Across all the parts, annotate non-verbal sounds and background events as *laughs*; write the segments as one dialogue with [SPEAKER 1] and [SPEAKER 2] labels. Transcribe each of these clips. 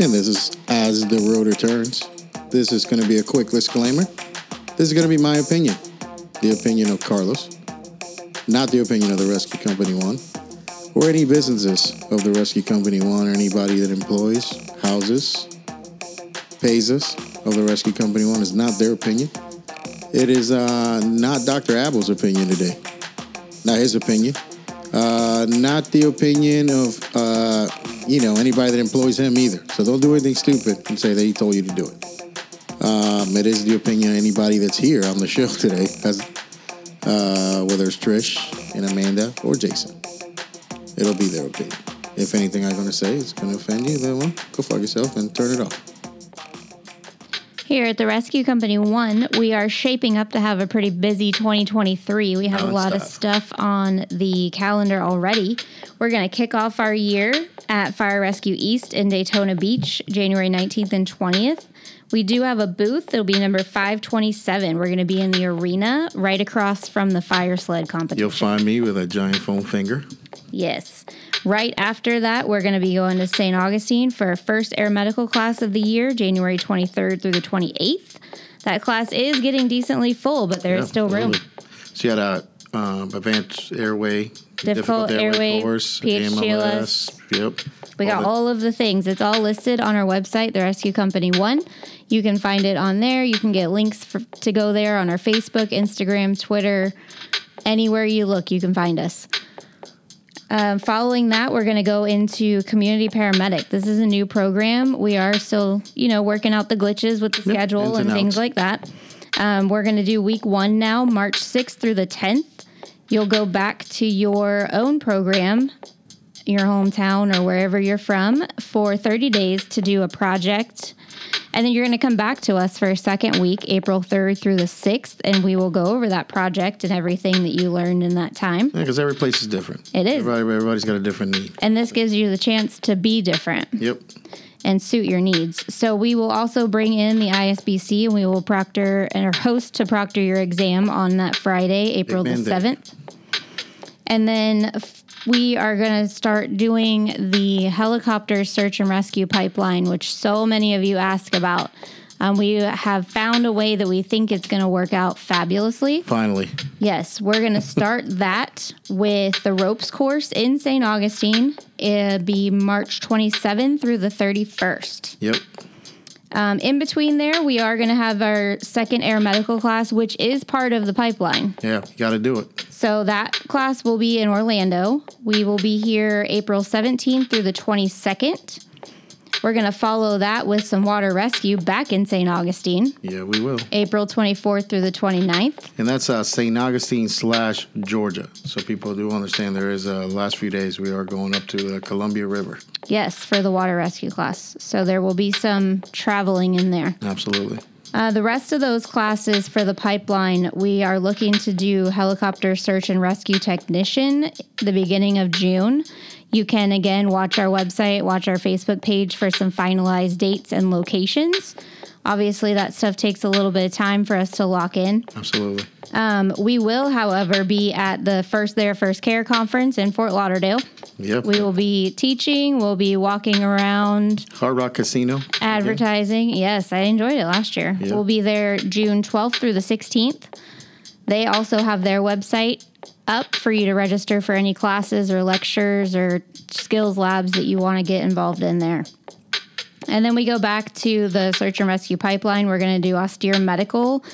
[SPEAKER 1] And this is As the Rotor Turns. This is going to be a quick disclaimer. This is going to be my opinion, the opinion of Carlos, not the opinion of the Rescue Company One, or any businesses of the Rescue Company One, or anybody that employs, houses, pays us of the Rescue Company One. It's not their opinion. It is uh, not Dr. Abel's opinion today, not his opinion, uh, not the opinion of uh, you know anybody that employs him either. So don't do anything stupid and say that he told you to do it. Um, it is the opinion of anybody that's here on the show *laughs* today, as, uh, whether it's Trish and Amanda or Jason. It'll be their opinion. If anything I'm going to say is going to offend you, then well, go fuck yourself and turn it off.
[SPEAKER 2] Here at the Rescue Company One, we are shaping up to have a pretty busy 2023. We have a lot of
[SPEAKER 3] Nonstop.
[SPEAKER 2] stuff on the calendar already. We're going to kick off our year at Fire Rescue East in Daytona Beach, January 19th and 20th. We do have a booth. It'll be number 527. We're going to be in the arena right across from the fire sled competition.
[SPEAKER 1] You'll find me with a giant foam finger.
[SPEAKER 2] Yes. Right after that, we're going to be going to St. Augustine for our first air medical class of the year, January 23rd through the 28th. That class is getting decently full, but there is
[SPEAKER 1] Yeah,
[SPEAKER 2] still room.
[SPEAKER 1] absolutely. She had a um, advanced airway,
[SPEAKER 2] Difficult airway,
[SPEAKER 1] course,
[SPEAKER 2] PHGLS.
[SPEAKER 1] AMLS. Yep.
[SPEAKER 2] We got
[SPEAKER 1] the-
[SPEAKER 2] all of the things. It's all listed on our website, The Rescue Company One. You can find it on there. You can get links for, to go there on our Facebook, Instagram, Twitter, anywhere you look, you can find us. Um, following that, we're going to go into community paramedic. This is a new program. We are still, you know, working out the glitches with the
[SPEAKER 1] Yep,
[SPEAKER 2] schedule
[SPEAKER 1] ins
[SPEAKER 2] and,
[SPEAKER 1] and
[SPEAKER 2] things
[SPEAKER 1] outs.
[SPEAKER 2] like that. Um, we're going to do week one now, March 6th through the 10th. You'll go back to your own program, your hometown or wherever you're from, for 30 days to do a project. And then you're going to come back to us for a second week, April 3rd through the 6th, and we will go over that project and everything that you learned in that time.
[SPEAKER 1] because every place is different.
[SPEAKER 2] It is.
[SPEAKER 1] Everybody, everybody's got a different need.
[SPEAKER 2] And this gives you the chance to be different
[SPEAKER 1] Yep.
[SPEAKER 2] and suit your needs. So we will also bring in the ISBC and we will proctor and host to proctor your exam on that Friday, April the
[SPEAKER 1] mandate.
[SPEAKER 2] 7th. And then f- we are going to start doing the helicopter search and rescue pipeline, which so many of you ask about. Um, we have found a way that we think it's going to work out fabulously.
[SPEAKER 1] Finally,
[SPEAKER 2] Yes, we're going to start that with the ropes course in St. Augustine. It'll be March 27th through the 31st.
[SPEAKER 1] yep.
[SPEAKER 2] Um, in between there, we are going to have our second air medical class, which is part of the pipeline.
[SPEAKER 1] Yeah, you got to do it.
[SPEAKER 2] So that class will be in Orlando. We will be here April 17th through the 22nd. We're going to follow that with some water rescue back in St. Augustine,
[SPEAKER 1] Yeah, we will.
[SPEAKER 2] April 24th through the 29th.
[SPEAKER 1] And that's uh, St. Augustine slash Georgia. So people do understand there is uh, last few days we are going up to the Columbia River.
[SPEAKER 2] Yes, for the water rescue class. So there will be some traveling in there.
[SPEAKER 1] Absolutely.
[SPEAKER 2] Uh, the rest of those classes for the pipeline, we are looking to do helicopter search and rescue technician the beginning of June. You can again watch our website, watch our Facebook page for some finalized dates and locations. Obviously, that stuff takes a little bit of time for us to lock in.
[SPEAKER 1] Absolutely.
[SPEAKER 2] Um, we will, however, be at the First There First Care conference in Fort Lauderdale.
[SPEAKER 1] Yep.
[SPEAKER 2] We will be teaching, we'll be walking around,
[SPEAKER 1] Hard Rock Casino.
[SPEAKER 2] advertising. Yes, I enjoyed it last year.
[SPEAKER 1] Yeah.
[SPEAKER 2] We'll be there June 12th through the 16th. They also have their website up for you to register for any classes or lectures or skills labs that you want to get involved in there. And then we go back to the search and rescue pipeline. We're going to do austere medical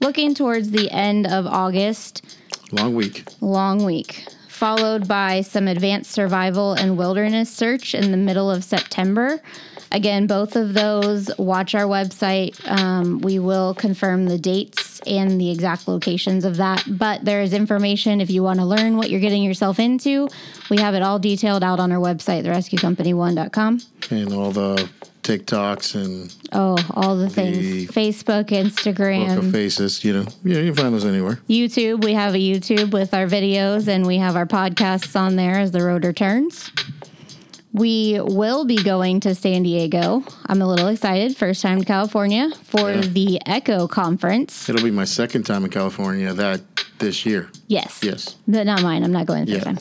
[SPEAKER 2] looking towards the end of August
[SPEAKER 1] Long week.
[SPEAKER 2] long week, followed by some advanced survival and wilderness search in the middle of September. Again, both of those, watch our website. Um, we will confirm the dates and the exact locations of that. But there is information if you want to learn what you're getting yourself into. We have it all detailed out on our website, therescuecompany1.com.
[SPEAKER 1] And all the TikToks and
[SPEAKER 2] Oh, all the things
[SPEAKER 1] The-
[SPEAKER 2] Facebook, Instagram,
[SPEAKER 1] Boca Faces, you know. Yeah, you can find those anywhere.
[SPEAKER 2] YouTube. We have a YouTube with our videos and we have our podcasts on there as the rotor turns. We will be going to San Diego. I'm a little excited. First time to California for
[SPEAKER 1] Yeah.
[SPEAKER 2] the Echo Conference.
[SPEAKER 1] It'll be my second time in California that this year.
[SPEAKER 2] Yes.
[SPEAKER 1] Yes.
[SPEAKER 2] But not mine. I'm not going the third
[SPEAKER 1] Yeah.
[SPEAKER 2] time.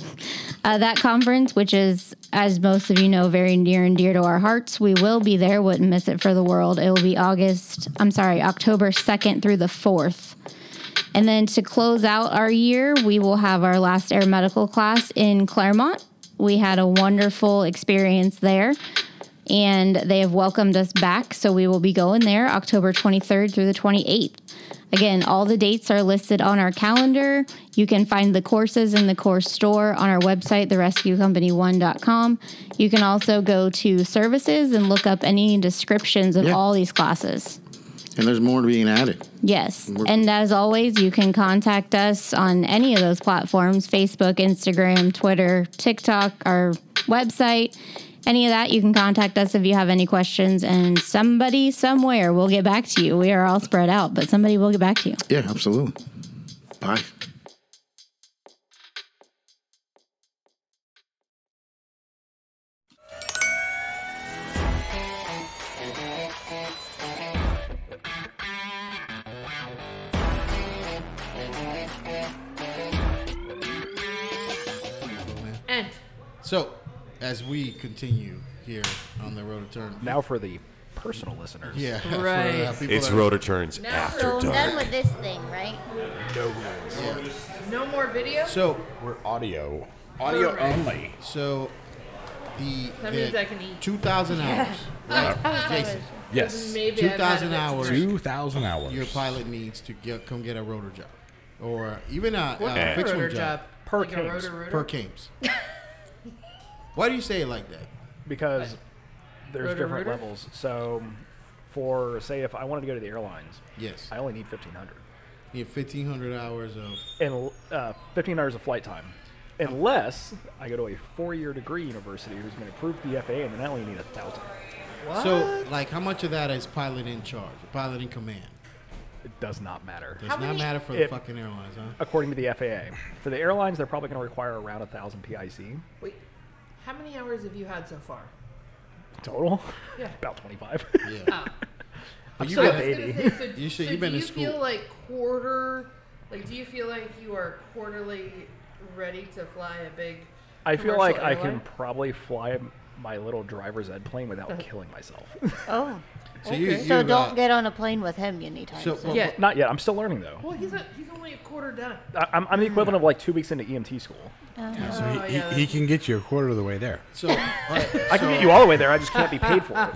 [SPEAKER 2] Uh, that conference, which is, as most of you know, very near and dear to our hearts, we will be there. Wouldn't miss it for the world. It will be August, I'm sorry, October 2nd through the 4th. And then to close out our year, we will have our last air medical class in Claremont. We had a wonderful experience there. And they have welcomed us back. So we will be going there October 23rd through the 28th. Again, all the dates are listed on our calendar. You can find the courses in the course store on our website, therescuecompany1.com. You can also go to services and look up any descriptions of
[SPEAKER 1] Yeah.
[SPEAKER 2] all these classes.
[SPEAKER 1] And there's more being added.
[SPEAKER 2] Yes. And as always, you can contact us on any of those platforms Facebook, Instagram, Twitter, TikTok, our website. Any of that, you can contact us if you have any questions, and somebody somewhere will get back to you. We are all spread out, but somebody will get back to you.
[SPEAKER 1] Yeah, absolutely. Bye.
[SPEAKER 3] And
[SPEAKER 1] So, as we continue here on the road to turn,
[SPEAKER 4] Now for the personal listeners.
[SPEAKER 1] yeah, *laughs* for, uh,
[SPEAKER 3] Right.
[SPEAKER 1] people
[SPEAKER 5] It's
[SPEAKER 1] that-
[SPEAKER 5] Rotor Turns After
[SPEAKER 6] done
[SPEAKER 5] Dark.
[SPEAKER 6] with this thing, right?
[SPEAKER 3] no more video?
[SPEAKER 1] So,
[SPEAKER 5] We're audio.
[SPEAKER 4] Audio
[SPEAKER 3] Correct.
[SPEAKER 4] only.
[SPEAKER 1] so the
[SPEAKER 3] That
[SPEAKER 1] the
[SPEAKER 3] means I can eat.
[SPEAKER 1] two thousand
[SPEAKER 3] *laughs*
[SPEAKER 1] hours, right? Jason,
[SPEAKER 4] Yes.
[SPEAKER 3] Maybe
[SPEAKER 1] two
[SPEAKER 3] I've had
[SPEAKER 1] thousand
[SPEAKER 3] it.
[SPEAKER 1] hours.
[SPEAKER 4] Two thousand hours.
[SPEAKER 1] Your pilot needs to get come get a rotor job, or even a,
[SPEAKER 3] What's
[SPEAKER 1] a
[SPEAKER 3] a
[SPEAKER 1] fictional
[SPEAKER 3] rotor
[SPEAKER 1] job,
[SPEAKER 3] job?
[SPEAKER 4] Per
[SPEAKER 3] like
[SPEAKER 4] case.
[SPEAKER 3] A rotor, rotor? *laughs*
[SPEAKER 1] per games. Why do you say it like that?
[SPEAKER 4] because there's
[SPEAKER 3] Rotor
[SPEAKER 4] different
[SPEAKER 3] Rooter?
[SPEAKER 4] levels. So, for say, if I wanted to go to the airlines,
[SPEAKER 1] Yes,
[SPEAKER 4] I only need fifteen hundred,
[SPEAKER 1] you have fifteen hundred hours of
[SPEAKER 4] and uh, fifteen hours of flight time, unless I go to a four-year degree university who's going to approve the FAA, and then I only need a thousand.
[SPEAKER 3] What?
[SPEAKER 1] so like how much of that is pilot in charge, pilot in command?
[SPEAKER 4] It does not matter.
[SPEAKER 1] Does
[SPEAKER 3] How
[SPEAKER 1] not
[SPEAKER 3] many-
[SPEAKER 1] matter for the
[SPEAKER 4] It-
[SPEAKER 1] fucking airlines, huh?
[SPEAKER 4] According to the FAA, for the airlines, they're probably going to require around a thousand PIC
[SPEAKER 3] Wait, how many hours have you had so far?
[SPEAKER 4] total.
[SPEAKER 3] Yeah.
[SPEAKER 4] About twenty-five.
[SPEAKER 1] Yeah,
[SPEAKER 3] Oh.
[SPEAKER 1] But you
[SPEAKER 4] sorry,
[SPEAKER 1] gotta-
[SPEAKER 3] I was gonna
[SPEAKER 4] baby.
[SPEAKER 3] say, so,
[SPEAKER 1] *laughs* You should-
[SPEAKER 3] so
[SPEAKER 1] you've been
[SPEAKER 3] do
[SPEAKER 1] to
[SPEAKER 3] you feel
[SPEAKER 1] school.
[SPEAKER 3] like quarter? Like, do you feel like you are quarterly ready to fly a big?
[SPEAKER 4] *laughs* I feel like I
[SPEAKER 3] commercial
[SPEAKER 4] can
[SPEAKER 3] airline?
[SPEAKER 4] probably fly my little driver's ed plane without killing myself. *laughs*
[SPEAKER 6] Oh.
[SPEAKER 1] So you,
[SPEAKER 3] Okay.
[SPEAKER 1] you
[SPEAKER 6] So
[SPEAKER 1] uh,
[SPEAKER 6] don't get on a plane with him anytime
[SPEAKER 1] So,
[SPEAKER 7] *laughs*
[SPEAKER 6] soon.
[SPEAKER 1] well,
[SPEAKER 3] Yeah.
[SPEAKER 4] Not yet. I'm still learning though.
[SPEAKER 3] Well, he's a, he's only a quarter done.
[SPEAKER 4] I- I'm, I'm the equivalent of like two weeks into EMT school.
[SPEAKER 8] So
[SPEAKER 3] Oh,
[SPEAKER 8] he,
[SPEAKER 3] yeah,
[SPEAKER 8] he, he
[SPEAKER 3] that's-
[SPEAKER 8] can get you a quarter of the way there.
[SPEAKER 1] So, all right,
[SPEAKER 4] I can get you all the way there. I just can't be paid for it.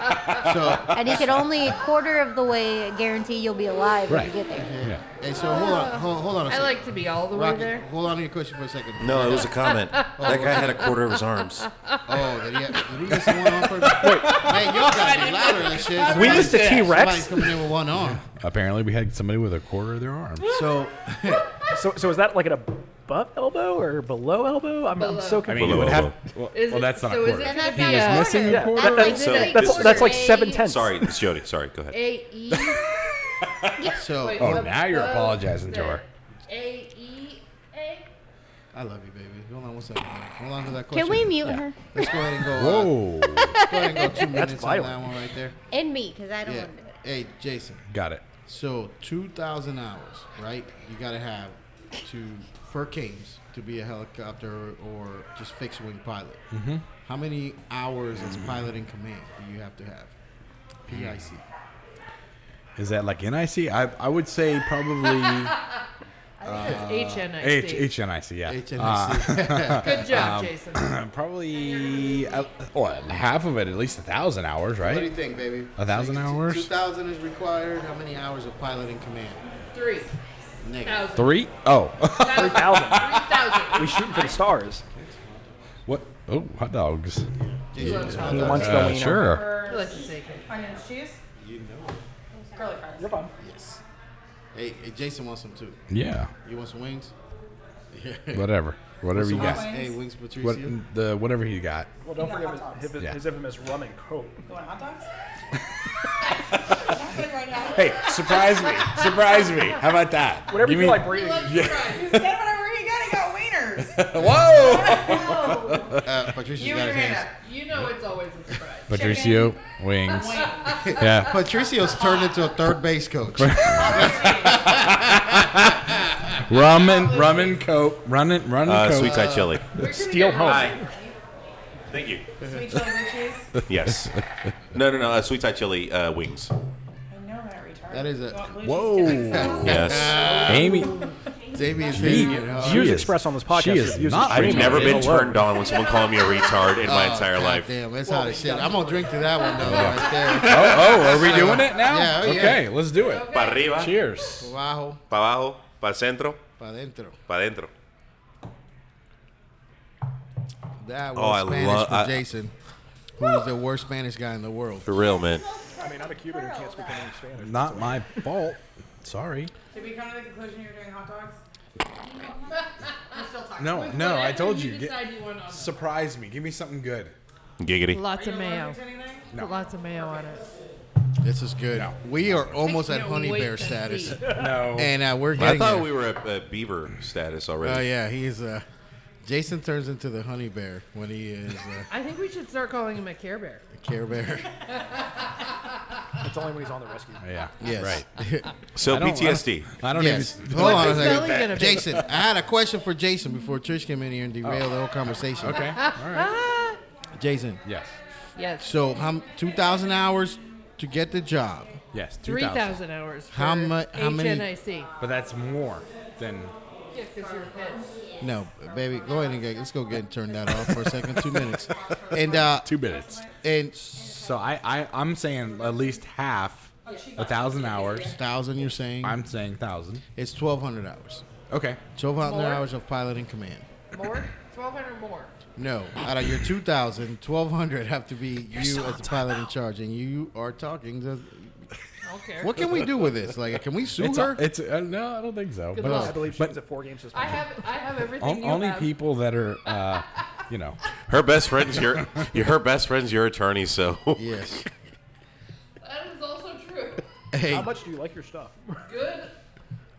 [SPEAKER 1] so,
[SPEAKER 6] and he can only a quarter of the way guarantee you'll be alive
[SPEAKER 8] Right.
[SPEAKER 6] when you get there.
[SPEAKER 8] Yeah.
[SPEAKER 1] hey, so hold on, hold, hold on a
[SPEAKER 3] I
[SPEAKER 1] second.
[SPEAKER 3] like to be all the way
[SPEAKER 1] Rocky,
[SPEAKER 3] there.
[SPEAKER 1] hold on to your question for a second.
[SPEAKER 5] No, it was a comment. That guy had a quarter of his arms.
[SPEAKER 1] Oh, did he, did he miss the one arm person? Wait. Hey, y'all gotta be louder and shit.
[SPEAKER 4] We missed a T
[SPEAKER 1] Somebody's
[SPEAKER 4] Rex.
[SPEAKER 1] coming in with one arm.
[SPEAKER 8] Apparently, we had somebody with a quarter of their arm.
[SPEAKER 1] So,
[SPEAKER 4] So, so is that like an above elbow or below elbow? I'm, I'm so
[SPEAKER 8] I
[SPEAKER 4] confused.
[SPEAKER 8] mean, it
[SPEAKER 5] Below
[SPEAKER 8] would have.
[SPEAKER 5] elbow.
[SPEAKER 8] Well,
[SPEAKER 3] Is
[SPEAKER 8] well,
[SPEAKER 3] it-
[SPEAKER 8] that's not
[SPEAKER 3] so
[SPEAKER 8] a
[SPEAKER 3] is
[SPEAKER 8] quarter.
[SPEAKER 3] it
[SPEAKER 6] And that's
[SPEAKER 3] He
[SPEAKER 6] not
[SPEAKER 3] was
[SPEAKER 6] a
[SPEAKER 8] missing a
[SPEAKER 6] quarter.
[SPEAKER 8] quarter.
[SPEAKER 6] That's like
[SPEAKER 3] That's-
[SPEAKER 6] sitting
[SPEAKER 3] that's-
[SPEAKER 6] in
[SPEAKER 4] that's, that's like
[SPEAKER 3] Sorry.
[SPEAKER 4] seven tenths.
[SPEAKER 5] Sorry, it's Jody. Sorry, go ahead.
[SPEAKER 3] A E.
[SPEAKER 1] so,
[SPEAKER 3] Wait,
[SPEAKER 8] Oh,
[SPEAKER 3] what-
[SPEAKER 8] now you're
[SPEAKER 3] what-
[SPEAKER 8] apologizing to her.
[SPEAKER 3] A E A.
[SPEAKER 1] I love you, baby. Hold on one second. Hold on to that question.
[SPEAKER 2] Can we mute her?
[SPEAKER 1] Let's go ahead and go. uh,
[SPEAKER 8] Whoa.
[SPEAKER 1] let's go ahead and go two minutes on
[SPEAKER 4] violent.
[SPEAKER 1] that one right there.
[SPEAKER 6] Mm-hmm. And me, because I don't
[SPEAKER 1] Yeah.
[SPEAKER 6] want to do
[SPEAKER 1] Hey,
[SPEAKER 6] it.
[SPEAKER 1] Jason.
[SPEAKER 8] *laughs* Got it.
[SPEAKER 1] So, 2,000 hours, right? You gotta have to, for Kings, to be a helicopter or just fixed wing pilot. Mm-hmm. How many hours as pilot in command do you have to have? PIC.
[SPEAKER 8] Is that like NIC? I, I would say probably
[SPEAKER 3] It's HNIC.
[SPEAKER 8] Uh, H, HNIC, yeah.
[SPEAKER 1] HNIC.
[SPEAKER 3] Good job, Jason.
[SPEAKER 8] Uh, probably uh, well, half of it, at least a thousand
[SPEAKER 1] *laughs*
[SPEAKER 8] hours,
[SPEAKER 1] what do you
[SPEAKER 8] *laughs* right?
[SPEAKER 1] think, baby?
[SPEAKER 8] A thousand hours?
[SPEAKER 1] Two thousand is required. How many hours of pilot in command?
[SPEAKER 3] Three
[SPEAKER 1] Negative.
[SPEAKER 3] thousand.
[SPEAKER 8] Three? Oh, *laughs*
[SPEAKER 3] Three
[SPEAKER 4] *laughs* thousand.
[SPEAKER 3] thousand.
[SPEAKER 4] We shooting for the stars.
[SPEAKER 8] what? Oh, hot dogs.
[SPEAKER 1] Jason, just
[SPEAKER 4] Who
[SPEAKER 1] found out.
[SPEAKER 4] wants the
[SPEAKER 8] Uh,
[SPEAKER 4] wiener?
[SPEAKER 8] sure.
[SPEAKER 3] I like to take it.
[SPEAKER 7] Onions, cheese,
[SPEAKER 1] You know.
[SPEAKER 7] curly fries.
[SPEAKER 4] You're fine.
[SPEAKER 1] Yes. Hey, hey, Jason wants some too.
[SPEAKER 8] Yeah.
[SPEAKER 1] You want some wings? Yeah.
[SPEAKER 8] Whatever. Whatever you
[SPEAKER 1] Some wings?
[SPEAKER 8] got.
[SPEAKER 1] Hey, wings, Patricio.
[SPEAKER 8] What the whatever you got.
[SPEAKER 4] Well, don't
[SPEAKER 7] Yeah,
[SPEAKER 4] forget
[SPEAKER 7] hot
[SPEAKER 4] his, his,
[SPEAKER 8] dogs.
[SPEAKER 4] his infamous rum and coke.
[SPEAKER 7] You want hot dogs? I'm kidding right now.
[SPEAKER 8] Hey, surprise me! Surprise me! How about that?
[SPEAKER 4] Whatever you
[SPEAKER 8] Give
[SPEAKER 4] feel
[SPEAKER 8] me-
[SPEAKER 4] like, Brady.
[SPEAKER 3] Love to try.
[SPEAKER 7] You said whenever you got, you got wieners.
[SPEAKER 8] Whoa!
[SPEAKER 1] Uh, Patricia's
[SPEAKER 7] You
[SPEAKER 1] got
[SPEAKER 7] and your
[SPEAKER 1] his
[SPEAKER 7] hand
[SPEAKER 1] hands.
[SPEAKER 7] up.
[SPEAKER 3] You know it's always a surprise.
[SPEAKER 8] Patricio
[SPEAKER 1] *laughs*
[SPEAKER 8] wings. Yeah.
[SPEAKER 1] Patricio's turned into a third base coach.
[SPEAKER 8] Rum and rum and coke. Run and run and
[SPEAKER 5] Uh,
[SPEAKER 8] coke.
[SPEAKER 5] sweet side chili.
[SPEAKER 4] Steal home.
[SPEAKER 8] *laughs*
[SPEAKER 5] Thank you.
[SPEAKER 7] Sweet chili with cheese.
[SPEAKER 5] Yes. No, no, no. Uh, sweet side chili uh, wings.
[SPEAKER 7] I know I'm not retarded.
[SPEAKER 1] That is it.
[SPEAKER 7] You want blue cheese dipping sauce?
[SPEAKER 8] Whoa.
[SPEAKER 5] Yes.
[SPEAKER 8] Amy.
[SPEAKER 1] Davey is hitting it hard.
[SPEAKER 4] She was
[SPEAKER 8] is-
[SPEAKER 4] expressed on this podcast.
[SPEAKER 8] she is
[SPEAKER 4] that was
[SPEAKER 8] not-
[SPEAKER 4] extremely-
[SPEAKER 5] I've never been
[SPEAKER 4] It'll work.
[SPEAKER 5] turned on when someone called me a retard in my entire
[SPEAKER 1] God
[SPEAKER 5] life.
[SPEAKER 1] Damn, that's hot as shit. I'm gonna drink to that one though, right
[SPEAKER 8] Oh,
[SPEAKER 1] there.
[SPEAKER 8] oh, are we doing it now?
[SPEAKER 1] Yeah, oh, yeah.
[SPEAKER 8] okay, let's do it.
[SPEAKER 5] Pa arriba,
[SPEAKER 8] Cheers.
[SPEAKER 1] Bajo,
[SPEAKER 5] pa abajo, pa centro,
[SPEAKER 1] pa dentro.
[SPEAKER 5] pa dentro.
[SPEAKER 1] That
[SPEAKER 5] Oh, I
[SPEAKER 1] was Spanish
[SPEAKER 5] love-
[SPEAKER 1] for
[SPEAKER 5] I-
[SPEAKER 1] Jason, who's the worst Spanish guy in the world.
[SPEAKER 5] For real, man.
[SPEAKER 4] I mean, I'm a Cuban who can't speak any Spanish.
[SPEAKER 8] Not my fault. Sorry.
[SPEAKER 7] Did we come to the conclusion you're doing hot dogs? We're still talking.
[SPEAKER 8] No, no, I told you. Get,
[SPEAKER 3] decide you want on.
[SPEAKER 8] surprise me. Give me something good.
[SPEAKER 5] Giggity.
[SPEAKER 9] Lots of mayo.
[SPEAKER 7] Allergic to anything?
[SPEAKER 8] No.
[SPEAKER 9] Lots of mayo on it.
[SPEAKER 1] This is good.
[SPEAKER 8] No.
[SPEAKER 1] We are almost at honey
[SPEAKER 3] wait
[SPEAKER 1] bear
[SPEAKER 3] to
[SPEAKER 1] status,
[SPEAKER 8] No.
[SPEAKER 1] and uh, we're
[SPEAKER 5] I
[SPEAKER 1] getting.
[SPEAKER 5] thought
[SPEAKER 1] there.
[SPEAKER 5] we were at uh, beaver status already.
[SPEAKER 1] Oh yeah, he's uh, Jason turns into the honey bear when he is uh,
[SPEAKER 9] I think we should start calling him a Care Bear.
[SPEAKER 1] a Care Bear.
[SPEAKER 4] It's only when he's on the rescue.
[SPEAKER 8] yeah.
[SPEAKER 1] Yes.
[SPEAKER 8] Right.
[SPEAKER 5] So
[SPEAKER 8] I don't- I don't-
[SPEAKER 5] PTSD.
[SPEAKER 8] I don't
[SPEAKER 1] Yes. *laughs*
[SPEAKER 8] even.
[SPEAKER 1] Hold on a
[SPEAKER 9] spelling gonna
[SPEAKER 1] second.
[SPEAKER 9] be?
[SPEAKER 1] Jason, I had a question for Jason before Trish came in here and derailed the whole conversation.
[SPEAKER 8] Okay. All right.
[SPEAKER 3] Ah.
[SPEAKER 1] Jason,
[SPEAKER 8] Yes.
[SPEAKER 9] Yes.
[SPEAKER 1] so how two thousand hours to get the job?
[SPEAKER 8] Yes. 3,000.
[SPEAKER 9] 3,000 hours. For
[SPEAKER 1] How mu- how many-
[SPEAKER 9] HNIC.
[SPEAKER 8] But that's more than.
[SPEAKER 1] No, baby, go ahead and get, let's go get and turn that off for a second. Two minutes, and uh,
[SPEAKER 8] Two minutes.
[SPEAKER 1] and
[SPEAKER 8] So I, I, I'm saying at least half,
[SPEAKER 4] Oh,
[SPEAKER 8] a thousand hours.
[SPEAKER 1] thousand. You're saying
[SPEAKER 8] I'm saying thousand.
[SPEAKER 1] it's twelve hundred hours.
[SPEAKER 8] Okay.
[SPEAKER 1] Twelve hundred
[SPEAKER 7] More?
[SPEAKER 1] hours of piloting command.
[SPEAKER 7] More? 1,200 more.
[SPEAKER 1] No, out of your 2,000, 1,200 have to be you as the pilot in charge, and you are talking. To,
[SPEAKER 7] I don't care.
[SPEAKER 1] what can we do with this? Like,
[SPEAKER 8] *laughs*
[SPEAKER 1] can we sue
[SPEAKER 8] It's,
[SPEAKER 1] her?
[SPEAKER 8] it's uh, no, I don't think so. But
[SPEAKER 4] I
[SPEAKER 1] luck.
[SPEAKER 4] believe she
[SPEAKER 8] Oh. But-
[SPEAKER 4] was a four game suspension.
[SPEAKER 7] I have, I have everything
[SPEAKER 8] on-
[SPEAKER 7] you
[SPEAKER 8] only
[SPEAKER 7] have.
[SPEAKER 8] people that are, uh, you know,
[SPEAKER 5] Her best friend's your, *laughs* your her best friend's your attorney, so
[SPEAKER 8] *laughs*
[SPEAKER 1] yes.
[SPEAKER 3] That is also true.
[SPEAKER 1] Hey,
[SPEAKER 4] How
[SPEAKER 1] I
[SPEAKER 4] much do you like your stuff?
[SPEAKER 3] Good.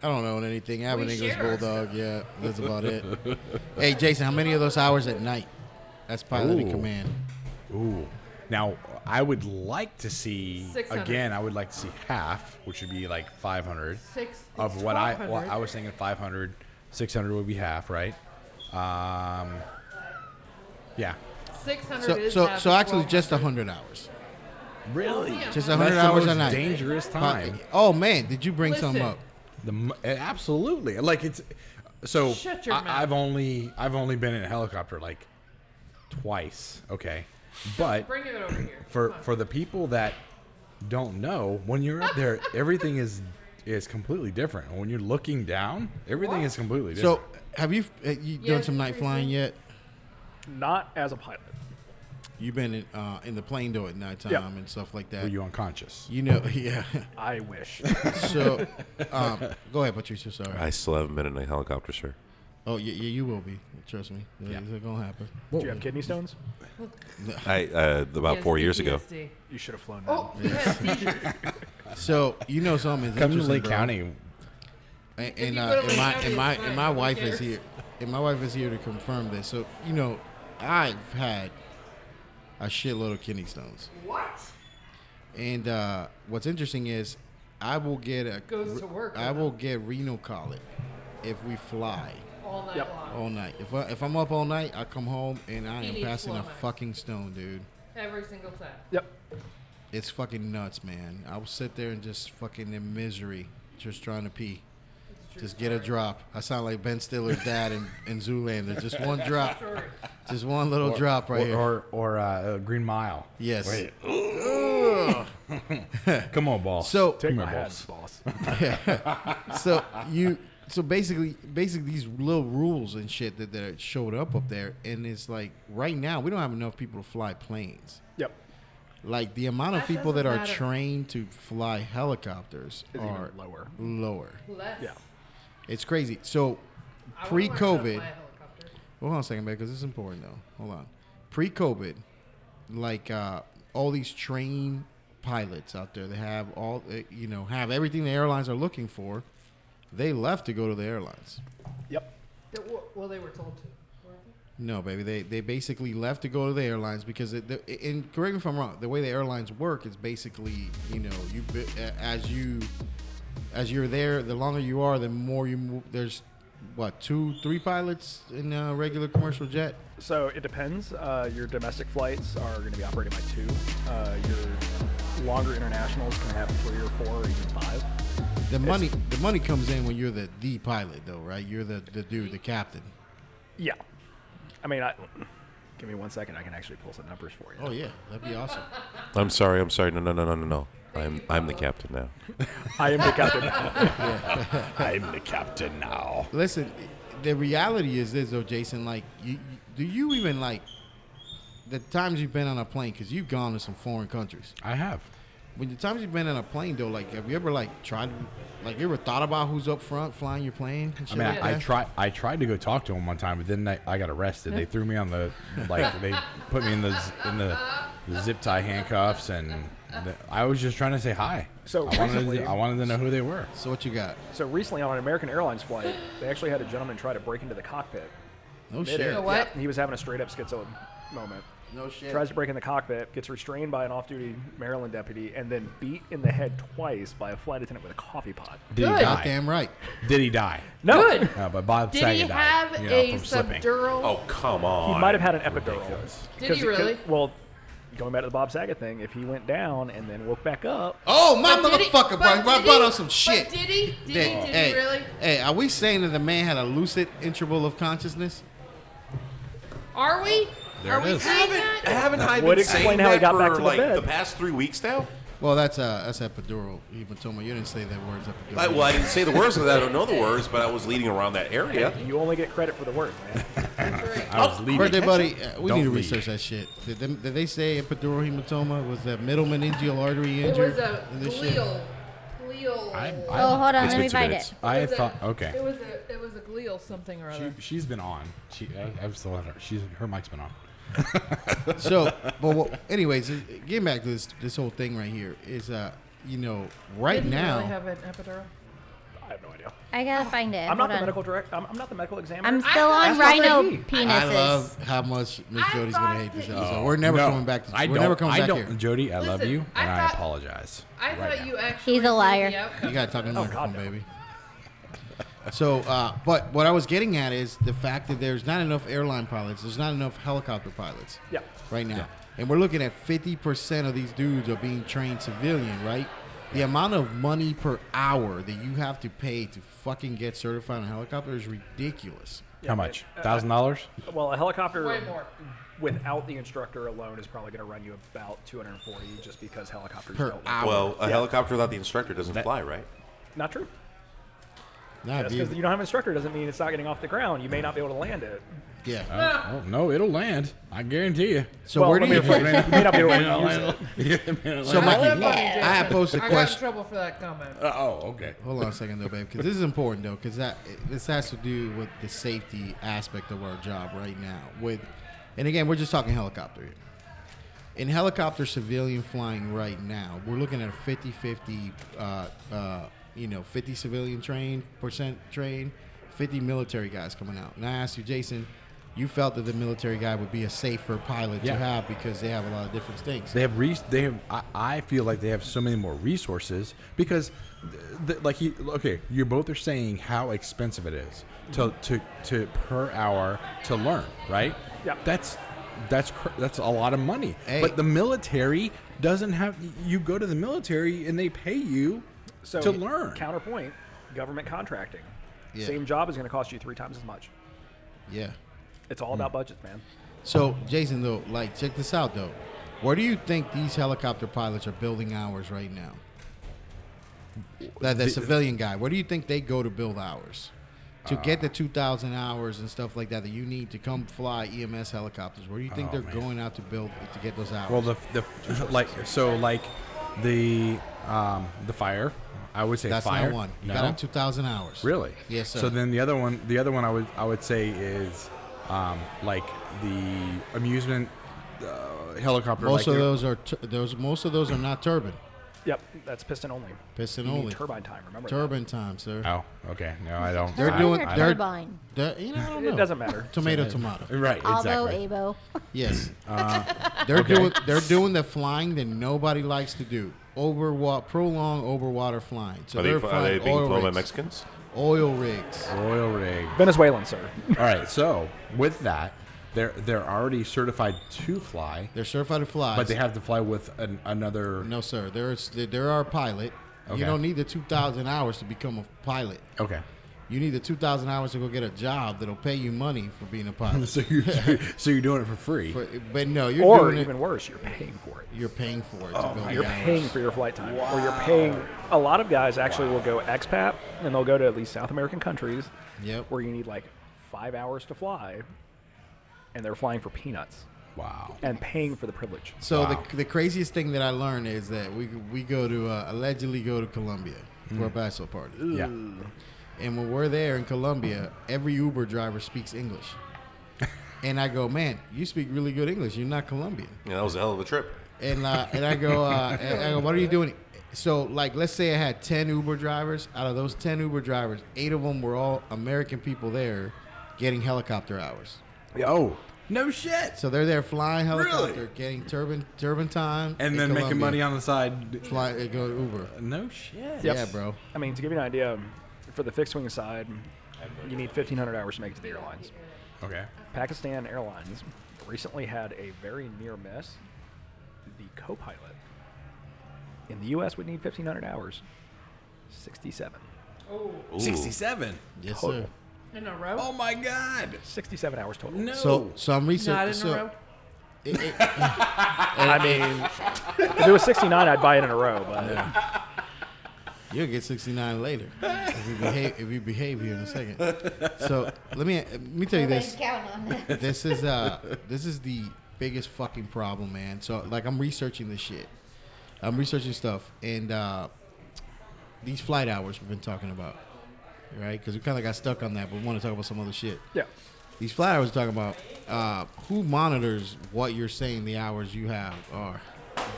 [SPEAKER 1] don't own anything. I have an
[SPEAKER 7] We
[SPEAKER 1] English
[SPEAKER 7] share our
[SPEAKER 1] bulldog. Yeah, that's about it.
[SPEAKER 8] *laughs*
[SPEAKER 1] hey, Jason, how many of those hours at night? That's pilot in
[SPEAKER 8] Ooh.
[SPEAKER 1] command.
[SPEAKER 8] Ooh. Now, I would like to see
[SPEAKER 7] 600.
[SPEAKER 8] again. I would like to see half, which would be like 500
[SPEAKER 7] Six-
[SPEAKER 8] of
[SPEAKER 7] it's
[SPEAKER 8] what I well,
[SPEAKER 7] 1200.
[SPEAKER 8] I was thinking 500, 600 would be half, right? Um, yeah.
[SPEAKER 7] 600
[SPEAKER 1] So,
[SPEAKER 7] is
[SPEAKER 1] so,
[SPEAKER 7] half
[SPEAKER 1] so
[SPEAKER 7] of
[SPEAKER 1] actually,
[SPEAKER 7] 1200.
[SPEAKER 1] just 100 hours.
[SPEAKER 8] Really?
[SPEAKER 1] Just
[SPEAKER 8] That's
[SPEAKER 1] 100
[SPEAKER 8] the
[SPEAKER 1] hours
[SPEAKER 8] most
[SPEAKER 1] a night.
[SPEAKER 8] dangerous time.
[SPEAKER 1] Oh man, did you bring something
[SPEAKER 7] Listen.
[SPEAKER 1] up?
[SPEAKER 8] The m- eh, absolutely like it's so.
[SPEAKER 7] Shut your
[SPEAKER 8] I,
[SPEAKER 7] mouth.
[SPEAKER 8] I've only I've only been in a helicopter like twice. Okay, but
[SPEAKER 7] Bring it over here.
[SPEAKER 8] for for the people that don't know, when you're
[SPEAKER 7] *laughs*
[SPEAKER 8] up there, everything is is completely different. And when you're looking down, everything is completely different.
[SPEAKER 1] So, have you uh, you done
[SPEAKER 7] Yes,
[SPEAKER 1] some night
[SPEAKER 7] Jason.
[SPEAKER 1] flying yet?
[SPEAKER 4] *laughs* Not as a pilot.
[SPEAKER 1] You've been in, uh, in the plane though at nighttime
[SPEAKER 4] Yeah.
[SPEAKER 1] and stuff like
[SPEAKER 8] were
[SPEAKER 1] that.
[SPEAKER 8] you unconscious?
[SPEAKER 1] You know, *laughs* yeah.
[SPEAKER 4] I *laughs* wish.
[SPEAKER 1] So, um,
[SPEAKER 8] *laughs*
[SPEAKER 1] go ahead, Patricia. Sorry.
[SPEAKER 5] I still haven't been in a helicopter, sir.
[SPEAKER 1] Oh, yeah, yeah, you will be. Trust me. Yeah. It's gonna happen.
[SPEAKER 4] do you have kidney stones?
[SPEAKER 5] I uh, *laughs* about
[SPEAKER 9] Yes,
[SPEAKER 5] four years ago.
[SPEAKER 9] PTSD.
[SPEAKER 4] You should have flown.
[SPEAKER 7] Oh, he has
[SPEAKER 10] *laughs*
[SPEAKER 7] seizures.
[SPEAKER 1] So you know something is
[SPEAKER 8] Come to
[SPEAKER 1] interesting,
[SPEAKER 8] Lake
[SPEAKER 1] bro.
[SPEAKER 8] County.
[SPEAKER 1] And, and,
[SPEAKER 7] you
[SPEAKER 1] uh,
[SPEAKER 7] go to
[SPEAKER 1] and
[SPEAKER 7] Lake
[SPEAKER 1] my
[SPEAKER 7] County,
[SPEAKER 1] and my
[SPEAKER 7] it's fine.
[SPEAKER 1] and my
[SPEAKER 7] Nobody
[SPEAKER 1] wife is
[SPEAKER 7] cares.
[SPEAKER 1] here, and my wife is here to confirm this. So you know, I've had a shitload of kidney stones,
[SPEAKER 7] What?
[SPEAKER 1] and uh, what's interesting is I will get a
[SPEAKER 7] Goes to work,
[SPEAKER 1] I
[SPEAKER 7] huh?
[SPEAKER 1] will get renal colic if we fly
[SPEAKER 7] All night
[SPEAKER 4] Yep.
[SPEAKER 7] long.
[SPEAKER 1] all night. If I, if I'm up all night, I come home and I
[SPEAKER 7] He
[SPEAKER 1] am
[SPEAKER 7] needs
[SPEAKER 1] passing a
[SPEAKER 7] Flonase.
[SPEAKER 1] fucking stone, dude.
[SPEAKER 7] Every single time.
[SPEAKER 4] Yep.
[SPEAKER 1] It's fucking nuts, man. I will sit there and just fucking in misery, just trying to pee. Just get a drop. I sound like Ben Stiller's dad in, in Zoolander. Just one drop. Just one little drop right
[SPEAKER 8] or,
[SPEAKER 1] here.
[SPEAKER 8] or or uh, Green Mile.
[SPEAKER 1] yes.
[SPEAKER 8] Wait. Come on, ball.
[SPEAKER 1] So
[SPEAKER 4] Take
[SPEAKER 8] my
[SPEAKER 4] my
[SPEAKER 8] balls.
[SPEAKER 4] hands, boss.
[SPEAKER 1] so you so basically basically these little rules and shit that, that showed up up there and it's like right now we don't have enough people to fly planes.
[SPEAKER 4] *laughs* yep.
[SPEAKER 1] Like the amount of
[SPEAKER 9] That
[SPEAKER 1] people that
[SPEAKER 9] doesn't
[SPEAKER 1] are
[SPEAKER 9] matter.
[SPEAKER 1] trained to fly helicopters
[SPEAKER 4] Is even
[SPEAKER 1] are
[SPEAKER 4] lower.
[SPEAKER 1] lower.
[SPEAKER 7] Less.
[SPEAKER 4] Yeah.
[SPEAKER 1] It's crazy. So
[SPEAKER 7] I wouldn't learn how to
[SPEAKER 1] pre-COVID,
[SPEAKER 7] fly a helicopter.
[SPEAKER 1] Well, hold on a second, man, because this is important, though. Hold on. Pre COVID, like uh, all these trained pilots out there, they have all,
[SPEAKER 10] eh,
[SPEAKER 1] uh, you know, have everything the airlines are looking for. They left to go to the airlines.
[SPEAKER 4] Yep.
[SPEAKER 7] That- well- Well, they were told to.
[SPEAKER 10] No, baby. They they basically left to go to the airlines because it, the, and correct me if I'm wrong. The way the airlines work is basically you know you bi- a- as you as you're there, the longer you are, the more you move. There's what two, three pilots in a regular commercial jet.
[SPEAKER 4] So it depends. Uh, your domestic flights are going to be operating by two. Uh, your longer internationals can have three or four or even five.
[SPEAKER 10] The money the money comes in when you're the the pilot though, right? You're the the dude, the captain.
[SPEAKER 4] Yeah. I mean, I, give me one second. I can actually pull some numbers for you.
[SPEAKER 10] Oh yeah, that'd be awesome.
[SPEAKER 5] I'm sorry. I'm sorry. No, no, no, no, no, no. I'm I'm the captain now.
[SPEAKER 4] I am the captain.
[SPEAKER 8] *laughs* I'm the captain now.
[SPEAKER 10] Listen, the reality is this though, Jason. Like, you, you, do you even like the times you've been on a plane? Because you've gone to some foreign countries.
[SPEAKER 8] I have.
[SPEAKER 10] When the times you've been on a plane though, like, have you ever like tried, like, you ever thought about who's up front flying your plane? and
[SPEAKER 8] I
[SPEAKER 10] shit
[SPEAKER 8] mean,
[SPEAKER 10] like
[SPEAKER 8] I, I
[SPEAKER 10] that?
[SPEAKER 8] tried. I tried to go talk to him one time, but then I, I got arrested. They threw me on the like they put me in the z- in the, the zip tie handcuffs, and the, I was just trying to say hi.
[SPEAKER 4] So
[SPEAKER 8] I wanted,
[SPEAKER 4] recently-
[SPEAKER 8] to, I wanted to know who they were.
[SPEAKER 10] So what you got?
[SPEAKER 4] so recently on an American Airlines flight, they actually had a gentleman try to break into the cockpit.
[SPEAKER 10] No
[SPEAKER 4] Midair.
[SPEAKER 10] shit.
[SPEAKER 9] know what?
[SPEAKER 4] Yeah, he was having a straight up schizo moment.
[SPEAKER 10] No shit.
[SPEAKER 4] Tries to break in the cockpit, gets restrained by an off duty Maryland deputy, and then beat in the head twice by a flight attendant with a coffee pot.
[SPEAKER 8] Did he die?
[SPEAKER 10] Goddamn right.
[SPEAKER 8] Did he die?
[SPEAKER 4] No!
[SPEAKER 9] Good.
[SPEAKER 8] No, but Bob
[SPEAKER 9] Did
[SPEAKER 8] Saget
[SPEAKER 9] he
[SPEAKER 8] died,
[SPEAKER 9] have
[SPEAKER 8] you know,
[SPEAKER 9] a
[SPEAKER 8] from slipping.
[SPEAKER 9] subdural?
[SPEAKER 5] Oh come
[SPEAKER 4] He
[SPEAKER 5] on.
[SPEAKER 4] might have had an epidural.
[SPEAKER 9] Did he
[SPEAKER 4] 'Cause- 'cause-
[SPEAKER 9] really?
[SPEAKER 4] Well, going back to the Bob Saget thing, if he went down and then woke back up,
[SPEAKER 10] Oh my
[SPEAKER 9] But did he-
[SPEAKER 10] motherfucker,
[SPEAKER 9] but
[SPEAKER 10] bro! I
[SPEAKER 9] did
[SPEAKER 10] brought
[SPEAKER 9] he-
[SPEAKER 10] up some shit.
[SPEAKER 9] But did he? Did he?
[SPEAKER 10] That-
[SPEAKER 9] Did
[SPEAKER 10] hey,
[SPEAKER 9] he really?
[SPEAKER 10] Hey, are we saying that the man had a lucid interval of consciousness?
[SPEAKER 9] Are we?
[SPEAKER 8] There
[SPEAKER 9] Are
[SPEAKER 8] it
[SPEAKER 9] we
[SPEAKER 8] is.
[SPEAKER 9] saying that?
[SPEAKER 5] Haven't I
[SPEAKER 4] Would
[SPEAKER 5] been
[SPEAKER 4] explain
[SPEAKER 5] saying
[SPEAKER 4] how he
[SPEAKER 5] that
[SPEAKER 4] got
[SPEAKER 5] for
[SPEAKER 4] back to the
[SPEAKER 5] like
[SPEAKER 4] bed.
[SPEAKER 5] the past three weeks now?
[SPEAKER 10] Well, that's uh, that's epidural. Hematoma. You didn't say that word's epidural.
[SPEAKER 5] I, well, I didn't say the words because I don't know the words, but I was leading around that area.
[SPEAKER 4] you only get credit for the word, man.
[SPEAKER 8] I was leaving.
[SPEAKER 10] Birthday buddy, uh, we
[SPEAKER 8] Don't
[SPEAKER 10] need to
[SPEAKER 8] leave.
[SPEAKER 10] research that shit. Did, them, did they say epidural hematoma was that middle meningeal artery
[SPEAKER 3] It
[SPEAKER 10] injury?
[SPEAKER 3] was a
[SPEAKER 10] in this shit?
[SPEAKER 3] glial. Glial.
[SPEAKER 8] I, I,
[SPEAKER 6] Oh, hold on. Let
[SPEAKER 5] It's been
[SPEAKER 6] me
[SPEAKER 5] two
[SPEAKER 6] find
[SPEAKER 5] minutes.
[SPEAKER 6] it.
[SPEAKER 8] I
[SPEAKER 3] It was a-
[SPEAKER 8] thought
[SPEAKER 3] It
[SPEAKER 8] okay.
[SPEAKER 3] was a it was a glial something or other.
[SPEAKER 8] She, has been on. She I, I've still had her. She's her mic's been on.
[SPEAKER 10] So, but well, anyways, uh, getting back to this this whole thing right here is uh, you know, right
[SPEAKER 3] Did he
[SPEAKER 10] now,
[SPEAKER 3] really have an epidural?
[SPEAKER 4] I have no idea.
[SPEAKER 6] I gotta find it.
[SPEAKER 4] I'm
[SPEAKER 6] hold
[SPEAKER 4] not the
[SPEAKER 6] on.
[SPEAKER 4] medical director. I'm, I'm not the medical examiner.
[SPEAKER 6] I'm still on
[SPEAKER 4] That's not
[SPEAKER 6] rhino
[SPEAKER 4] that he-
[SPEAKER 6] penises.
[SPEAKER 10] I love how much Miss
[SPEAKER 3] I
[SPEAKER 10] Jody's gonna
[SPEAKER 3] thought
[SPEAKER 10] hate this Oh,
[SPEAKER 3] that-
[SPEAKER 10] episode. We're never
[SPEAKER 8] No,
[SPEAKER 10] coming back. To,
[SPEAKER 8] I
[SPEAKER 10] we're
[SPEAKER 8] don't-
[SPEAKER 10] never coming
[SPEAKER 8] I
[SPEAKER 10] back
[SPEAKER 8] don't,
[SPEAKER 10] here.
[SPEAKER 8] Jody. I love
[SPEAKER 3] Listen,
[SPEAKER 8] you,
[SPEAKER 3] I
[SPEAKER 8] and I,
[SPEAKER 3] thought-
[SPEAKER 8] apologize.
[SPEAKER 3] I
[SPEAKER 8] right
[SPEAKER 3] thought
[SPEAKER 8] now.
[SPEAKER 3] you actually.
[SPEAKER 6] He's a
[SPEAKER 3] knew
[SPEAKER 6] liar.
[SPEAKER 3] The *laughs* outcome.
[SPEAKER 10] You got to talk in the microphone,
[SPEAKER 4] Oh, God, no.
[SPEAKER 10] baby. So, uh, but what I was getting at is the fact that there's not enough airline pilots. There's not enough helicopter pilots
[SPEAKER 4] Yeah.
[SPEAKER 10] right now, and we're looking at 50% of these dudes are being trained civilian. Right, the amount of money per hour that you have to pay to fucking get certified on a helicopter is ridiculous.
[SPEAKER 8] How much? Thousand dollars?
[SPEAKER 4] Well, a helicopter
[SPEAKER 3] Way more.
[SPEAKER 4] without the instructor alone is probably going to run you about 240 just because helicopters
[SPEAKER 10] Per
[SPEAKER 4] don't.
[SPEAKER 10] hour.
[SPEAKER 5] Well, a helicopter without the instructor doesn't fly, right?
[SPEAKER 4] Not true.
[SPEAKER 10] Not
[SPEAKER 4] That's
[SPEAKER 10] even-
[SPEAKER 4] because you don't have an instructor doesn't mean it's not getting off the ground. You may not be able to land it.
[SPEAKER 10] yeah.
[SPEAKER 8] Oh no, it'll land. I guarantee *laughs* you.
[SPEAKER 10] so
[SPEAKER 4] well,
[SPEAKER 10] where do
[SPEAKER 4] I mean,
[SPEAKER 10] you?
[SPEAKER 4] if we- may not- *laughs* may not be able to use it.
[SPEAKER 8] *laughs*
[SPEAKER 10] So
[SPEAKER 8] so
[SPEAKER 10] Mikey,
[SPEAKER 3] I love Bonnie
[SPEAKER 10] I had
[SPEAKER 3] Jackson.
[SPEAKER 10] posted a
[SPEAKER 3] I got in
[SPEAKER 10] question.
[SPEAKER 3] trouble for that comment.
[SPEAKER 8] Oh, okay.
[SPEAKER 10] Hold on a second though, babe, because this is important though, because that this has to do with the safety aspect of our job right now. With, and again, we're just talking helicopter. here. In helicopter civilian flying right now, we're looking at a 50-50, uh, uh, you know, 50 civilian trained, percent trained, 50 military guys coming out. And I asked you, Jason, you felt that the military guy would be a safer pilot
[SPEAKER 8] Yeah.
[SPEAKER 10] to have because they have a lot of different things.
[SPEAKER 8] They have re- they have I, I feel like they have so many more resources because th- th- like he okay, you both are saying how expensive it is to to, to per hour to learn, right?
[SPEAKER 4] Yeah.
[SPEAKER 8] That's that's cr- that's a lot of money.
[SPEAKER 10] Hey.
[SPEAKER 8] But the military doesn't have you go to the military and they pay you
[SPEAKER 4] So
[SPEAKER 8] to learn.
[SPEAKER 4] Counterpoint: government contracting.
[SPEAKER 10] Yeah.
[SPEAKER 4] Same job is going to cost you three times as much.
[SPEAKER 10] yeah.
[SPEAKER 4] It's
[SPEAKER 10] Hmm.
[SPEAKER 4] all about budgets, man.
[SPEAKER 10] So, Jason, though, like, check this out, though. Where do you think these helicopter pilots are building hours right now? That the civilian guy. Where do you think they go to build hours to
[SPEAKER 8] uh,
[SPEAKER 10] get the two thousand hours and stuff like that that you need to come fly EMS helicopters? Where do you think
[SPEAKER 8] Oh,
[SPEAKER 10] they're
[SPEAKER 8] man.
[SPEAKER 10] going out to build to get those hours?
[SPEAKER 8] Well, the the *laughs* like so like the um the fire. I would say
[SPEAKER 10] that's
[SPEAKER 8] fire.
[SPEAKER 10] not one. You
[SPEAKER 8] No?
[SPEAKER 10] got two thousand hours.
[SPEAKER 8] Really?
[SPEAKER 10] Yes, sir.
[SPEAKER 8] So then the other one, the other one I would I would say is um, like the amusement uh, helicopter. like
[SPEAKER 10] most of
[SPEAKER 8] they're-
[SPEAKER 10] those are tur- those. Most of those are not turbine.
[SPEAKER 4] Yep, that's piston only.
[SPEAKER 10] Piston
[SPEAKER 4] You need
[SPEAKER 10] only.
[SPEAKER 4] turbine time. Remember that.
[SPEAKER 10] Turbine time, sir.
[SPEAKER 8] Oh, okay. No, I don't.
[SPEAKER 10] They're
[SPEAKER 8] I-
[SPEAKER 10] doing.
[SPEAKER 8] I-
[SPEAKER 10] they're,
[SPEAKER 6] turbine?
[SPEAKER 10] they're- you know, I don't
[SPEAKER 4] It
[SPEAKER 10] know.
[SPEAKER 4] doesn't matter.
[SPEAKER 10] Tomato, tomato.
[SPEAKER 8] Right.
[SPEAKER 6] Although
[SPEAKER 8] Exactly.
[SPEAKER 6] Abo.
[SPEAKER 10] Yes.
[SPEAKER 8] Uh,
[SPEAKER 10] *laughs* They're
[SPEAKER 8] okay.
[SPEAKER 10] doing they're doing the flying that nobody likes to do. Overwa prolonged overwater flying. So
[SPEAKER 5] Are they,
[SPEAKER 10] they're
[SPEAKER 5] fl- are they
[SPEAKER 10] flying
[SPEAKER 5] being
[SPEAKER 10] oil
[SPEAKER 5] flown by
[SPEAKER 10] rigs.
[SPEAKER 5] Mexicans?
[SPEAKER 10] Oil rigs.
[SPEAKER 8] oil rig.
[SPEAKER 4] Venezuelan, sir.
[SPEAKER 8] All right. So with that, they're they're already certified to fly,
[SPEAKER 10] They're certified to fly.
[SPEAKER 8] but they have to fly with an, another.
[SPEAKER 10] no, sir. There's there are pilot.
[SPEAKER 8] Okay.
[SPEAKER 10] You don't need the two thousand hours to become a pilot.
[SPEAKER 8] Okay.
[SPEAKER 10] *laughs* You need the two thousand hours to go get a job that'll pay you money for being a pilot.
[SPEAKER 8] So you *laughs* so you're doing it for free.
[SPEAKER 10] but, but no, *laughs* you're
[SPEAKER 4] Or
[SPEAKER 10] doing
[SPEAKER 4] even
[SPEAKER 10] it.
[SPEAKER 4] worse, you're paying for it.
[SPEAKER 10] You're paying for it. to go
[SPEAKER 4] You're
[SPEAKER 10] get
[SPEAKER 4] paying
[SPEAKER 10] hours.
[SPEAKER 4] for your flight time, or you're paying. A lot of guys actually will go expat, and they'll go to at least South American countries,
[SPEAKER 10] Yep.
[SPEAKER 4] where you need like five hours to fly, and they're flying for peanuts
[SPEAKER 8] Wow.
[SPEAKER 4] and paying for the privilege.
[SPEAKER 10] So
[SPEAKER 8] Wow.
[SPEAKER 10] the, the craziest thing that I learned is that we we go to uh, allegedly go to Colombia for a bachelor party,
[SPEAKER 8] Yeah.
[SPEAKER 10] and when we're there in Colombia, every Uber driver speaks English, and I go, man, you speak really good English. You're not Colombian,
[SPEAKER 5] Yeah, that was a hell of a trip.
[SPEAKER 10] and uh, and I go, uh, and I go, what are you doing? So like, let's say I had ten Uber drivers. Out of those ten Uber drivers, eight of them were all American people there, getting helicopter hours.
[SPEAKER 8] Oh. No shit.
[SPEAKER 10] So they're there flying helicopter,
[SPEAKER 8] Really?
[SPEAKER 10] getting turbine turbine time,
[SPEAKER 8] And
[SPEAKER 10] in
[SPEAKER 8] then making
[SPEAKER 10] Colombia.
[SPEAKER 8] money on the side.
[SPEAKER 10] Fly, uh, go to Uber.
[SPEAKER 8] No
[SPEAKER 4] Yep.
[SPEAKER 8] shit.
[SPEAKER 10] Yeah, bro.
[SPEAKER 4] I mean, to give you an idea, for the fixed wing side, you need 1,500 hours to make it to the airlines.
[SPEAKER 8] Okay.
[SPEAKER 4] Pakistan Airlines recently had a very near miss. The co pilot in the U.S. would need 1,500 hours, 67.
[SPEAKER 5] Ooh.
[SPEAKER 8] Sixty-seven.
[SPEAKER 10] Yes,
[SPEAKER 4] Total.
[SPEAKER 10] sir.
[SPEAKER 3] In a row?
[SPEAKER 8] Oh my god.
[SPEAKER 4] 67 hours total.
[SPEAKER 8] No.
[SPEAKER 10] So, so I'm
[SPEAKER 3] Not
[SPEAKER 10] researching.
[SPEAKER 3] in
[SPEAKER 10] So,
[SPEAKER 3] a row?
[SPEAKER 10] it- it-
[SPEAKER 4] I mean, if it was 69, I'd buy it in a row, but
[SPEAKER 10] you'll get 69 later if you behave. If you behave here in a second. So let me let me tell you this.
[SPEAKER 6] Count on that.
[SPEAKER 10] This is uh this is the biggest fucking problem, man. So like I'm researching this shit. I'm researching stuff and uh, these flight hours we've been talking about, right? Because we kind of got stuck on that, but we want to talk about some other shit.
[SPEAKER 4] yeah.
[SPEAKER 10] These flight hours we're talking about. Uh, who monitors what you're saying the hours you have are?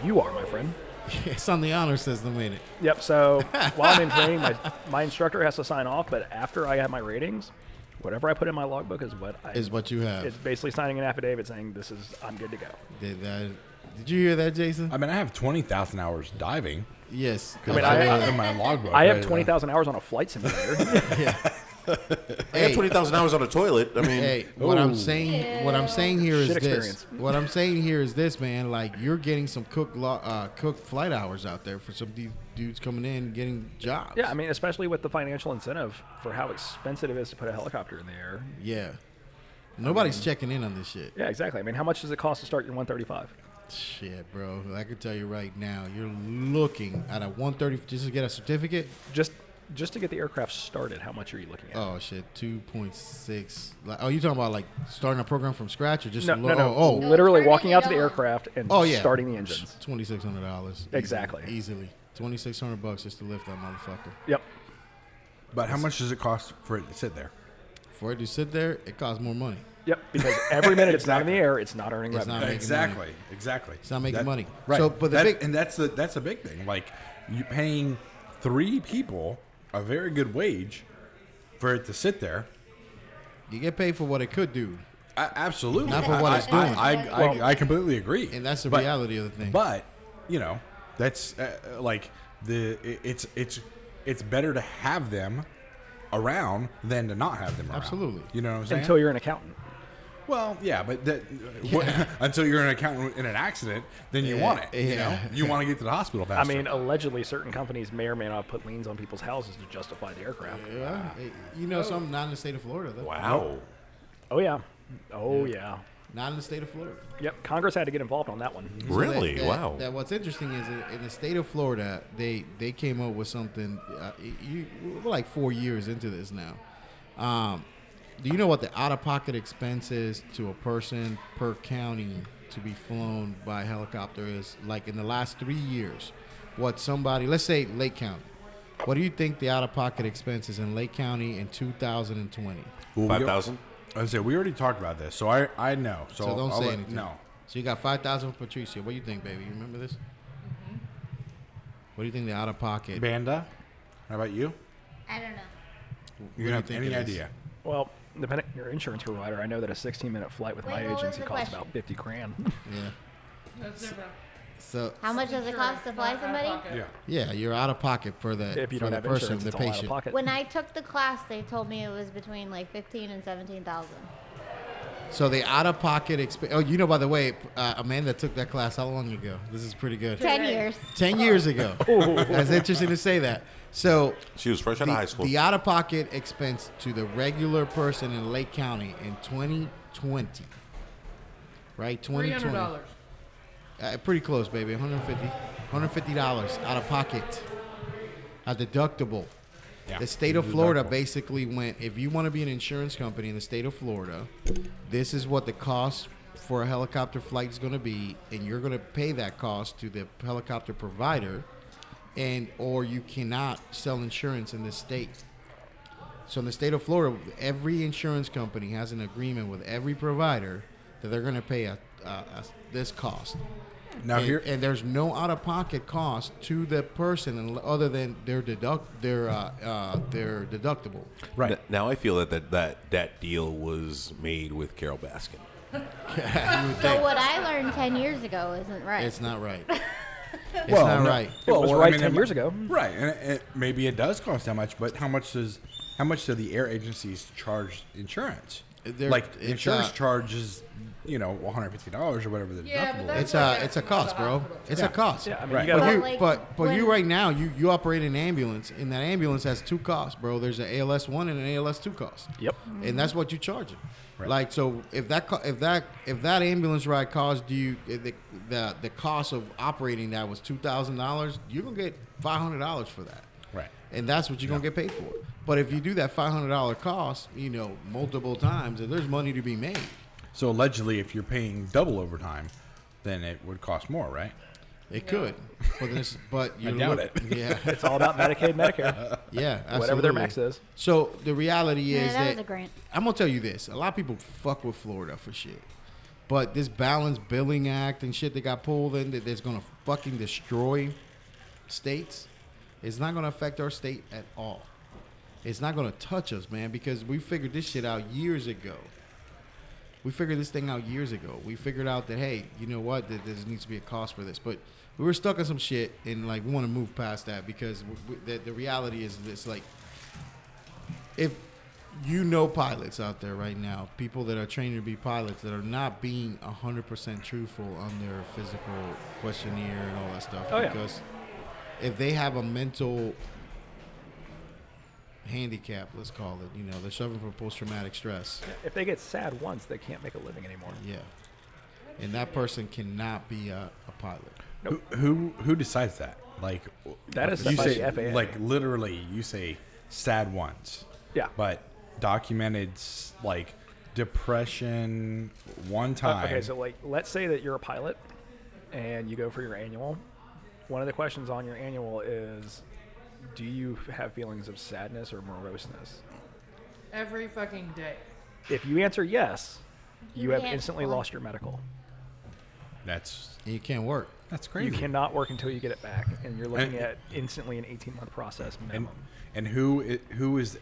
[SPEAKER 4] You are, my friend.
[SPEAKER 10] It's on the honor system, ain't it?
[SPEAKER 4] Yep. So
[SPEAKER 10] *laughs*
[SPEAKER 4] while I'm in training, my, my instructor has to sign off, but after I have my ratings, whatever I put in my logbook is what I.
[SPEAKER 10] Is what you have.
[SPEAKER 4] it's basically signing an affidavit saying this is I'm good to go.
[SPEAKER 10] Did that? Did you hear that, Jason?
[SPEAKER 8] I mean, I have twenty thousand hours diving.
[SPEAKER 10] yes.
[SPEAKER 8] I
[SPEAKER 4] mean, I-
[SPEAKER 8] in my logbook.
[SPEAKER 4] I
[SPEAKER 8] but,
[SPEAKER 4] have
[SPEAKER 8] uh,
[SPEAKER 4] twenty thousand hours on a flight simulator.
[SPEAKER 10] *laughs*
[SPEAKER 5] I got 20,000 hours on a toilet. I mean,
[SPEAKER 10] Hey, what I'm
[SPEAKER 8] Ooh.
[SPEAKER 10] saying, what I'm saying here is
[SPEAKER 4] Shit
[SPEAKER 10] this.
[SPEAKER 4] experience.
[SPEAKER 10] What I'm saying here is this, man. Like you're getting some cook, lo- uh, cook flight hours out there for some of these dudes coming in and getting jobs.
[SPEAKER 4] yeah, I mean, especially with the financial incentive for how expensive it is to put a helicopter in the air.
[SPEAKER 10] yeah. Nobody's checking in on this shit.
[SPEAKER 4] Yeah, exactly. I mean, how much does it cost to start your 135?
[SPEAKER 10] Shit, bro. I can tell you right now, you're looking at a 130 just to get a certificate.
[SPEAKER 4] Just just to get the aircraft started, how much are you looking at?
[SPEAKER 10] Oh shit, 2.6. Like, oh, you talking about like starting a program from scratch or just
[SPEAKER 4] no,
[SPEAKER 10] lo-
[SPEAKER 4] no, no.
[SPEAKER 10] oh, oh,
[SPEAKER 4] Literally
[SPEAKER 6] Turning
[SPEAKER 4] walking
[SPEAKER 6] it
[SPEAKER 4] out to the
[SPEAKER 6] on.
[SPEAKER 4] aircraft and
[SPEAKER 10] Oh yeah,
[SPEAKER 4] starting the engines.
[SPEAKER 10] Twenty six hundred dollars.
[SPEAKER 4] Exactly.
[SPEAKER 10] Easily, twenty six hundred bucks just to lift that motherfucker.
[SPEAKER 4] Yep.
[SPEAKER 8] But how much does it cost for it to sit there?
[SPEAKER 10] For it to sit there, it costs more money.
[SPEAKER 4] Yep. Because every minute it's not in the air, it's not earning
[SPEAKER 10] It's
[SPEAKER 4] revenue.
[SPEAKER 10] not making
[SPEAKER 8] exactly,
[SPEAKER 10] money.
[SPEAKER 8] exactly. It's
[SPEAKER 10] not making money.
[SPEAKER 8] right?
[SPEAKER 10] So, but the
[SPEAKER 8] That-
[SPEAKER 10] big-
[SPEAKER 8] and that's the that's a big thing. Like you paying three people a very good wage for it to sit there.
[SPEAKER 10] You get paid for what it could do,
[SPEAKER 8] I, absolutely,
[SPEAKER 10] Not for what
[SPEAKER 8] I,
[SPEAKER 10] it's
[SPEAKER 8] I-
[SPEAKER 10] doing.
[SPEAKER 8] I, I, I, I completely agree,
[SPEAKER 10] and that's the
[SPEAKER 8] But-
[SPEAKER 10] reality of the thing.
[SPEAKER 8] But you know, that's uh, like the it, it's it's it's better to have them around than to not have them around.
[SPEAKER 10] Absolutely.
[SPEAKER 8] you know what I'm saying.
[SPEAKER 4] Until you're an accountant.
[SPEAKER 8] Well, yeah, but that, *laughs* what, until you're an accountant in an accident, then you
[SPEAKER 10] Yeah,
[SPEAKER 8] want it. You
[SPEAKER 10] yeah.
[SPEAKER 8] know, you want to get to the hospital
[SPEAKER 4] I
[SPEAKER 8] faster.
[SPEAKER 4] mean, allegedly, certain companies may or may not put liens on people's houses to justify the aircraft.
[SPEAKER 10] yeah, it- you know, something not in the state of Florida though.
[SPEAKER 5] wow.
[SPEAKER 4] Oh, yeah. Oh, yeah.
[SPEAKER 10] Not in the state of Florida.
[SPEAKER 4] Yep. Congress had to get involved on that one.
[SPEAKER 10] So that-
[SPEAKER 5] Really?
[SPEAKER 10] that-
[SPEAKER 5] wow.
[SPEAKER 10] That what's interesting is that in the state of Florida, they they came up with something. Uh, you, we're like four years into this now. Um, do you know what the out of pocket expense is to a person per county to be flown by helicopter is? Like in the last three years, what somebody, let's say Lake County, what do you think the out of pocket expense is in Lake County in 2020?
[SPEAKER 8] Well, we go-
[SPEAKER 5] 5,000?
[SPEAKER 8] I say we already talked about this, so I I know. So,
[SPEAKER 10] So don't
[SPEAKER 8] I'll
[SPEAKER 10] say
[SPEAKER 8] let-
[SPEAKER 10] anything.
[SPEAKER 8] No.
[SPEAKER 10] So you got 5,000 for Patricia. What do you think, baby? You remember this?
[SPEAKER 1] What do you think the out of pocket?
[SPEAKER 8] Banda. How about you?
[SPEAKER 6] I don't know.
[SPEAKER 8] You don't have any idea.
[SPEAKER 4] Well, depending on your insurance provider, I know that a 16-minute flight with
[SPEAKER 6] Wait,
[SPEAKER 4] my
[SPEAKER 6] what was
[SPEAKER 4] agency
[SPEAKER 6] the
[SPEAKER 4] costs
[SPEAKER 6] question?
[SPEAKER 4] about
[SPEAKER 1] *laughs*
[SPEAKER 4] 50 grand. *laughs*
[SPEAKER 1] Yeah.
[SPEAKER 7] That's different.
[SPEAKER 1] So
[SPEAKER 6] How much does it cost to fly somebody?
[SPEAKER 8] Yeah.
[SPEAKER 1] yeah, you're out of pocket for the
[SPEAKER 4] if you
[SPEAKER 1] for
[SPEAKER 4] don't
[SPEAKER 1] the
[SPEAKER 4] have
[SPEAKER 1] person,
[SPEAKER 4] insurance,
[SPEAKER 1] the
[SPEAKER 4] it's all out of
[SPEAKER 1] patient.
[SPEAKER 4] pocket.
[SPEAKER 6] When I took the class, they told me it was between like fifteen and seventeen thousand.
[SPEAKER 1] So the out of pocket exp- Oh, you know, by the way, uh, Amanda took that class how long ago? This is pretty good.
[SPEAKER 6] Ten years.
[SPEAKER 1] Ten years ago. That's interesting to say that. So
[SPEAKER 5] She was fresh out
[SPEAKER 1] the,
[SPEAKER 5] of high school.
[SPEAKER 1] the out-of-pocket expense to the regular person in Lake County in 2020, right?
[SPEAKER 7] Three
[SPEAKER 1] 2020.
[SPEAKER 7] hundred dollars.
[SPEAKER 1] Uh, pretty close, baby. 150, 150 dollars out of pocket, a deductible.
[SPEAKER 8] Yeah.
[SPEAKER 1] The state of Florida
[SPEAKER 8] Deductible.
[SPEAKER 1] basically went: if you want to be an insurance company in the state of Florida, this is what the cost for a helicopter flight is going to be, and you're going to pay that cost to the helicopter provider, and or you cannot sell insurance in this state. So in the state of Florida, every insurance company has an agreement with every provider that they're going to pay a, a, a this cost.
[SPEAKER 8] Now
[SPEAKER 1] and,
[SPEAKER 8] here,
[SPEAKER 1] and there's no out-of-pocket cost to the person and- other than their deduct their uh, uh, their deductible.
[SPEAKER 8] right?
[SPEAKER 5] N- Now I feel that that, that that deal was made with Carol Baskin.
[SPEAKER 1] You would
[SPEAKER 6] But
[SPEAKER 1] think
[SPEAKER 6] what I learned ten years ago isn't right.
[SPEAKER 1] it's not right. It's
[SPEAKER 6] *laughs*
[SPEAKER 8] Well,
[SPEAKER 1] not
[SPEAKER 8] no.
[SPEAKER 1] right.
[SPEAKER 4] It was right 10
[SPEAKER 8] it mi-
[SPEAKER 4] years ago.
[SPEAKER 8] Right, and it, it, maybe it does cost that much, but how much does how much do the air agencies charge insurance?
[SPEAKER 1] They're-
[SPEAKER 8] like
[SPEAKER 1] it's,
[SPEAKER 8] insurance
[SPEAKER 1] uh,
[SPEAKER 8] charges, you know, one hundred fifty dollars or whatever the
[SPEAKER 7] Yeah,
[SPEAKER 8] deductible
[SPEAKER 7] but
[SPEAKER 8] is.
[SPEAKER 1] It's a it's a cost, bro. It's a cost.
[SPEAKER 4] Yeah, I mean,
[SPEAKER 8] Right.
[SPEAKER 4] you
[SPEAKER 1] But
[SPEAKER 4] got
[SPEAKER 1] you,
[SPEAKER 6] But like
[SPEAKER 1] but, but you
[SPEAKER 6] when-
[SPEAKER 1] right now you, you operate an ambulance and that ambulance has two costs, bro. There's an ALS one and an ALS two cost.
[SPEAKER 4] Yep.
[SPEAKER 1] And that's what you charge it.
[SPEAKER 8] Right.
[SPEAKER 1] Like so, if that co- if that if that ambulance ride cost you if the the, the cost of operating that was two thousand dollars, you're gonna get five hundred dollars for that.
[SPEAKER 8] Right.
[SPEAKER 1] And that's what you're gonna get paid for. But if you do that five hundred dollar cost, you know, multiple times, and there's money to be made.
[SPEAKER 8] So allegedly, if you're paying double overtime, then it would cost more, right?
[SPEAKER 1] It could, but this, but you
[SPEAKER 8] doubt
[SPEAKER 1] look-
[SPEAKER 8] it. *laughs*
[SPEAKER 1] Yeah,
[SPEAKER 4] It's all about
[SPEAKER 1] *laughs*
[SPEAKER 4] Medicaid, Medicare,
[SPEAKER 1] yeah, absolutely.
[SPEAKER 4] whatever their max is.
[SPEAKER 1] So the reality
[SPEAKER 6] Yeah,
[SPEAKER 1] is
[SPEAKER 6] that
[SPEAKER 1] that
[SPEAKER 6] was a grant.
[SPEAKER 1] I'm gonna tell you this: a lot of people fuck with Florida for shit, but this Balanced Billing Act and shit that got pulled in that that's gonna fucking destroy states is not gonna affect our state at all. It's not gonna touch us, man, because we figured this shit out years ago. We figured this thing out years ago. We figured out that hey, you know what? That there needs to be a cost for this, but we were stuck on some shit, and like we want to move past that because w w the, the reality is this: like if you know pilots out there right now, people that are trained to be pilots that are not being 100% truthful on their physical questionnaire and all that stuff.
[SPEAKER 4] Oh, yeah.
[SPEAKER 1] because if they have a mental handicap, let's call it, you know, they're suffering from post traumatic stress.
[SPEAKER 4] If they get sad once, they can't make a living anymore.
[SPEAKER 1] Yeah. And that person cannot be a, a pilot.
[SPEAKER 8] Who, who who decides that? Like
[SPEAKER 4] That is
[SPEAKER 8] you
[SPEAKER 4] set by
[SPEAKER 8] say,
[SPEAKER 4] the FAA.
[SPEAKER 8] like literally, you say sad once.
[SPEAKER 4] Yeah.
[SPEAKER 8] But documented s- like depression one
[SPEAKER 4] Uh,
[SPEAKER 8] time.
[SPEAKER 4] okay, so like, let's say that you're a pilot and you go for your annual. One of the questions on your annual is, do you have feelings of sadness or moroseness?
[SPEAKER 7] Every fucking day.
[SPEAKER 4] If you answer yes, you have
[SPEAKER 6] can't
[SPEAKER 4] instantly
[SPEAKER 6] fly.
[SPEAKER 4] lost your medical.
[SPEAKER 8] that's
[SPEAKER 1] And you can't work.
[SPEAKER 8] that's crazy.
[SPEAKER 4] You cannot work until you get it back, and you're looking
[SPEAKER 8] And-
[SPEAKER 4] at instantly an 18 month process minimum.
[SPEAKER 8] And and who i- who is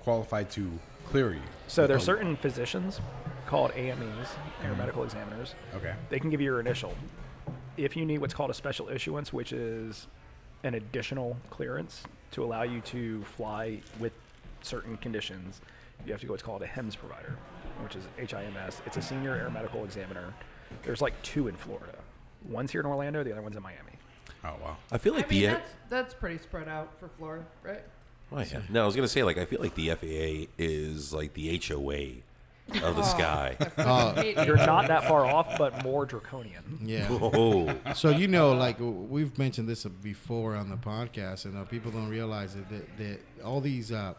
[SPEAKER 8] qualified to clear you?
[SPEAKER 4] So there's certain physicians called AMEs, air medical examiners.
[SPEAKER 8] Mm-hmm. Okay.
[SPEAKER 4] They can give you your initial. If you need what's called a special issuance, which is an additional clearance to allow you to fly with certain conditions, you have to go what's called a HIMS provider, which is HIMS. It's a senior air medical examiner. There's like two in Florida. One's here in Orlando, the other one's in Miami.
[SPEAKER 8] Oh wow.
[SPEAKER 5] I feel
[SPEAKER 7] I
[SPEAKER 5] like
[SPEAKER 7] mean,
[SPEAKER 5] the
[SPEAKER 7] that's that's pretty spread out for Florida, right?
[SPEAKER 5] Oh, yeah. No, I was gonna say like I feel like the FAA is like the HOA
[SPEAKER 7] Oh.
[SPEAKER 5] of
[SPEAKER 7] *laughs*
[SPEAKER 5] the sky.
[SPEAKER 7] Eight-
[SPEAKER 4] You're not that far off, but more draconian.
[SPEAKER 1] Yeah.
[SPEAKER 5] Oh,
[SPEAKER 1] So you know, like w- we've mentioned this before on the podcast, and uh, people don't realize that, that that all these. Uh,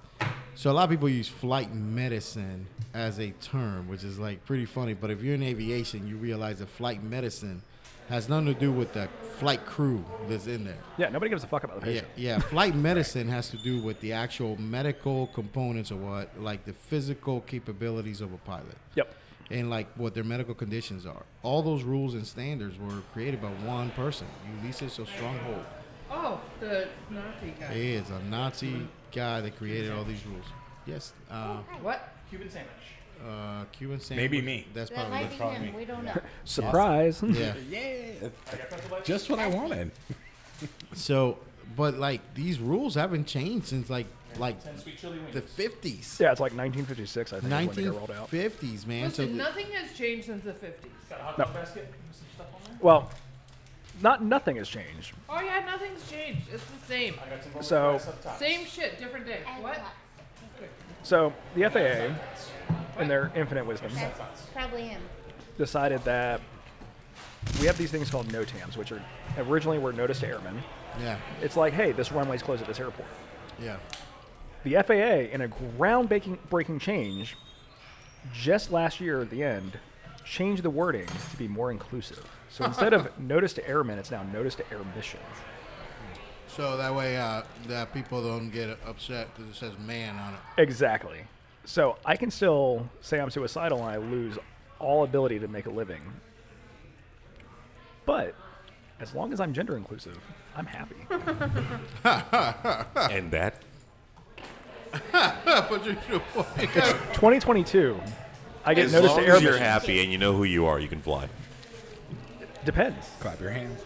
[SPEAKER 1] so a lot of people use flight medicine as a term, which is like pretty funny. But if you're in aviation, you realize that flight medicine has nothing to do with the flight crew that's in there.
[SPEAKER 4] Yeah, nobody gives a fuck about the
[SPEAKER 1] Yeah,
[SPEAKER 4] patient.
[SPEAKER 1] yeah. Flight medicine has to do with the actual medical components of what, like the physical capabilities of a pilot
[SPEAKER 4] Yep.
[SPEAKER 1] and like what their medical conditions are. All those rules and standards were created by one person, Ulysses O. Stronghold.
[SPEAKER 7] Oh, The Nazi guy.
[SPEAKER 1] He is a Nazi guy that created all these rules. Yes. Uh,
[SPEAKER 7] What?
[SPEAKER 4] Cuban sandwich.
[SPEAKER 1] uh, Cuban sandwich.
[SPEAKER 8] Maybe me.
[SPEAKER 1] That's
[SPEAKER 6] That
[SPEAKER 1] probably
[SPEAKER 6] might be him. We don't know.
[SPEAKER 4] Surprise.
[SPEAKER 1] Yeah.
[SPEAKER 8] Yeah. Just what I wanted.
[SPEAKER 1] So, but like these rules haven't changed since like like the fifties,
[SPEAKER 4] Yeah, it's like 1956, I think, is when they
[SPEAKER 1] nineteen
[SPEAKER 4] got rolled out.
[SPEAKER 1] fifties, man. so
[SPEAKER 7] Listen,
[SPEAKER 1] the-
[SPEAKER 7] nothing has changed since the 50s.
[SPEAKER 4] Well, not nothing has changed.
[SPEAKER 7] Oh, yeah, nothing's changed. It's the same.
[SPEAKER 4] So,
[SPEAKER 7] Same shit, different day. What?
[SPEAKER 4] so the FAA, in their infinite wisdom,
[SPEAKER 6] That's probably him.
[SPEAKER 4] decided that we have these things called NOTAMs, which are originally were notice to airmen.
[SPEAKER 1] yeah,
[SPEAKER 4] It's like, hey, this runway's closed at this airport.
[SPEAKER 1] yeah.
[SPEAKER 4] The FAA, in a ground-breaking breaking change, just last year at the end, changed the wording to be more inclusive. So instead
[SPEAKER 1] *laughs*
[SPEAKER 4] of notice to airmen, it's now notice to air missions.
[SPEAKER 1] So that way, uh, that people don't get upset because it says man on it. *laughs*
[SPEAKER 4] Exactly. So I can still say I'm suicidal and I lose all ability to make a living. But as long as I'm gender inclusive, I'm happy.
[SPEAKER 5] and that.
[SPEAKER 1] But you- you-
[SPEAKER 4] 2022, I get
[SPEAKER 5] As
[SPEAKER 4] noticed
[SPEAKER 5] long
[SPEAKER 4] to
[SPEAKER 5] as you're
[SPEAKER 4] airmen.
[SPEAKER 5] happy and you know who you are, you can fly.
[SPEAKER 4] Depends.
[SPEAKER 8] Clap your hands.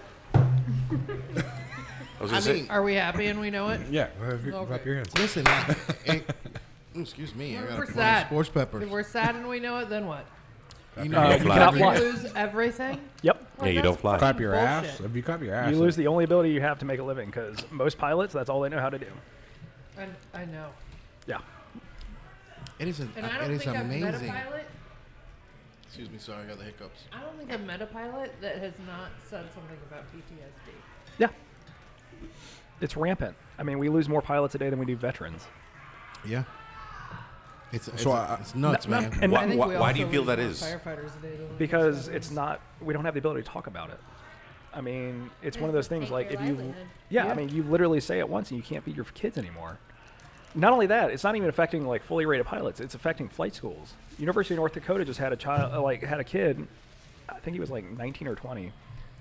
[SPEAKER 5] I was
[SPEAKER 1] I
[SPEAKER 5] gonna say,
[SPEAKER 1] mean,
[SPEAKER 7] Are we happy and we know it?
[SPEAKER 8] Yeah. Clap your hands.
[SPEAKER 1] listen. I,
[SPEAKER 4] *laughs*
[SPEAKER 1] I- excuse me. I got
[SPEAKER 7] We're
[SPEAKER 1] a
[SPEAKER 7] sad.
[SPEAKER 1] sports peppers.
[SPEAKER 7] If we're sad and we know it, then what?
[SPEAKER 1] You
[SPEAKER 5] Uh,
[SPEAKER 1] know,
[SPEAKER 5] you cannot
[SPEAKER 7] We
[SPEAKER 4] Why?
[SPEAKER 7] lose everything?
[SPEAKER 4] Yep.
[SPEAKER 5] yeah, you don't fly.
[SPEAKER 8] Clap your
[SPEAKER 7] Bullshit.
[SPEAKER 8] ass. If you clap your ass,
[SPEAKER 4] You lose the only ability you have to make a living because most pilots, that's all they know how to do.
[SPEAKER 7] I, I know.
[SPEAKER 4] Yeah.
[SPEAKER 1] it is, an,
[SPEAKER 7] And I
[SPEAKER 1] it
[SPEAKER 7] don't
[SPEAKER 1] is
[SPEAKER 7] think I've met a
[SPEAKER 1] amazing.
[SPEAKER 7] pilot.
[SPEAKER 1] Excuse me, sorry, I got the hiccups.
[SPEAKER 7] I don't think I've met a pilot that has not said something about PTSD.
[SPEAKER 4] Yeah. It's rampant. I mean, we lose more pilots a day than we do veterans.
[SPEAKER 1] Yeah. It's it's,
[SPEAKER 8] So I-
[SPEAKER 1] it's nuts,
[SPEAKER 4] no,
[SPEAKER 1] man.
[SPEAKER 4] and
[SPEAKER 5] Why-
[SPEAKER 7] I think
[SPEAKER 5] why-
[SPEAKER 7] we
[SPEAKER 5] why
[SPEAKER 7] also
[SPEAKER 5] do you feel
[SPEAKER 7] lose
[SPEAKER 5] that
[SPEAKER 7] more
[SPEAKER 5] is?
[SPEAKER 7] Firefighters today than we
[SPEAKER 4] because
[SPEAKER 7] lose
[SPEAKER 4] it's
[SPEAKER 7] veterans.
[SPEAKER 4] not we don't have the ability to talk about it i mean it's one of those things
[SPEAKER 6] Take
[SPEAKER 4] like
[SPEAKER 6] your
[SPEAKER 4] if you
[SPEAKER 6] livelihood.
[SPEAKER 4] yeah, i mean you literally say it once and you can't feed your kids anymore not only that it's not even affecting like fully rated pilots it's affecting flight schools university of north dakota just had a child uh, like had a kid i think he was like 19 or 20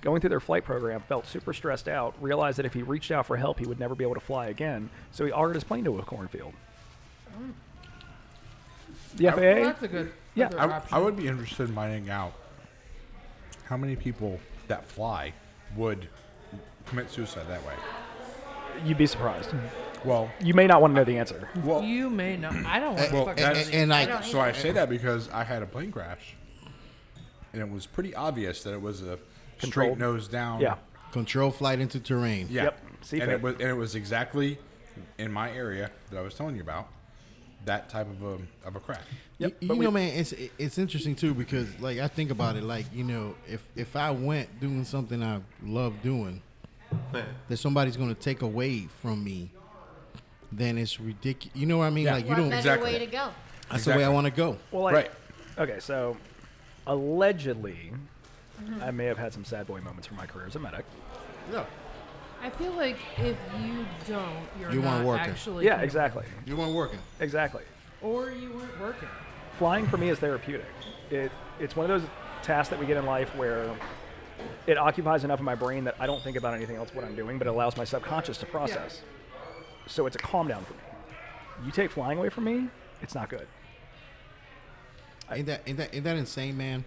[SPEAKER 4] going through their flight program felt super stressed out realized that if he reached out for help he would never be able to fly again so he ordered his plane to a cornfield the faa
[SPEAKER 7] Mm. Well, that's a good.
[SPEAKER 4] Yeah,
[SPEAKER 7] other
[SPEAKER 8] I, w-
[SPEAKER 7] option.
[SPEAKER 8] I would be interested in finding out how many people that fly would commit suicide that way.
[SPEAKER 4] you'd be surprised
[SPEAKER 8] Well,
[SPEAKER 4] you may not want to know the answer
[SPEAKER 8] well,
[SPEAKER 7] You may not. I don't want to
[SPEAKER 8] well,
[SPEAKER 7] fucking.
[SPEAKER 8] that's-
[SPEAKER 1] And, and
[SPEAKER 6] I
[SPEAKER 1] I,
[SPEAKER 6] don't-
[SPEAKER 8] so I say that because I had a plane crash, and it was pretty obvious that it was a straight
[SPEAKER 4] Controlled.
[SPEAKER 8] nose down.
[SPEAKER 4] yeah
[SPEAKER 1] control flight into terrain.
[SPEAKER 8] Yeah.
[SPEAKER 4] Yep, see
[SPEAKER 8] And it
[SPEAKER 4] fit.
[SPEAKER 8] was and it was exactly in my area that I was telling you about that type of a of a crash.
[SPEAKER 1] Y- you know, man, it's it's interesting too because like I think about it, like you know, if if I went doing something I love doing, that somebody's going to take away from me, then it's ridiculous. You know what I mean?
[SPEAKER 8] Yeah.
[SPEAKER 1] Like you
[SPEAKER 6] What
[SPEAKER 1] don't.
[SPEAKER 6] better
[SPEAKER 8] exactly.
[SPEAKER 6] way to go?
[SPEAKER 1] That's the way I
[SPEAKER 8] Exactly.
[SPEAKER 1] want to go.
[SPEAKER 4] Well, like,
[SPEAKER 8] Right.
[SPEAKER 4] Okay, so allegedly, I may have had some sad boy moments from my career as a medic.
[SPEAKER 1] Yeah.
[SPEAKER 7] I feel like if you don't, you're
[SPEAKER 1] You weren't
[SPEAKER 7] not
[SPEAKER 1] working.
[SPEAKER 7] actually.
[SPEAKER 4] Yeah, exactly,
[SPEAKER 1] You weren't working.
[SPEAKER 4] exactly.
[SPEAKER 7] Or you weren't working.
[SPEAKER 4] Flying for me is therapeutic. It it's one of those tasks that we get in life where it occupies enough of my brain that I don't think about anything else what I'm doing, but it allows my subconscious to process. So it's a calm down for me. You take flying away from me, it's not good.
[SPEAKER 1] Ain't that ain't that ain't that insane, man?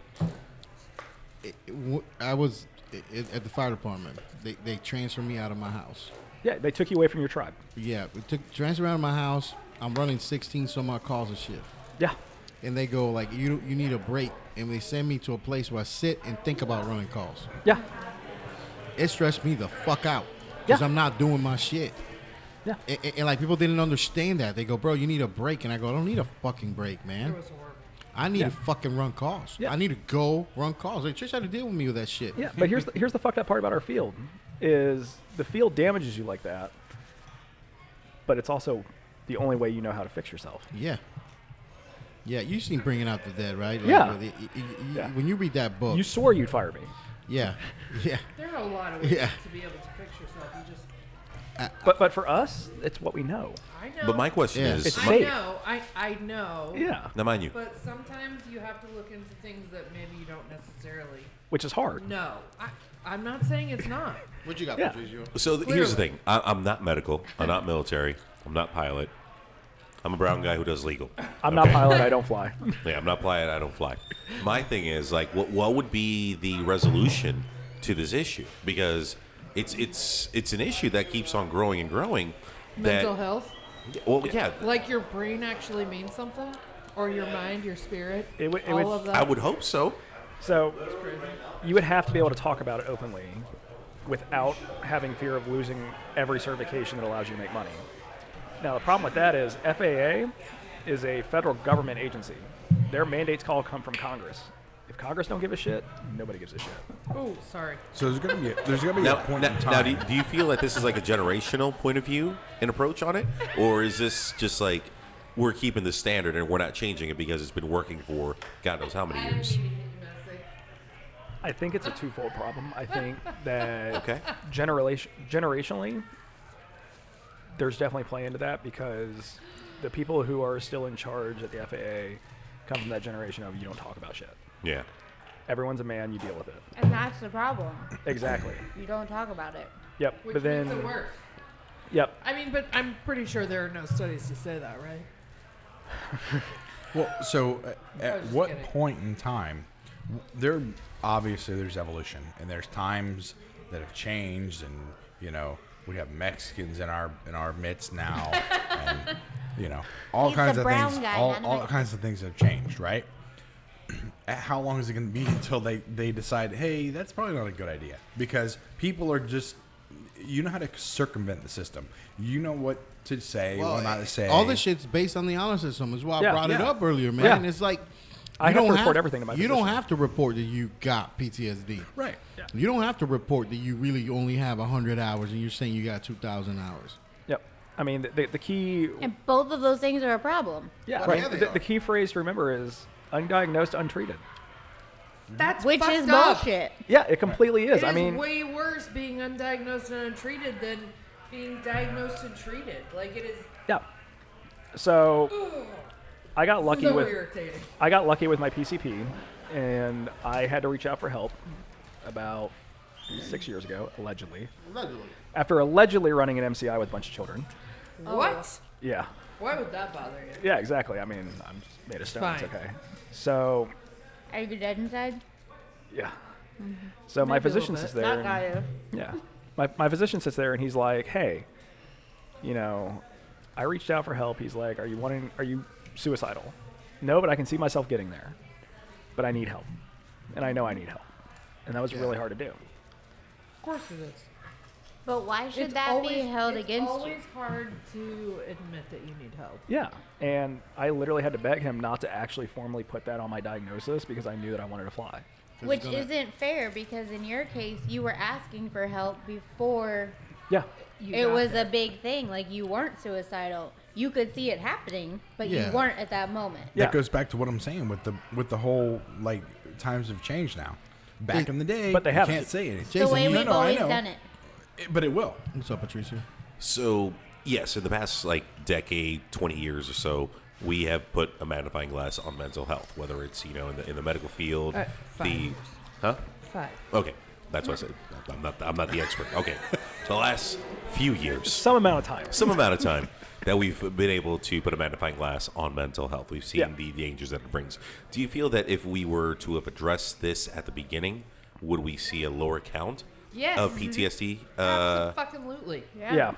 [SPEAKER 1] It, it, w- I was i i at the fire department. They they transferred me out of my house.
[SPEAKER 4] Yeah, they took you away from your tribe.
[SPEAKER 1] Yeah, it took transfer out of my house. I'm running 16 some odd calls a shift.
[SPEAKER 4] Yeah,
[SPEAKER 1] and they go like you you need a break and they send me to a place where I sit and think about running calls.
[SPEAKER 4] yeah,
[SPEAKER 1] It stressed me the fuck out because
[SPEAKER 4] Yeah.
[SPEAKER 1] I'm not doing my shit.
[SPEAKER 4] Yeah.
[SPEAKER 1] And, and- and, like people didn't understand that. They go, bro, you need a break, and I go, I don't need a fucking break, man. I need to fucking run calls.
[SPEAKER 4] Yeah.
[SPEAKER 1] I need to go run calls. Like Trish had to deal with me with that shit.
[SPEAKER 4] Yeah, but here's the, here's the fucked up part about our field is the field damages you like that, but it's also the only way you know how to fix yourself.
[SPEAKER 1] Yeah. Yeah, you seen Bringing Out the Dead, right? Like,
[SPEAKER 4] Yeah.
[SPEAKER 1] with it- it- it- you-
[SPEAKER 4] Yeah.
[SPEAKER 1] When you read that book,
[SPEAKER 4] You swore you'd fire me,
[SPEAKER 1] yeah, *laughs* yeah.
[SPEAKER 7] There are a lot of ways
[SPEAKER 1] Yeah.
[SPEAKER 7] to be able to fix yourself. You just.
[SPEAKER 4] but but for us, it's what we know.
[SPEAKER 7] I know.
[SPEAKER 5] But my question
[SPEAKER 1] Yeah.
[SPEAKER 5] is,
[SPEAKER 4] It's
[SPEAKER 7] I
[SPEAKER 5] my,
[SPEAKER 4] safe.
[SPEAKER 7] know. I, I know.
[SPEAKER 4] Yeah,
[SPEAKER 5] now mind you,
[SPEAKER 7] But sometimes you have to look into things that maybe you don't necessarily
[SPEAKER 4] which is hard.
[SPEAKER 7] know. I,
[SPEAKER 3] I'm not saying it's not.
[SPEAKER 10] What you got,
[SPEAKER 3] Yeah.
[SPEAKER 10] Patricio?
[SPEAKER 5] So th- here's the thing: I, I'm not medical. I'm not military. I'm not pilot. I'm a brown guy who does legal.
[SPEAKER 4] I'm not pilot, I don't fly.
[SPEAKER 5] Yeah, I'm not pilot. I don't fly. My thing is like, what what would be the resolution to this issue? Because it's it's it's an issue that keeps on growing and growing. That,
[SPEAKER 3] Mental health.
[SPEAKER 5] Well, yeah.
[SPEAKER 3] Like your brain actually means something, or your mind, your spirit,
[SPEAKER 4] It would- it
[SPEAKER 3] all
[SPEAKER 4] would-
[SPEAKER 3] of that.
[SPEAKER 5] hope so.
[SPEAKER 4] So, you would have to be able to talk about it openly without having fear of losing every certification that allows you to make money. Now, the problem with that is FAA is a federal government agency. Their mandates call come from Congress. If Congress don't give a shit, nobody gives a shit.
[SPEAKER 3] Oh, sorry.
[SPEAKER 8] So there's gonna be a, there's gonna be
[SPEAKER 5] Now,
[SPEAKER 8] a point
[SPEAKER 5] now,
[SPEAKER 8] in
[SPEAKER 5] now
[SPEAKER 8] time.
[SPEAKER 5] do, you, do you feel that this is like a generational point of view and approach on it, or is this just like we're keeping the standard and we're not changing it because it's been working for God knows how many years?
[SPEAKER 4] I think it's a twofold problem. I think
[SPEAKER 3] *laughs*
[SPEAKER 4] that
[SPEAKER 5] Okay.
[SPEAKER 4] generation generationally, there's definitely play into that because the people who are still in charge at the FAA come from that generation of you don't talk about shit.
[SPEAKER 5] Yeah.
[SPEAKER 4] Everyone's a man, you deal with it.
[SPEAKER 3] *laughs*
[SPEAKER 6] And that's the problem.
[SPEAKER 4] Exactly.
[SPEAKER 6] You don't talk about it.
[SPEAKER 4] Yep.
[SPEAKER 3] Which
[SPEAKER 4] but then
[SPEAKER 3] makes it worse.
[SPEAKER 4] Yep.
[SPEAKER 3] I mean, but I'm pretty sure there are no studies to say that, right?
[SPEAKER 4] Mm-hmm.
[SPEAKER 8] Well,
[SPEAKER 3] I
[SPEAKER 8] so uh,
[SPEAKER 3] was
[SPEAKER 8] at
[SPEAKER 3] just
[SPEAKER 8] what
[SPEAKER 3] kidding.
[SPEAKER 8] point in time? w- There obviously there's evolution, and there's times that have changed, and you know we have Mexicans in our in our midst
[SPEAKER 3] *laughs*
[SPEAKER 8] now, and you know all
[SPEAKER 6] He's
[SPEAKER 8] kinds
[SPEAKER 6] the
[SPEAKER 8] of
[SPEAKER 6] brown
[SPEAKER 8] things.
[SPEAKER 6] guy,
[SPEAKER 8] all
[SPEAKER 6] not a
[SPEAKER 8] all
[SPEAKER 6] Mexican.
[SPEAKER 8] kinds of things have changed, right? *clears throat* At How long is it going to be until they they decide? Hey, that's probably not a good idea because people are just you know how to circumvent the system. You know what to say,
[SPEAKER 10] Well, eh,
[SPEAKER 8] what not to say.
[SPEAKER 10] All this shit's based on the honor system. Is why I
[SPEAKER 8] Yeah.
[SPEAKER 10] brought it
[SPEAKER 8] Yeah.
[SPEAKER 10] up earlier, man.
[SPEAKER 8] Yeah.
[SPEAKER 10] And it's like
[SPEAKER 8] I
[SPEAKER 10] you
[SPEAKER 8] have to
[SPEAKER 10] don't
[SPEAKER 8] report everything to my
[SPEAKER 10] You don't
[SPEAKER 8] physician.
[SPEAKER 10] have to report that you got PTSD.
[SPEAKER 8] Right.
[SPEAKER 10] You don't have to report that you really only have hundred hours, and you're saying you got two thousand hours.
[SPEAKER 4] Yep. I mean, the, the, the key.
[SPEAKER 6] And both of those things are a problem.
[SPEAKER 4] Yeah. Right. The, the key phrase to remember is undiagnosed, untreated.
[SPEAKER 3] That's
[SPEAKER 6] Which
[SPEAKER 3] fucked
[SPEAKER 6] is
[SPEAKER 3] up.
[SPEAKER 6] bullshit.
[SPEAKER 4] Yeah, it completely
[SPEAKER 3] It
[SPEAKER 4] is.
[SPEAKER 3] is
[SPEAKER 4] I mean,
[SPEAKER 3] way worse being undiagnosed and untreated than being diagnosed and treated. Like it is.
[SPEAKER 4] yeah. So I got lucky
[SPEAKER 3] So
[SPEAKER 4] with
[SPEAKER 3] irritating.
[SPEAKER 4] I got lucky with my PCP, and I had to reach out for help about six years ago, allegedly.
[SPEAKER 3] Allegedly.
[SPEAKER 4] After allegedly running an MCI with a bunch of children.
[SPEAKER 3] What?
[SPEAKER 4] Yeah.
[SPEAKER 3] Oh, Why would that bother you?
[SPEAKER 4] Yeah, exactly. I mean, I'm just made of stone. It's
[SPEAKER 3] Fine.
[SPEAKER 4] okay. So,
[SPEAKER 6] Are you dead inside?
[SPEAKER 4] yeah. So my
[SPEAKER 6] Mm-hmm. Maybe a little
[SPEAKER 4] physician
[SPEAKER 6] bit.
[SPEAKER 4] sits there.
[SPEAKER 6] Not
[SPEAKER 4] and-
[SPEAKER 6] Gaia.
[SPEAKER 4] Yeah. My, my physician sits there and he's like, hey, you know, I reached out for help. He's like, are you wanting, are you suicidal? No, but I can see myself getting there. But I need help. And I know I need help. And that was really hard to do.
[SPEAKER 3] Of course it is.
[SPEAKER 6] But why should
[SPEAKER 3] It's
[SPEAKER 6] that be
[SPEAKER 3] always-
[SPEAKER 6] held
[SPEAKER 3] it's
[SPEAKER 6] against
[SPEAKER 3] always
[SPEAKER 6] you?
[SPEAKER 3] hard to admit that you need help.
[SPEAKER 4] Yeah. And I literally had to beg him not to actually formally put that on my diagnosis because I knew that I wanted to fly.
[SPEAKER 6] Which isn't fair because in your case, you were asking for help before
[SPEAKER 4] Yeah.
[SPEAKER 6] it was a big thing. Like you weren't suicidal. You could see it happening, but
[SPEAKER 8] Yeah.
[SPEAKER 6] you weren't at that moment.
[SPEAKER 8] That goes back to what I'm saying with the with the whole like times have changed now. Back in the day,
[SPEAKER 4] But they
[SPEAKER 8] you
[SPEAKER 4] haven't.
[SPEAKER 8] can't say anything.
[SPEAKER 6] the way we've always
[SPEAKER 8] I know,
[SPEAKER 6] done it.
[SPEAKER 8] but it will.
[SPEAKER 10] What's up, Patricia?
[SPEAKER 5] So yes, in the past like decade, twenty years or so, we have put a magnifying glass on mental health, whether it's you know in the in the medical field,
[SPEAKER 3] Uh, five
[SPEAKER 5] the
[SPEAKER 3] years.
[SPEAKER 5] huh?
[SPEAKER 3] Five.
[SPEAKER 5] Okay, that's what I said. I'm not I'm not the expert. Okay, *laughs* the last few years,
[SPEAKER 4] some amount of time,
[SPEAKER 5] some amount of time that we've been able to put a magnifying glass on mental health. We've seen
[SPEAKER 4] Yeah.
[SPEAKER 5] the dangers that it brings. Do you feel that if we were to have addressed this at the beginning, would we see a lower count
[SPEAKER 3] Yes.
[SPEAKER 5] of PTSD? Uh,
[SPEAKER 3] Fucking lootly.
[SPEAKER 5] Yeah.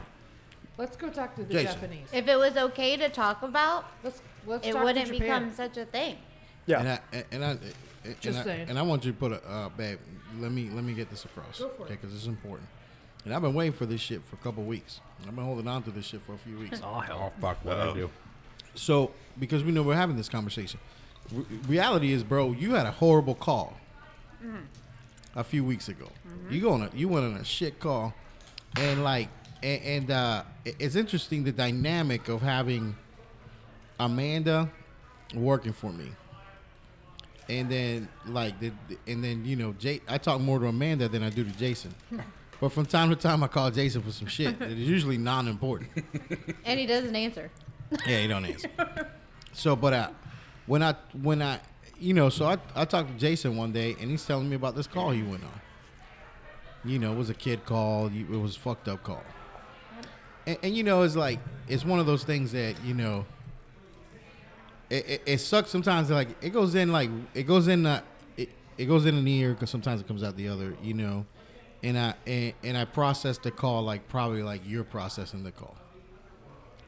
[SPEAKER 3] Let's go talk to the
[SPEAKER 5] Jason.
[SPEAKER 3] Japanese.
[SPEAKER 6] If it was okay to talk about,
[SPEAKER 3] let's
[SPEAKER 6] it
[SPEAKER 3] talk to
[SPEAKER 6] wouldn't
[SPEAKER 3] Japan.
[SPEAKER 6] become such a thing.
[SPEAKER 4] Yeah.
[SPEAKER 10] And I and- and I and, and
[SPEAKER 6] Just
[SPEAKER 10] I-
[SPEAKER 6] saying.
[SPEAKER 10] and I want you to put a uh, babe. Let me let me get this across,
[SPEAKER 6] Go for it.
[SPEAKER 10] okay? Because it's important. And I've been waiting for this shit for a couple weeks. I've been holding on to this shit for a
[SPEAKER 8] *laughs*
[SPEAKER 10] few weeks.
[SPEAKER 4] oh hell!
[SPEAKER 8] Oh fuck! What I do?
[SPEAKER 10] So because we know we're having this conversation, Re- reality is, bro, you had a horrible call
[SPEAKER 6] Mm-hmm.
[SPEAKER 10] a few weeks ago. You going to you went on a shit call, and like and, and uh, it- it's interesting the dynamic of having Amanda working for me, and then like the, the- and then you know Jay, I talk more to Amanda than I do to *laughs* Jason. But from time to time, I call Jason for some shit. It's usually non-important.
[SPEAKER 6] And he doesn't answer.
[SPEAKER 10] Yeah, you don't answer. So, but uh, when I when I you know, so I I talked to Jason one day, and he's telling me about this call he went on,
[SPEAKER 1] You know, it was a kid call. You, it was a fucked up call. And, and you know, it's like it's one of those things that you know. It, it, it sucks sometimes. Like it goes in, like it goes in. Uh, it, it goes in an ear because sometimes it comes out the other. You know, and I and, and I processed the call like probably like you're processing the call.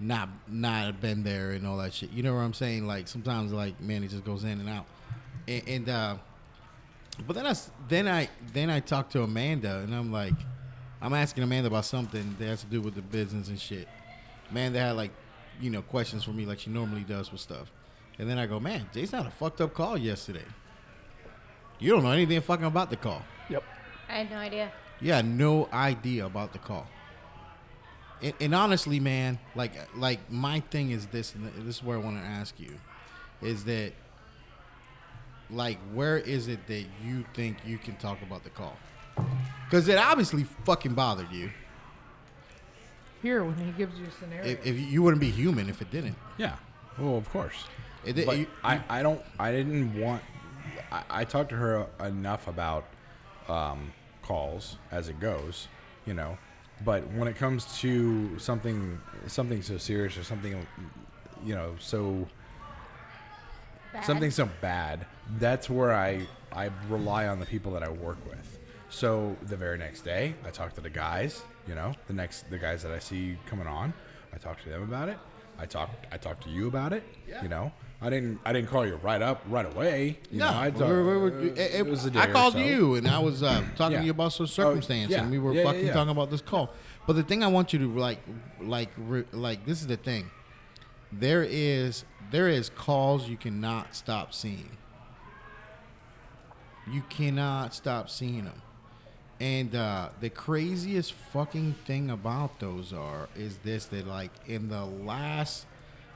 [SPEAKER 1] Not not been there and all that shit. You know what I'm saying? Like sometimes like man, it just goes in and out. And, and uh, but then I s- then I then I talked to Amanda and I'm like, I'm asking Amanda about something that has to do with the business and shit. Amanda had like, you know, questions for me like she normally does with stuff. And then I go, man, Jason had a fucked up call yesterday. You don't know anything fucking about the call.
[SPEAKER 4] Yep.
[SPEAKER 6] I had no idea.
[SPEAKER 1] You had no idea about the call. And, and honestly, man, like like my thing is this, and this is where I want to ask you, is that like where is it that you think you can talk about the call? Because it obviously fucking bothered you.
[SPEAKER 7] Here, when he gives you a scenario.
[SPEAKER 1] If, if you wouldn't be human if it didn't.
[SPEAKER 8] Yeah. Well, of course.
[SPEAKER 1] It- it-
[SPEAKER 8] but
[SPEAKER 1] you-
[SPEAKER 8] I, I don't I didn't want I, I talked to her enough about um, calls as it goes, you know. But when it comes to something something so serious or something you know, so
[SPEAKER 6] Bad.
[SPEAKER 8] something so bad, that's where I I rely on the people that I work with. So the very next day, I talk to the guys. You know, the next the guys that I see coming on, I talk to them about it. I talk I talk to you about it. You know, I didn't I didn't call you right up right away. You
[SPEAKER 1] No,
[SPEAKER 8] know, I
[SPEAKER 1] we
[SPEAKER 8] talk-
[SPEAKER 1] were- we were-
[SPEAKER 8] uh,
[SPEAKER 1] it- it-
[SPEAKER 8] was a day
[SPEAKER 1] I
[SPEAKER 8] or
[SPEAKER 1] called
[SPEAKER 8] so.
[SPEAKER 1] you, and I was uh, talking
[SPEAKER 8] Yeah.
[SPEAKER 1] to you about some circumstance,
[SPEAKER 8] yeah.
[SPEAKER 1] and we were
[SPEAKER 8] Yeah, yeah,
[SPEAKER 1] fucking
[SPEAKER 8] yeah.
[SPEAKER 1] talking about this call. But the thing I want you to like, like, re- like, this is the thing. There is there is calls you cannot stop seeing. You cannot stop seeing them. And uh, the craziest fucking thing about those are is this that like in the last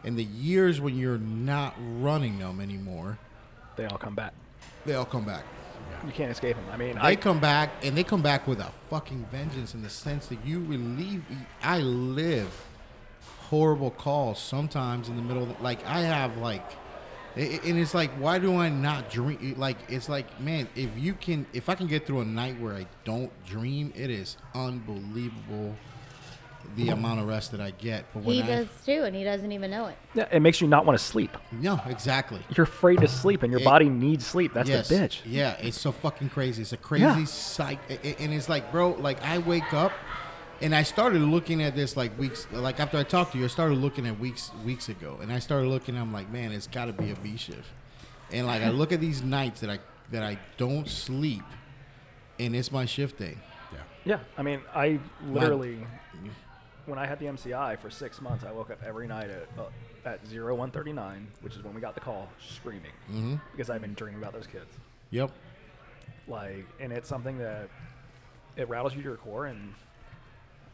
[SPEAKER 1] in the years when you're not running them anymore,
[SPEAKER 4] They all come back.
[SPEAKER 1] they all come back.
[SPEAKER 4] You can't escape them. I mean,
[SPEAKER 1] They
[SPEAKER 4] I
[SPEAKER 1] come back and they come back with a fucking vengeance in the sense that you relieve. I live horrible calls sometimes in the middle. Of, like I have like, a- a- and it's like, why do I not dream? Like it's like, man, if you can, if I can get through a night where I don't dream, it is unbelievable the amount of rest that I get. But when
[SPEAKER 6] He
[SPEAKER 1] I
[SPEAKER 6] does too, and he doesn't even know it.
[SPEAKER 4] Yeah, it makes you not want to sleep.
[SPEAKER 1] no, exactly.
[SPEAKER 4] You're afraid to sleep, and your
[SPEAKER 1] It-
[SPEAKER 4] body needs sleep. That's
[SPEAKER 1] yes.
[SPEAKER 4] the bitch.
[SPEAKER 1] Yeah, it's so fucking crazy. It's a crazy
[SPEAKER 4] Yeah.
[SPEAKER 1] psych, a- a- and it's like, bro, like I wake up, and I started looking at this like weeks, like after I talked to you, I started looking at weeks weeks ago, and I started looking. I'm like, man, it's got to be a B shift, and like I look at these nights that I that I don't sleep, and it's my shift day.
[SPEAKER 4] Yeah, I mean, I literally, when I had the MCI for six months, I woke up every night at uh, at zero one thirty nine, which is when we got the call, screaming
[SPEAKER 1] Mhm.
[SPEAKER 4] because I've been dreaming about those kids.
[SPEAKER 1] Yep.
[SPEAKER 4] Like, and it's something that it rattles you to your core, and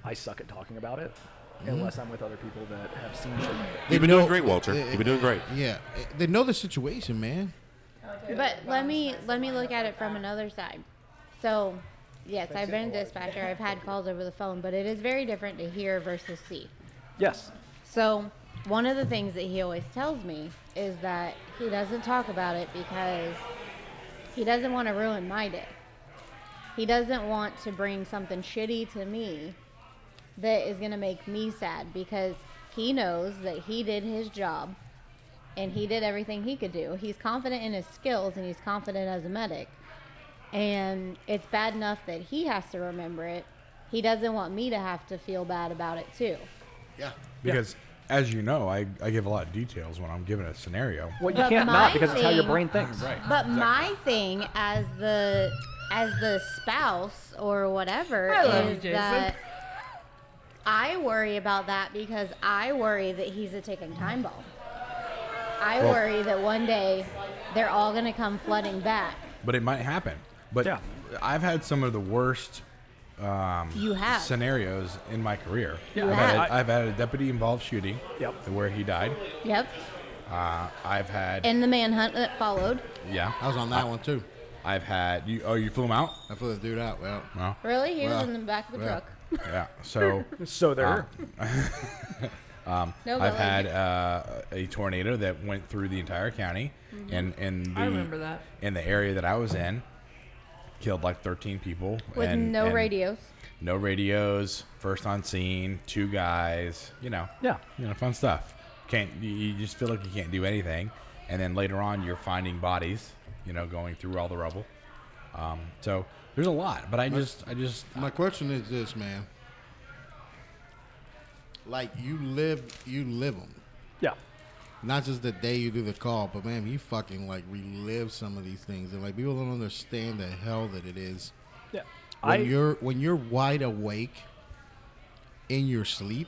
[SPEAKER 4] I suck at talking about it
[SPEAKER 1] Mm-hmm.
[SPEAKER 4] unless I'm with other people that have seen shit. like that.
[SPEAKER 5] You've been doing great, Walter.
[SPEAKER 1] eh,
[SPEAKER 5] You've been doing great.
[SPEAKER 1] Yeah, eh, they know the situation, man.
[SPEAKER 6] But let me let me look at it from another side. So, yes, I've been a dispatcher. I've had calls over the phone, but it is very different to hear versus see.
[SPEAKER 4] Yes,
[SPEAKER 6] So, one of the things that he always tells me is that he doesn't talk about it because he doesn't want to ruin my day. He doesn't want to bring something shitty to me that is going to make me sad because he knows that he did his job and he did everything he could do. He's confident in his skills and he's confident as a medic. And it's bad enough that he has to remember it. He doesn't want me to have to feel bad about it too.
[SPEAKER 1] Yeah.
[SPEAKER 8] because as you know, I, I give a lot of details when I'm giving a scenario.
[SPEAKER 4] well, you
[SPEAKER 6] But
[SPEAKER 4] can't not
[SPEAKER 6] my
[SPEAKER 4] because it's how your
[SPEAKER 6] thing-
[SPEAKER 4] brain thinks.
[SPEAKER 8] Right.
[SPEAKER 6] But my thing as the as the spouse or whatever
[SPEAKER 7] I love you,
[SPEAKER 6] is
[SPEAKER 7] Jason.
[SPEAKER 6] that I worry about that because I worry that he's a ticking time bomb. I
[SPEAKER 8] Well-
[SPEAKER 6] worry that one day they're all going to come flooding back.
[SPEAKER 8] But it might happen. But
[SPEAKER 4] Yeah.
[SPEAKER 8] I've had some of the worst um,
[SPEAKER 6] You have.
[SPEAKER 8] scenarios in my career.
[SPEAKER 4] Yeah,
[SPEAKER 8] I've,
[SPEAKER 4] I-
[SPEAKER 8] had,
[SPEAKER 4] I-
[SPEAKER 8] I've had a deputy involved shooting
[SPEAKER 4] Yep.
[SPEAKER 8] where he died.
[SPEAKER 6] Yep.
[SPEAKER 8] Uh, I've had
[SPEAKER 6] And the manhunt that followed.
[SPEAKER 8] yeah.
[SPEAKER 1] I was on that one too.
[SPEAKER 8] I've had you. Oh, you flew him out?
[SPEAKER 1] I flew the dude out. Well,
[SPEAKER 8] Well,
[SPEAKER 6] Really? He
[SPEAKER 1] Well,
[SPEAKER 6] was in the back of the
[SPEAKER 1] well.
[SPEAKER 6] truck.
[SPEAKER 8] yeah.
[SPEAKER 4] *laughs*
[SPEAKER 8] So
[SPEAKER 4] So there,
[SPEAKER 1] Ah.
[SPEAKER 6] No,
[SPEAKER 8] I've
[SPEAKER 6] but
[SPEAKER 8] had
[SPEAKER 6] like,
[SPEAKER 8] uh, a tornado that
[SPEAKER 6] Mm-hmm.
[SPEAKER 8] went through the entire county, and and the,
[SPEAKER 7] I remember that.
[SPEAKER 8] in the area that I was in. killed like 13 people
[SPEAKER 6] With
[SPEAKER 8] and-
[SPEAKER 6] no
[SPEAKER 8] and
[SPEAKER 6] radios.
[SPEAKER 8] No radios. First on scene. Two guys. You know.
[SPEAKER 4] Yeah.
[SPEAKER 8] You know, fun stuff. Can't you- you just feel like you can't do anything, and then later on you're finding bodies. You know, going through all the rubble. Um, so there's a lot, but I just I just
[SPEAKER 10] My question is this, man. Like you live, you live them.
[SPEAKER 4] Yeah.
[SPEAKER 10] Not just the day you do the call, but man, you fucking like relive some of these things, and like people don't understand the hell that it is
[SPEAKER 4] Yeah.
[SPEAKER 10] when
[SPEAKER 4] I
[SPEAKER 10] you're when you're wide awake in your sleep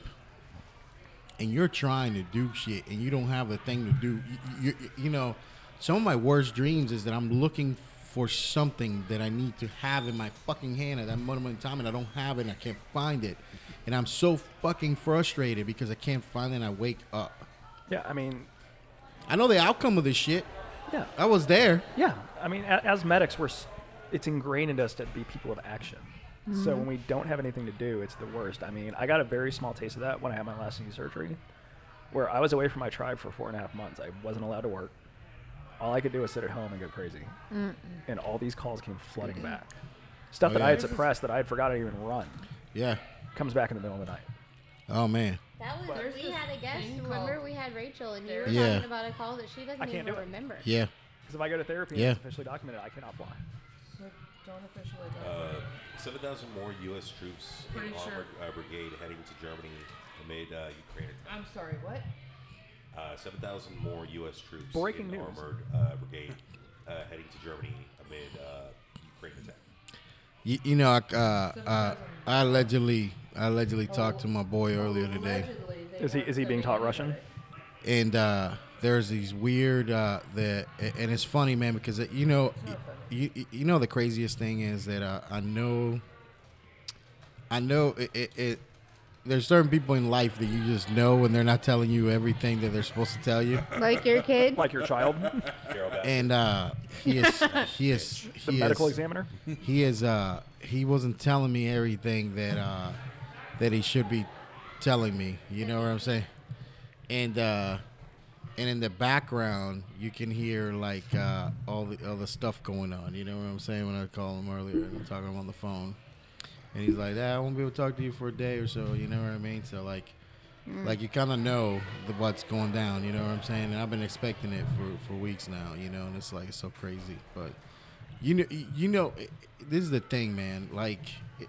[SPEAKER 10] and you're trying to do shit and you don't have a thing to do you, you, you know some of my worst dreams is that i'm looking for something that i need to have in my fucking hand at that moment in time and i don't have it and i can't find it and i'm so fucking frustrated because i can't find it and i wake up
[SPEAKER 4] yeah, I mean,
[SPEAKER 10] i know the outcome of this shit
[SPEAKER 4] yeah.
[SPEAKER 10] i was there
[SPEAKER 4] Yeah, I mean, a- as medics, we're s- it's ingrained in us to be people of action.
[SPEAKER 10] Mm-hmm.
[SPEAKER 4] So when we don't have anything to do, it's the worst. I mean, I got a very small taste of that when I had my last knee surgery, where I was away from my tribe for four and a half months. I wasn't allowed to work. All I could do was sit at home and go crazy, and all these calls came flooding back. Stuff
[SPEAKER 10] Oh,
[SPEAKER 4] that
[SPEAKER 10] yeah.
[SPEAKER 4] I had suppressed that I had forgotten I even run
[SPEAKER 10] yeah
[SPEAKER 4] comes back in the middle of the night.
[SPEAKER 10] oh man
[SPEAKER 6] That was
[SPEAKER 9] There's
[SPEAKER 6] we
[SPEAKER 9] this
[SPEAKER 6] had a guest.
[SPEAKER 9] thing
[SPEAKER 6] Remember,
[SPEAKER 9] called-
[SPEAKER 6] we had Rachel, and you were
[SPEAKER 10] Yeah.
[SPEAKER 6] talking about a call that she doesn't
[SPEAKER 4] I can't do
[SPEAKER 6] even
[SPEAKER 4] it.
[SPEAKER 6] remember.
[SPEAKER 10] yeah
[SPEAKER 4] Because if I go to therapy,
[SPEAKER 10] Yeah.
[SPEAKER 4] and it's officially documented, I cannot fly.
[SPEAKER 3] So don't officially go.
[SPEAKER 10] Uh,
[SPEAKER 5] Seven thousand more U.S. troops in
[SPEAKER 3] Pretty sure.
[SPEAKER 5] armored uh, brigade heading to Germany amid uh, Ukraine attack.
[SPEAKER 3] I'm sorry, what?
[SPEAKER 5] Uh, Seven thousand more U.S. troops
[SPEAKER 4] Breaking
[SPEAKER 5] in
[SPEAKER 4] news.
[SPEAKER 5] armored uh, brigade uh, heading to Germany amid uh, Ukraine attack.
[SPEAKER 4] *laughs*
[SPEAKER 10] You, you know, I, uh, uh, I allegedly, I allegedly talked to my boy earlier today,
[SPEAKER 3] Allegedly, they
[SPEAKER 4] Is he
[SPEAKER 3] weren't
[SPEAKER 4] is he
[SPEAKER 3] sending
[SPEAKER 4] being taught
[SPEAKER 3] anybody.
[SPEAKER 4] Russian?
[SPEAKER 10] and uh, there's these weird uh, the, and it's funny, man, because it, you know, you, you- you know, the craziest thing is that uh, I know, I know it, it, it. There's certain people in life that you just know, and they're not telling you everything that they're supposed to tell you.
[SPEAKER 6] Like your kid.
[SPEAKER 4] Like your
[SPEAKER 10] *laughs*
[SPEAKER 4] child,
[SPEAKER 5] Carol Baskin.
[SPEAKER 10] And uh, he is, he is,
[SPEAKER 4] *laughs* the
[SPEAKER 10] he
[SPEAKER 4] medical
[SPEAKER 10] is,
[SPEAKER 4] examiner.
[SPEAKER 10] he is uh he wasn't telling me everything that uh that he should be telling me you know what i'm saying and uh and in the background you can hear like uh all the all the stuff going on you know what i'm saying when i called him earlier and i'm talking to him on the phone and he's like ah, i won't be able to talk to you for a day or so you know what i mean so like
[SPEAKER 6] Mm.
[SPEAKER 10] like you kind of know the, what's going down, you know what I'm saying? And I've been expecting it for, for weeks now, you know, and it's like it's so crazy. But you know, you know, i- i- this is the thing, man. Like i-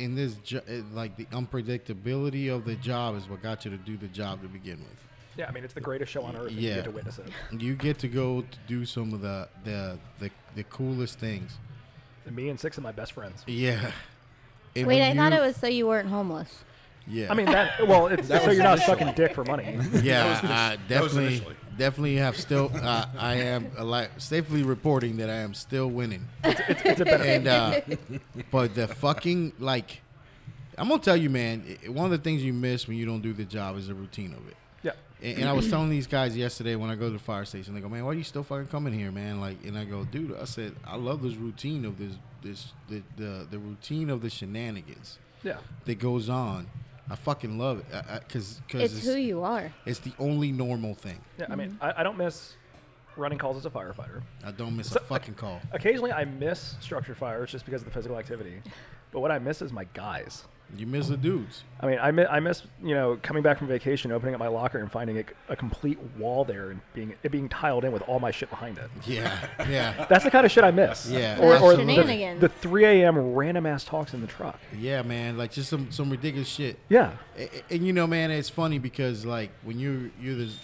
[SPEAKER 10] in this, jo- i- like the unpredictability of the job is what got you to do the job to begin with.
[SPEAKER 4] Yeah, I mean, it's the greatest show on earth. and you
[SPEAKER 10] Yeah.
[SPEAKER 4] get to witness it.
[SPEAKER 10] You get to go to do some of the the the, the coolest things.
[SPEAKER 4] And me and six of my best friends.
[SPEAKER 10] *laughs* Yeah. And
[SPEAKER 6] Wait, I
[SPEAKER 10] when
[SPEAKER 6] thought
[SPEAKER 10] you-
[SPEAKER 6] it was so you weren't homeless.
[SPEAKER 10] Yeah.
[SPEAKER 4] I mean that. Well, it's so you're not sucking dick for
[SPEAKER 10] *laughs*
[SPEAKER 4] money.
[SPEAKER 10] Yeah, I
[SPEAKER 8] was
[SPEAKER 10] definitely,
[SPEAKER 8] initially.
[SPEAKER 10] definitely have still. Uh, I am alive, safely reporting that I am still winning.
[SPEAKER 4] It's a benefit.
[SPEAKER 10] And uh, but the fucking like, I'm gonna tell you, man. i- One of the things you miss when you don't do the job is the routine of it.
[SPEAKER 4] Yeah.
[SPEAKER 10] And, and I was telling these guys yesterday when I go to the fire station, they go, "Man, why are you still fucking coming here, man?" Like, and I go, "Dude, I said I love this routine of this this the the, the routine of the shenanigans
[SPEAKER 4] Yeah.
[SPEAKER 10] that goes on. I fucking love it because I, I, cause, cause
[SPEAKER 6] It's who you are.
[SPEAKER 10] it's the only normal thing.
[SPEAKER 4] Yeah. I mean, I, I don't miss running calls as a firefighter.
[SPEAKER 10] I don't miss a fucking call.
[SPEAKER 4] Occasionally, I miss structure fires just because of the physical activity. But what I miss is my guys.
[SPEAKER 10] You miss the dudes.
[SPEAKER 4] I mean, I miss, I miss you know coming back from vacation, opening up my locker and finding a, a complete wall there and being it being tiled in with all my shit behind it.
[SPEAKER 10] *laughs* Yeah, yeah,
[SPEAKER 4] That's the kind of shit I miss.
[SPEAKER 10] Yeah.
[SPEAKER 4] Or, or the,
[SPEAKER 6] Shenanigans.
[SPEAKER 4] the 3 a.m. random ass talks in the truck.
[SPEAKER 10] yeah, man. Like just some some ridiculous shit.
[SPEAKER 4] Yeah.
[SPEAKER 10] A- a- And you know, man, it's funny because like when you you're this,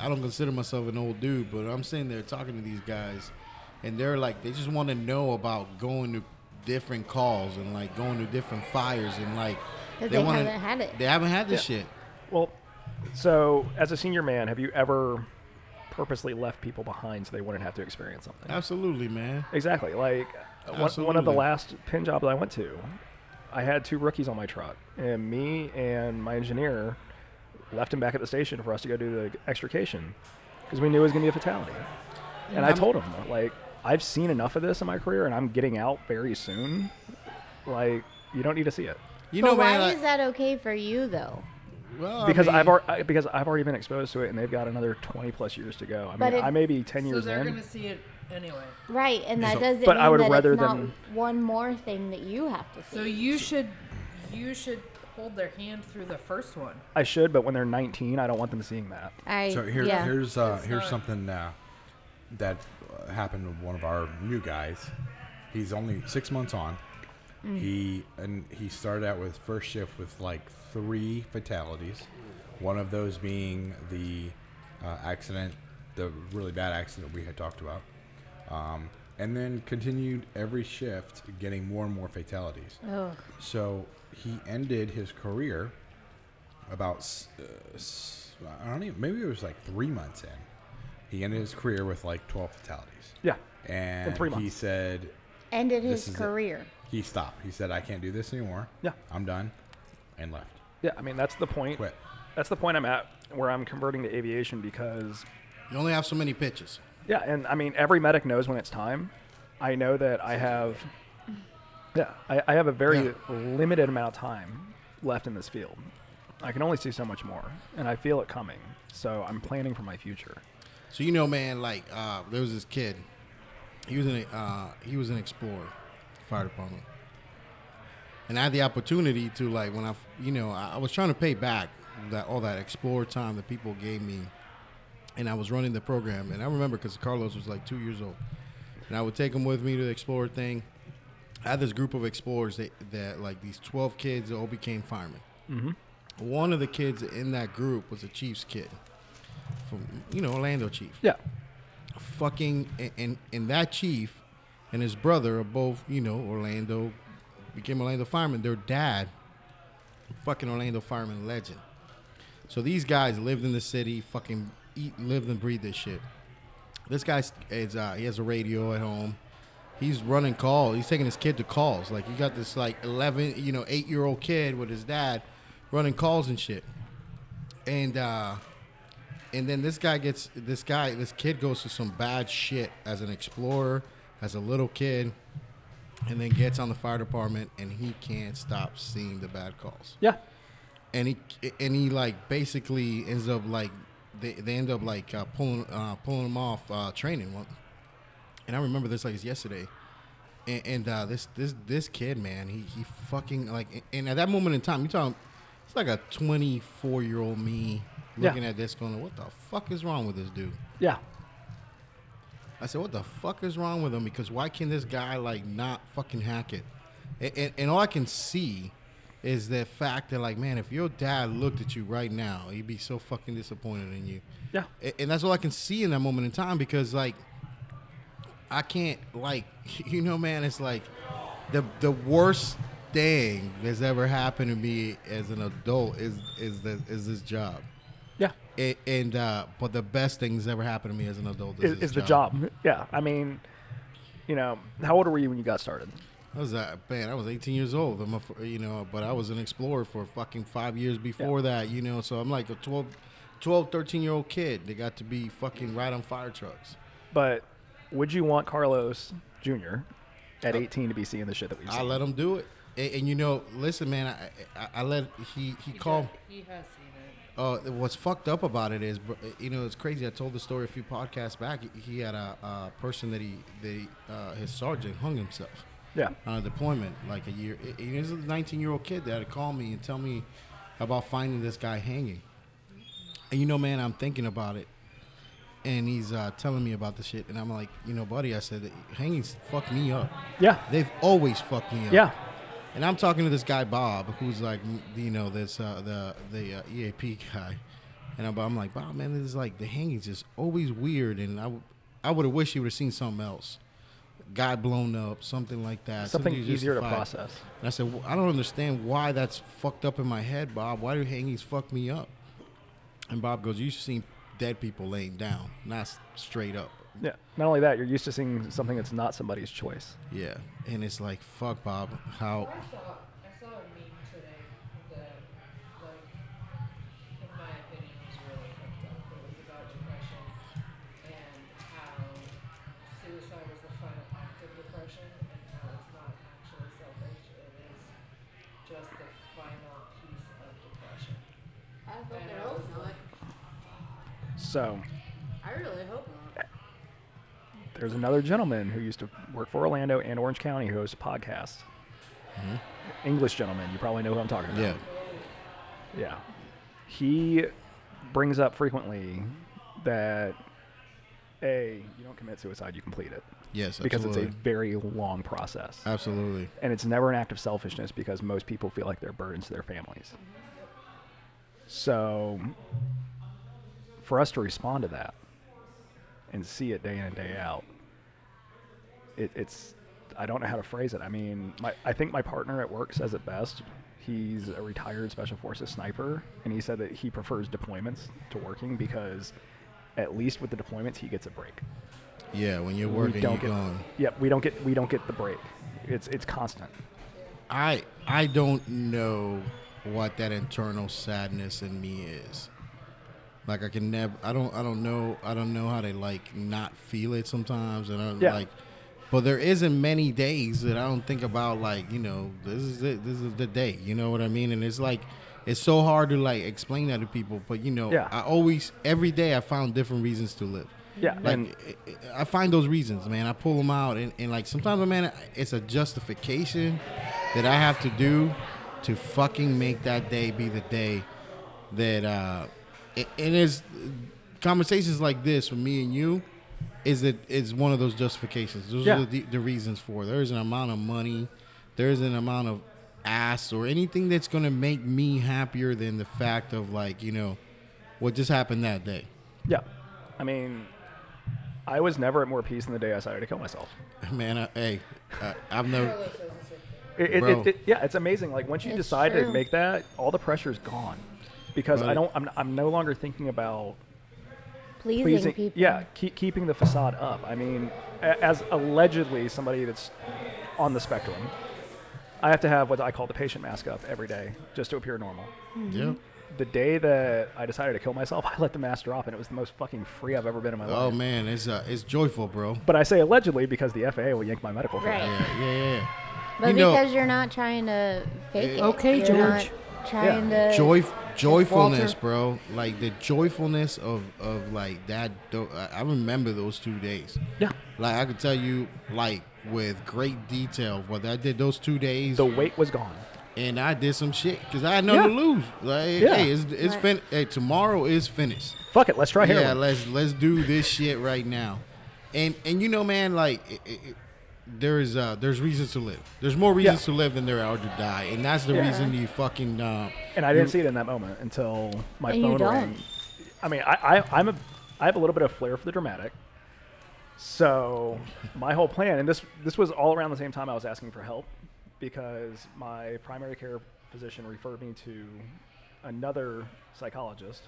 [SPEAKER 10] I don't consider myself an old dude, but I'm sitting there talking to these guys, and they're like, they just want to know about going to different calls and like going to different fires and like
[SPEAKER 6] 'Cause they haven't had it.
[SPEAKER 10] They haven't had this shit.
[SPEAKER 4] Well, so as a senior man, have you ever purposely left people behind so they wouldn't have to experience something?
[SPEAKER 10] Absolutely, man.
[SPEAKER 4] Exactly. Like one, one of the
[SPEAKER 10] Absolutely.
[SPEAKER 4] last pin jobs I went to, I had two rookies on my truck, and me and my engineer left him back at the station for us to go do the extrication because we knew it was going to be a fatality. And I told him like I've seen enough of this in my career, and I'm getting out very soon. Like you don't need to see it
[SPEAKER 10] You
[SPEAKER 6] but
[SPEAKER 10] know,
[SPEAKER 6] why
[SPEAKER 10] man. like-
[SPEAKER 6] is that okay for you though?
[SPEAKER 10] well, I
[SPEAKER 4] because
[SPEAKER 10] mean,
[SPEAKER 4] I've al- I, because I've already been exposed to it, and they've got another 20 plus years to go. I
[SPEAKER 6] But
[SPEAKER 4] mean,
[SPEAKER 6] it-
[SPEAKER 4] I may be 10
[SPEAKER 3] So
[SPEAKER 4] years
[SPEAKER 3] they're
[SPEAKER 4] in.
[SPEAKER 3] gonna see it
[SPEAKER 7] anyway.
[SPEAKER 6] Right, and that
[SPEAKER 4] So-
[SPEAKER 6] doesn't
[SPEAKER 4] But
[SPEAKER 6] mean
[SPEAKER 4] I would
[SPEAKER 6] that
[SPEAKER 4] rather
[SPEAKER 6] it's not
[SPEAKER 4] than-
[SPEAKER 6] one more thing that you have to see.
[SPEAKER 7] So you should, you should hold their hand through the first one.
[SPEAKER 4] I should, but when they're 19, I don't want them seeing that.
[SPEAKER 6] I
[SPEAKER 8] So here,
[SPEAKER 6] yeah.
[SPEAKER 8] here's uh,
[SPEAKER 7] It's
[SPEAKER 8] here's
[SPEAKER 7] not-
[SPEAKER 8] something uh, that uh, happened to one of our new guys. He's only six months on.
[SPEAKER 6] Mm.
[SPEAKER 8] He and he started out with first shift with like three fatalities. One of those being the uh, accident, the really bad accident we had talked about, um, and then continued every shift getting more and more fatalities.
[SPEAKER 6] Ugh.
[SPEAKER 8] So he ended his career about s- uh, s- I don't even maybe it was like three months in. He ended his career with like twelve fatalities,
[SPEAKER 4] Yeah.
[SPEAKER 8] and
[SPEAKER 4] three
[SPEAKER 8] he
[SPEAKER 4] months.
[SPEAKER 8] said
[SPEAKER 6] ended
[SPEAKER 8] this is
[SPEAKER 6] his
[SPEAKER 8] it.
[SPEAKER 6] career.
[SPEAKER 8] he stopped. He said I can't do this anymore.
[SPEAKER 4] Yeah.
[SPEAKER 8] I'm done, and left.
[SPEAKER 4] Yeah, I mean, that's the point.
[SPEAKER 8] Quit.
[SPEAKER 4] That's the point I'm at where I'm converting to aviation because,
[SPEAKER 1] You only have so many pitches.
[SPEAKER 4] yeah, and I mean, every medic knows when it's time. I know that I have, yeah, I, I have a very
[SPEAKER 1] Yeah.
[SPEAKER 4] limited amount of time left in this field. I can only see so much more, and I feel it coming. So I'm planning for my future.
[SPEAKER 1] So you know, man, like uh, there was this kid. He was an uh, he was an explorer, fire department, and I had the opportunity to like when I f- you know I, I was trying to pay back that all that explorer time that people gave me, and I was running the program, and I remember because Carlos was like two years old, and I would take him with me to the explorer thing. I had this group of explorers that, that like these twelve kids that all became firemen. Mm-hmm. One of the kids in that group was a Chiefs kid, from you know Orlando Chief
[SPEAKER 4] Yeah.
[SPEAKER 1] fucking and, and and that chief and his brother are both you know Orlando became Orlando firemen. Their dad, fucking Orlando fireman legend. So these guys lived in the city, fucking eat, lived and breathe this shit. This guy is uh, he has a radio at home. He's running calls. He's taking his kid to calls. Like you got this like eleven, you know, eight year old kid with his dad running calls and shit. And uh, and then this guy gets this guy this kid goes through some bad shit as an explorer as a little kid and then gets on the fire department and he can't stop seeing the bad calls
[SPEAKER 4] Yeah.
[SPEAKER 1] and he and he like basically ends up like they, they end up like uh, pulling uh, pulling him off uh, training one and I remember this like it's yesterday and, and uh, this this this kid man he he fucking like and at that moment in time you talking it's like a 24 year old me
[SPEAKER 4] Yeah.
[SPEAKER 1] looking at this going what the fuck is wrong with this dude
[SPEAKER 4] Yeah.
[SPEAKER 1] I said, "What the fuck is wrong with him? Because why can this guy like not fucking hack it?" And, and, and all I can see is the fact that like, man, if your dad looked at you right now, he'd be so fucking disappointed in you.
[SPEAKER 4] Yeah.
[SPEAKER 1] A- And, that's all I can see in that moment in time because like, I can't like, *laughs* you know, man, it's like the the worst thing that's ever happened to me as an adult is is the, is this job.
[SPEAKER 4] Yeah.
[SPEAKER 1] A- And uh, but the best thing that's ever happened to me as an adult is,
[SPEAKER 4] Is,
[SPEAKER 1] this
[SPEAKER 4] is the job. Yeah. I mean, you know, how old were you when you got started?
[SPEAKER 1] I was uh, man, I was 18 years old. I'm a, f- you know, but I was an explorer for fucking five years before that, you know. So I'm like a 12, 12 13 year old kid that got to be fucking ride on fire trucks.
[SPEAKER 4] But would you want Carlos Jr. at 18 to be seeing the shit that we've
[SPEAKER 1] I
[SPEAKER 4] seen?
[SPEAKER 1] let him do it, and, and you know, listen, man, I I, I let he he called.
[SPEAKER 7] He has seen
[SPEAKER 1] Uh, what's fucked up about it is, br- you know, it's crazy. I told the story a few podcasts back. He had a, a person that he, they, uh, his sergeant hung himself.
[SPEAKER 4] Yeah.
[SPEAKER 1] on a deployment like a year. It, it was a 19 year old kid that had to call me and tell me about finding this guy hanging. And you know, man, I'm thinking about it. And he's uh, telling me about the shit. And I'm like, you know, buddy, I said, hangings fuck me up.
[SPEAKER 4] Yeah.
[SPEAKER 1] They've always fucked me up.
[SPEAKER 4] Yeah.
[SPEAKER 1] And I'm talking to this guy Bob, who's like, m- you know, this uh, the the uh, EAP guy, and I'm, I'm like, Bob, man, this is like the hanging's just always weird, and I, w- I would have wished you would have seen something else, guy blown up, something like that,
[SPEAKER 4] Something
[SPEAKER 1] you
[SPEAKER 4] easier to
[SPEAKER 1] justified.
[SPEAKER 4] process.
[SPEAKER 1] And I said, well, I don't understand why that's fucked up in my head, Bob. Why do hangings fuck me up? And Bob goes, you've seen dead people laying down, not s- straight up.
[SPEAKER 4] Yeah. Not only that, you're used to seeing something that's not somebody's choice.
[SPEAKER 1] Yeah, and it's like, fuck, Bob, how
[SPEAKER 7] it. I saw, I saw a meme today that, like, in my opinion, was really fucked up. It was about depression and how suicide was the final act of depression and how it's not actually selfish. It is just the final piece of depression. And I was like,
[SPEAKER 4] So
[SPEAKER 6] I really hope not.
[SPEAKER 4] There's another gentleman who used to work for Orlando and Orange County who hosts a podcast. English gentleman. You probably know who I'm talking about.
[SPEAKER 1] Yeah.
[SPEAKER 4] Yeah. He brings up frequently that A, you don't commit suicide, you complete it.
[SPEAKER 1] Yes,
[SPEAKER 4] Because it's a
[SPEAKER 1] absolutely.
[SPEAKER 4] very long process.
[SPEAKER 1] Absolutely.
[SPEAKER 4] And it's never an act of selfishness because most people feel like they're burdens to their families. So for us to respond to that and see it day in and day out, it, it's I don't know how to phrase it. I mean, my, I think my partner at work says it best. He's a retired special forces sniper, and he said that he prefers deployments to working because at least with the deployments he gets a break.
[SPEAKER 1] Yeah, when you're working, uh,
[SPEAKER 4] we
[SPEAKER 1] you're
[SPEAKER 4] don't get
[SPEAKER 1] gone.
[SPEAKER 4] Yep, we don't get we don't get the break. It's it's constant.
[SPEAKER 1] I I don't know what that internal sadness in me is. Like I can never I don't I don't know I don't know how to like not feel it sometimes and I'm
[SPEAKER 4] Yeah.
[SPEAKER 1] like but there isn't many days that I don't think about like, you know, this is it, this is the day, you know what I mean? And it's like it's so hard to like explain that to people, but you know,
[SPEAKER 4] Yeah.
[SPEAKER 1] I always every day I found different reasons to live.
[SPEAKER 4] Yeah,
[SPEAKER 1] Like
[SPEAKER 4] and
[SPEAKER 1] I- I find those reasons, man. I pull them out, and, and like sometimes, man, it's a justification that I have to do to fucking make that day be the day that. uh a- And it's conversations like this with me and you is that is one of those justifications. Those
[SPEAKER 4] Yeah.
[SPEAKER 1] are the, the reasons for. it. There is an amount of money. There is an amount of ass or anything that's gonna make me happier than the fact of like you know what just happened that day.
[SPEAKER 4] yeah, I mean, I was never at more peace than the day I decided to kill myself.
[SPEAKER 1] Man, I, hey, I, I've never.
[SPEAKER 4] It, it,
[SPEAKER 1] Bro.
[SPEAKER 4] it, it, yeah, it's amazing. Like once you
[SPEAKER 6] It's
[SPEAKER 4] decide to
[SPEAKER 6] true.
[SPEAKER 4] make that, all the pressure is gone because I
[SPEAKER 1] Right.
[SPEAKER 4] don't. I'm, I'm no longer thinking about
[SPEAKER 6] Pleasing,
[SPEAKER 4] pleasing.
[SPEAKER 6] people.
[SPEAKER 4] Yeah, keep, keeping the facade up. I mean, a- as allegedly somebody that's on the spectrum, I have to have what I call the patient mask up every day just to appear normal.
[SPEAKER 1] Yeah.
[SPEAKER 4] The day that I decided to kill myself, *laughs* I let the mask drop, and it was the most fucking free I've ever been in my
[SPEAKER 1] Oh
[SPEAKER 4] life.
[SPEAKER 1] man, it's uh, it's joyful, bro.
[SPEAKER 4] But I say allegedly because the FAA will yank my medical. for that.
[SPEAKER 6] Right.
[SPEAKER 1] Yeah, yeah, yeah.
[SPEAKER 6] But
[SPEAKER 1] You know-
[SPEAKER 6] because you're not trying to fake it.
[SPEAKER 7] Okay,
[SPEAKER 6] you're
[SPEAKER 7] George.
[SPEAKER 6] Not trying to.
[SPEAKER 1] Joy, joyfulness,
[SPEAKER 6] Walter.
[SPEAKER 1] bro. Like the joyfulness of of like that. tho- I I remember those two days.
[SPEAKER 4] Yeah.
[SPEAKER 1] Like I could tell you, like with great detail, what I did those two days,
[SPEAKER 4] The weight was gone.
[SPEAKER 1] and I did some shit because I had nothing
[SPEAKER 4] Yeah.
[SPEAKER 1] to lose. Like,
[SPEAKER 4] Yeah.
[SPEAKER 1] hey, it's, it's fin- hey, tomorrow is finished.
[SPEAKER 4] Fuck it, let's try heroin.
[SPEAKER 1] Yeah, let's let's do this shit right now. And and you know, man, like it, it, it- there is uh there's reasons to live. There's more reasons
[SPEAKER 4] Yeah.
[SPEAKER 1] to live than there are to die, and that's the reason you fucking. Uh,
[SPEAKER 4] And I didn't see it in that moment until my
[SPEAKER 6] And you
[SPEAKER 4] phone
[SPEAKER 6] don't.
[SPEAKER 4] rang. I mean, I, I, I'm a, I have a little bit of flair for the dramatic. So my whole plan, and this this was all around the same time I was asking for help, because my primary care physician referred me to another psychologist,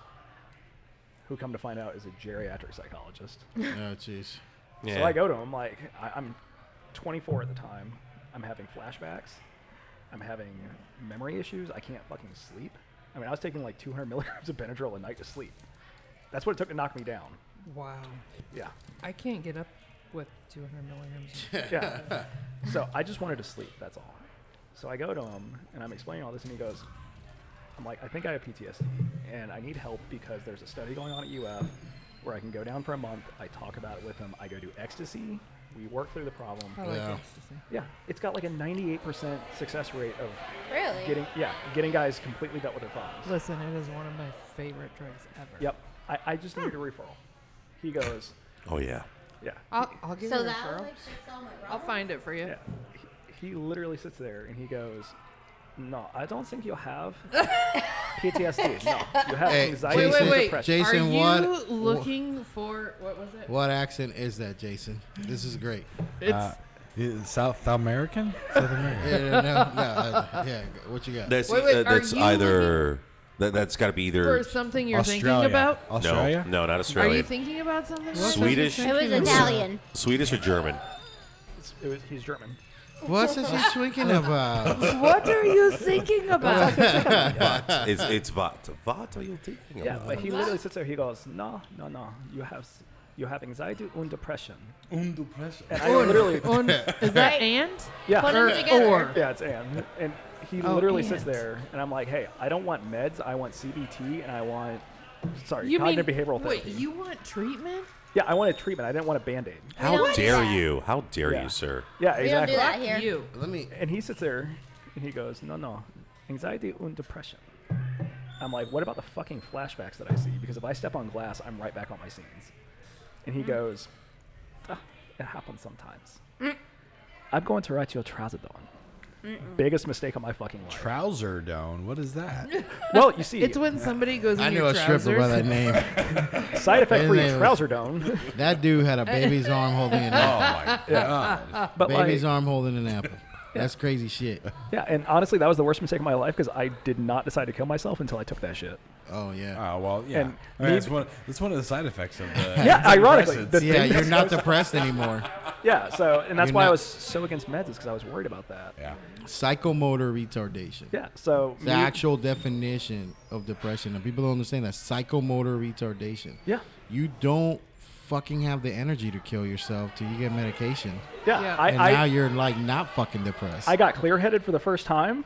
[SPEAKER 4] who come to find out is a geriatric psychologist.
[SPEAKER 1] oh jeez.
[SPEAKER 5] Yeah.
[SPEAKER 4] So I go to him like I, I'm 24 at the time. I'm having flashbacks. I'm having memory issues. I can't fucking sleep. I mean, I was taking like 200 *laughs* milligrams of Benadryl a night to sleep. That's what it took to knock me down.
[SPEAKER 7] Wow.
[SPEAKER 4] Yeah,
[SPEAKER 7] I can't get up with 200 milligrams.
[SPEAKER 4] *laughs* yeah. so I just wanted to sleep. That's all. So I go to him and I'm explaining all this, and he goes, "I'm like, I think I have PTSD, and I need help because there's a study going on at UF where I can go down for a month. I talk about it with him. I go do ecstasy. We work through the problem.
[SPEAKER 7] I like
[SPEAKER 1] Yeah.
[SPEAKER 7] ecstasy.
[SPEAKER 4] Yeah, it's got like a 98% success rate of
[SPEAKER 6] Really?
[SPEAKER 4] getting yeah getting guys completely dealt with their problems.
[SPEAKER 7] Listen, it is one of my favorite drugs ever.
[SPEAKER 4] Yep, I, I just need a referral. He goes,
[SPEAKER 5] Oh yeah.
[SPEAKER 4] yeah,
[SPEAKER 7] I'll, I'll give
[SPEAKER 6] So
[SPEAKER 7] you a
[SPEAKER 6] that was
[SPEAKER 7] referral.
[SPEAKER 6] like fits all my
[SPEAKER 7] I'll
[SPEAKER 6] problems.
[SPEAKER 7] find it for you.
[SPEAKER 4] yeah. He, he literally sits there and he goes, no, I don't think
[SPEAKER 1] *laughs*
[SPEAKER 4] you'll have PTSD. No, you have
[SPEAKER 1] Hey,
[SPEAKER 4] anxiety
[SPEAKER 7] Wait,
[SPEAKER 1] Jason-
[SPEAKER 7] wait,
[SPEAKER 4] and
[SPEAKER 7] wait.
[SPEAKER 4] depression.
[SPEAKER 1] Jason,
[SPEAKER 7] Are you
[SPEAKER 1] what-
[SPEAKER 7] looking for what was it?
[SPEAKER 1] What accent is that, Jason? This is
[SPEAKER 10] *laughs*
[SPEAKER 1] great.
[SPEAKER 7] It's
[SPEAKER 8] Uh, is- South American? South American.
[SPEAKER 1] Yeah, no, no, uh, yeah. What you got?
[SPEAKER 5] That's
[SPEAKER 7] Wait, wait,
[SPEAKER 5] uh,
[SPEAKER 7] are
[SPEAKER 5] that's
[SPEAKER 7] you
[SPEAKER 5] either that that's got to be
[SPEAKER 7] for
[SPEAKER 5] either
[SPEAKER 7] something you're
[SPEAKER 8] Australia.
[SPEAKER 7] thinking about.
[SPEAKER 5] no,
[SPEAKER 8] Australia?
[SPEAKER 5] no, not
[SPEAKER 7] Are you
[SPEAKER 5] Australia.
[SPEAKER 7] thinking about something?
[SPEAKER 5] Swedish,
[SPEAKER 6] It was Italian.
[SPEAKER 5] Swedish or German?
[SPEAKER 4] It's- it was- he's German.
[SPEAKER 1] What's is he
[SPEAKER 10] *laughs*
[SPEAKER 1] tweaking about?
[SPEAKER 7] What are you
[SPEAKER 9] *laughs*
[SPEAKER 7] thinking about?
[SPEAKER 5] It's it's Vat. Vat are you thinking
[SPEAKER 4] Yeah,
[SPEAKER 5] about?
[SPEAKER 4] but he literally sits there. He goes, no, no, no, you have s- you have anxiety and depression. And I literally
[SPEAKER 7] On- is that and?
[SPEAKER 4] *laughs* yeah.
[SPEAKER 6] Put 'em together.
[SPEAKER 4] Yeah, it's Ann. And he
[SPEAKER 7] Oh,
[SPEAKER 4] literally sits
[SPEAKER 7] Ann.
[SPEAKER 4] there, and I'm like, hey, I don't want meds. I want CBT, and I want Sorry,
[SPEAKER 9] You mean
[SPEAKER 4] cognitive behavioral
[SPEAKER 9] wait?
[SPEAKER 4] therapy.
[SPEAKER 9] You want treatment?
[SPEAKER 4] yeah, I wanted treatment. I didn't want a band aid.
[SPEAKER 6] We
[SPEAKER 5] How
[SPEAKER 6] don't do
[SPEAKER 5] dare
[SPEAKER 6] that.
[SPEAKER 5] you? How dare
[SPEAKER 4] Yeah.
[SPEAKER 5] you, sir?
[SPEAKER 4] Yeah,
[SPEAKER 6] We don't do
[SPEAKER 4] exactly.
[SPEAKER 6] that here.
[SPEAKER 9] You.
[SPEAKER 10] Let me.
[SPEAKER 4] And he sits there and he goes, No, no, anxiety and depression. I'm like, What about the fucking flashbacks that I see? Because if I step on glass, I'm right back on my scenes. And he
[SPEAKER 9] Mm.
[SPEAKER 4] goes, "Ah, It happens sometimes.
[SPEAKER 9] Mm.
[SPEAKER 4] I'm going to write you a trazodone. Biggest mistake of my fucking life.
[SPEAKER 8] Trouser down. What is *laughs* that?
[SPEAKER 4] well, you see,
[SPEAKER 9] It's when somebody goes in
[SPEAKER 10] I knew
[SPEAKER 9] your
[SPEAKER 10] a stripper by
[SPEAKER 9] trousers.
[SPEAKER 10] that name.
[SPEAKER 4] side effect for your
[SPEAKER 10] His name was-
[SPEAKER 4] trazodone.
[SPEAKER 10] That dude had a baby's arm holding an apple.
[SPEAKER 8] Oh, my god.
[SPEAKER 4] *laughs* but like,
[SPEAKER 10] Baby's arm holding an *laughs* apple. That's crazy shit.
[SPEAKER 4] yeah, and honestly, that was the worst mistake of my life because I did not decide to kill myself until I took that shit.
[SPEAKER 10] Oh yeah.
[SPEAKER 8] Oh well, yeah.
[SPEAKER 4] And
[SPEAKER 8] I mean, that's
[SPEAKER 4] maybe-
[SPEAKER 8] one. That's one of the side effects of the.
[SPEAKER 4] Yeah, ironically,
[SPEAKER 8] antidepressants.
[SPEAKER 4] the
[SPEAKER 10] yeah,
[SPEAKER 4] thing
[SPEAKER 10] you're
[SPEAKER 4] that's
[SPEAKER 10] not depressed anymore.
[SPEAKER 4] *laughs* Yeah, so and that's
[SPEAKER 10] You're
[SPEAKER 4] why I
[SPEAKER 10] not-
[SPEAKER 4] was so against meds is because I was worried about that.
[SPEAKER 8] yeah.
[SPEAKER 10] Psychomotor retardation.
[SPEAKER 4] Yeah, so
[SPEAKER 10] The actual definition of depression, and people don't understand that psychomotor retardation.
[SPEAKER 4] yeah,
[SPEAKER 10] You don't fucking have the energy to kill yourself till you get medication,
[SPEAKER 4] yeah,
[SPEAKER 9] Yeah.
[SPEAKER 4] I
[SPEAKER 10] and
[SPEAKER 4] I,
[SPEAKER 10] now you're like not fucking depressed.
[SPEAKER 4] I got clear headed for the first time,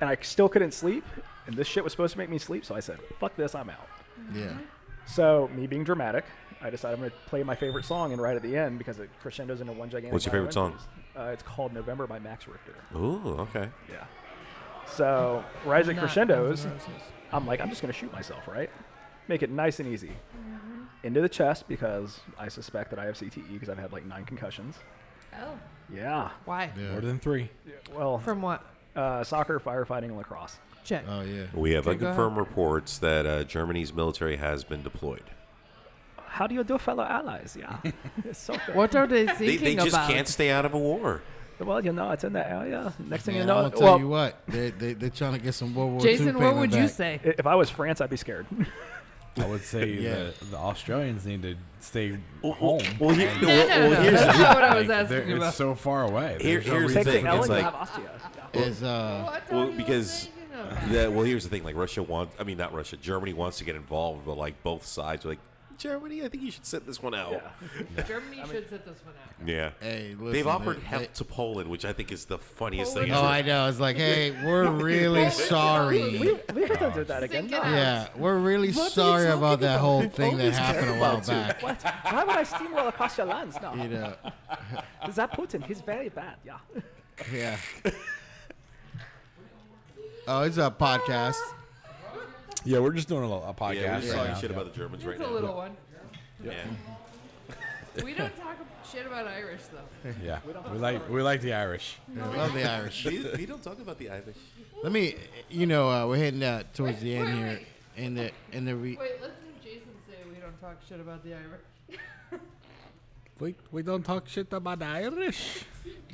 [SPEAKER 4] and I still couldn't sleep, and this shit was supposed to make me sleep, so I said, "Fuck this, I'm out."
[SPEAKER 10] yeah.
[SPEAKER 4] So me being dramatic, I decided I'm going to play my favorite song and right at the end because it crescendos into one gigantic.
[SPEAKER 5] What's your favorite
[SPEAKER 4] violin
[SPEAKER 5] song?
[SPEAKER 4] piece. Uh, it's called November by Max Richter.
[SPEAKER 5] Ooh, okay.
[SPEAKER 4] Yeah. So right as it
[SPEAKER 9] Not Guns
[SPEAKER 4] crescendos,
[SPEAKER 9] N' Roses.
[SPEAKER 4] I'm like, I'm just gonna shoot myself, right? Make it nice and easy.
[SPEAKER 9] Mm-hmm.
[SPEAKER 4] Into the chest because I suspect that I have CTE because I've had like nine concussions.
[SPEAKER 6] Oh.
[SPEAKER 4] Yeah.
[SPEAKER 9] Why?
[SPEAKER 8] More than three.
[SPEAKER 4] Well,
[SPEAKER 9] From what?
[SPEAKER 4] uh, soccer, firefighting, and lacrosse.
[SPEAKER 9] Check.
[SPEAKER 10] Oh yeah.
[SPEAKER 5] We have
[SPEAKER 9] Okay, go
[SPEAKER 5] unconfirmed reports that uh, Germany's military has been deployed.
[SPEAKER 4] How do you do, fellow allies? Yeah. it's so good.
[SPEAKER 9] What are they
[SPEAKER 5] They,
[SPEAKER 9] thinking
[SPEAKER 5] they just
[SPEAKER 9] about?
[SPEAKER 5] can't stay out of a war.
[SPEAKER 4] Well, you know, it's in that area. Next thing
[SPEAKER 10] Man,
[SPEAKER 4] you
[SPEAKER 10] I'm
[SPEAKER 4] know,
[SPEAKER 10] gonna tell
[SPEAKER 4] well,
[SPEAKER 10] you what, they they they're trying to get some World War II
[SPEAKER 9] Jason, what
[SPEAKER 10] payment
[SPEAKER 9] would you
[SPEAKER 10] back.
[SPEAKER 9] say?
[SPEAKER 4] i- if I was France, I'd be scared.
[SPEAKER 8] I would say
[SPEAKER 10] Yeah.
[SPEAKER 8] the, the Australians need to stay home.
[SPEAKER 5] Well, here-
[SPEAKER 8] And,
[SPEAKER 5] no, well, well, here's
[SPEAKER 9] That's not what I was
[SPEAKER 8] like, they're-
[SPEAKER 9] asking
[SPEAKER 8] it's
[SPEAKER 9] about.
[SPEAKER 8] so far away.
[SPEAKER 5] Here-
[SPEAKER 8] There's
[SPEAKER 4] *laughs*
[SPEAKER 8] no
[SPEAKER 5] here's the
[SPEAKER 4] Take
[SPEAKER 8] reason for
[SPEAKER 5] thing,
[SPEAKER 4] the
[SPEAKER 8] them
[SPEAKER 4] L
[SPEAKER 5] it's
[SPEAKER 4] and
[SPEAKER 8] to-
[SPEAKER 4] you
[SPEAKER 5] like-
[SPEAKER 4] have osteo.
[SPEAKER 10] Is uh,
[SPEAKER 9] What
[SPEAKER 5] well,
[SPEAKER 9] are you
[SPEAKER 5] because
[SPEAKER 9] thinking about?
[SPEAKER 5] the, well, here's the thing: like Russia wants, I mean, not Russia, Germany wants to get involved, but like both sides are like, Germany, I think you should sit this one out.
[SPEAKER 4] Yeah.
[SPEAKER 9] Germany should set this one out.
[SPEAKER 5] Yeah.
[SPEAKER 10] hey, listen,
[SPEAKER 5] They've offered
[SPEAKER 10] they-
[SPEAKER 5] help
[SPEAKER 10] they-
[SPEAKER 5] to Poland, which I think is the funniest thing
[SPEAKER 10] Oh,
[SPEAKER 5] ever.
[SPEAKER 10] I know. It's like, hey, we're really
[SPEAKER 4] We,
[SPEAKER 10] sorry.
[SPEAKER 4] we haven't done that again.
[SPEAKER 9] Sink it
[SPEAKER 4] No.
[SPEAKER 9] out.
[SPEAKER 10] Yeah, we're really sorry about that whole thing that happened a while back.
[SPEAKER 4] What? Why would I steamroll across your lands? No.
[SPEAKER 10] You know,
[SPEAKER 4] Is that Putin? He's very bad. Yeah.
[SPEAKER 10] yeah. Oh, it's a podcast.
[SPEAKER 8] Yeah, we're just doing a, little- a podcast.
[SPEAKER 5] Yeah, we're just
[SPEAKER 8] right
[SPEAKER 5] talking
[SPEAKER 8] now.
[SPEAKER 5] shit about the Germans right
[SPEAKER 9] It's a
[SPEAKER 5] now.
[SPEAKER 9] little one.
[SPEAKER 5] Yeah.
[SPEAKER 9] We don't talk shit about Irish though.
[SPEAKER 8] Yeah, we like we like the Irish.
[SPEAKER 10] I love the Irish.
[SPEAKER 5] we, we don't talk about the Irish.
[SPEAKER 10] Let me, you know, uh, we're heading uh, towards the end here, and the and the re-
[SPEAKER 9] Wait, let's have Jason say we don't talk shit about the Irish.
[SPEAKER 8] We, we don't talk shit about the Irish.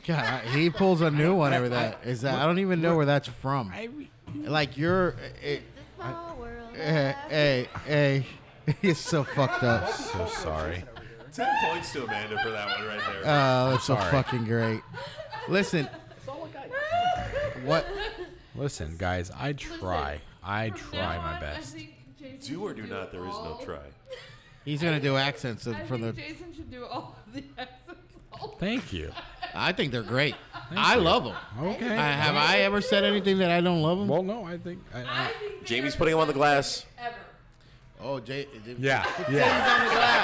[SPEAKER 10] God, I- he pulls a new one over that. Is that I don't even know where that's from. Like you're, eh,
[SPEAKER 6] Small world.
[SPEAKER 10] eh, hey, *laughs* hey, it's so fucked up.
[SPEAKER 8] So sorry.
[SPEAKER 5] Ten points to Amanda for that one right there.
[SPEAKER 10] Oh, that's so
[SPEAKER 8] Sorry.
[SPEAKER 10] fucking great. Listen,
[SPEAKER 9] Oh
[SPEAKER 10] what?
[SPEAKER 8] Listen, guys, I try. I
[SPEAKER 9] From
[SPEAKER 8] try
[SPEAKER 9] now on,
[SPEAKER 8] my
[SPEAKER 9] I
[SPEAKER 8] best.
[SPEAKER 9] think Jason
[SPEAKER 5] do or
[SPEAKER 9] should
[SPEAKER 5] do not, there is no
[SPEAKER 9] all-
[SPEAKER 5] try.
[SPEAKER 10] He's gonna do accents
[SPEAKER 9] I
[SPEAKER 10] for
[SPEAKER 9] think
[SPEAKER 10] the.
[SPEAKER 9] Jason should do all of the *laughs* accents. all-
[SPEAKER 8] Thank you.
[SPEAKER 10] I think they're great. I
[SPEAKER 8] you.
[SPEAKER 10] love them.
[SPEAKER 8] Okay.
[SPEAKER 10] I, have I ever said anything that I don't love them?
[SPEAKER 8] well, no, I think. I, I,
[SPEAKER 9] I think they
[SPEAKER 5] Jamie's
[SPEAKER 9] are
[SPEAKER 5] putting him on the
[SPEAKER 9] best
[SPEAKER 5] glass.
[SPEAKER 9] Ever.
[SPEAKER 10] Oh, Jay.
[SPEAKER 8] yeah, yeah.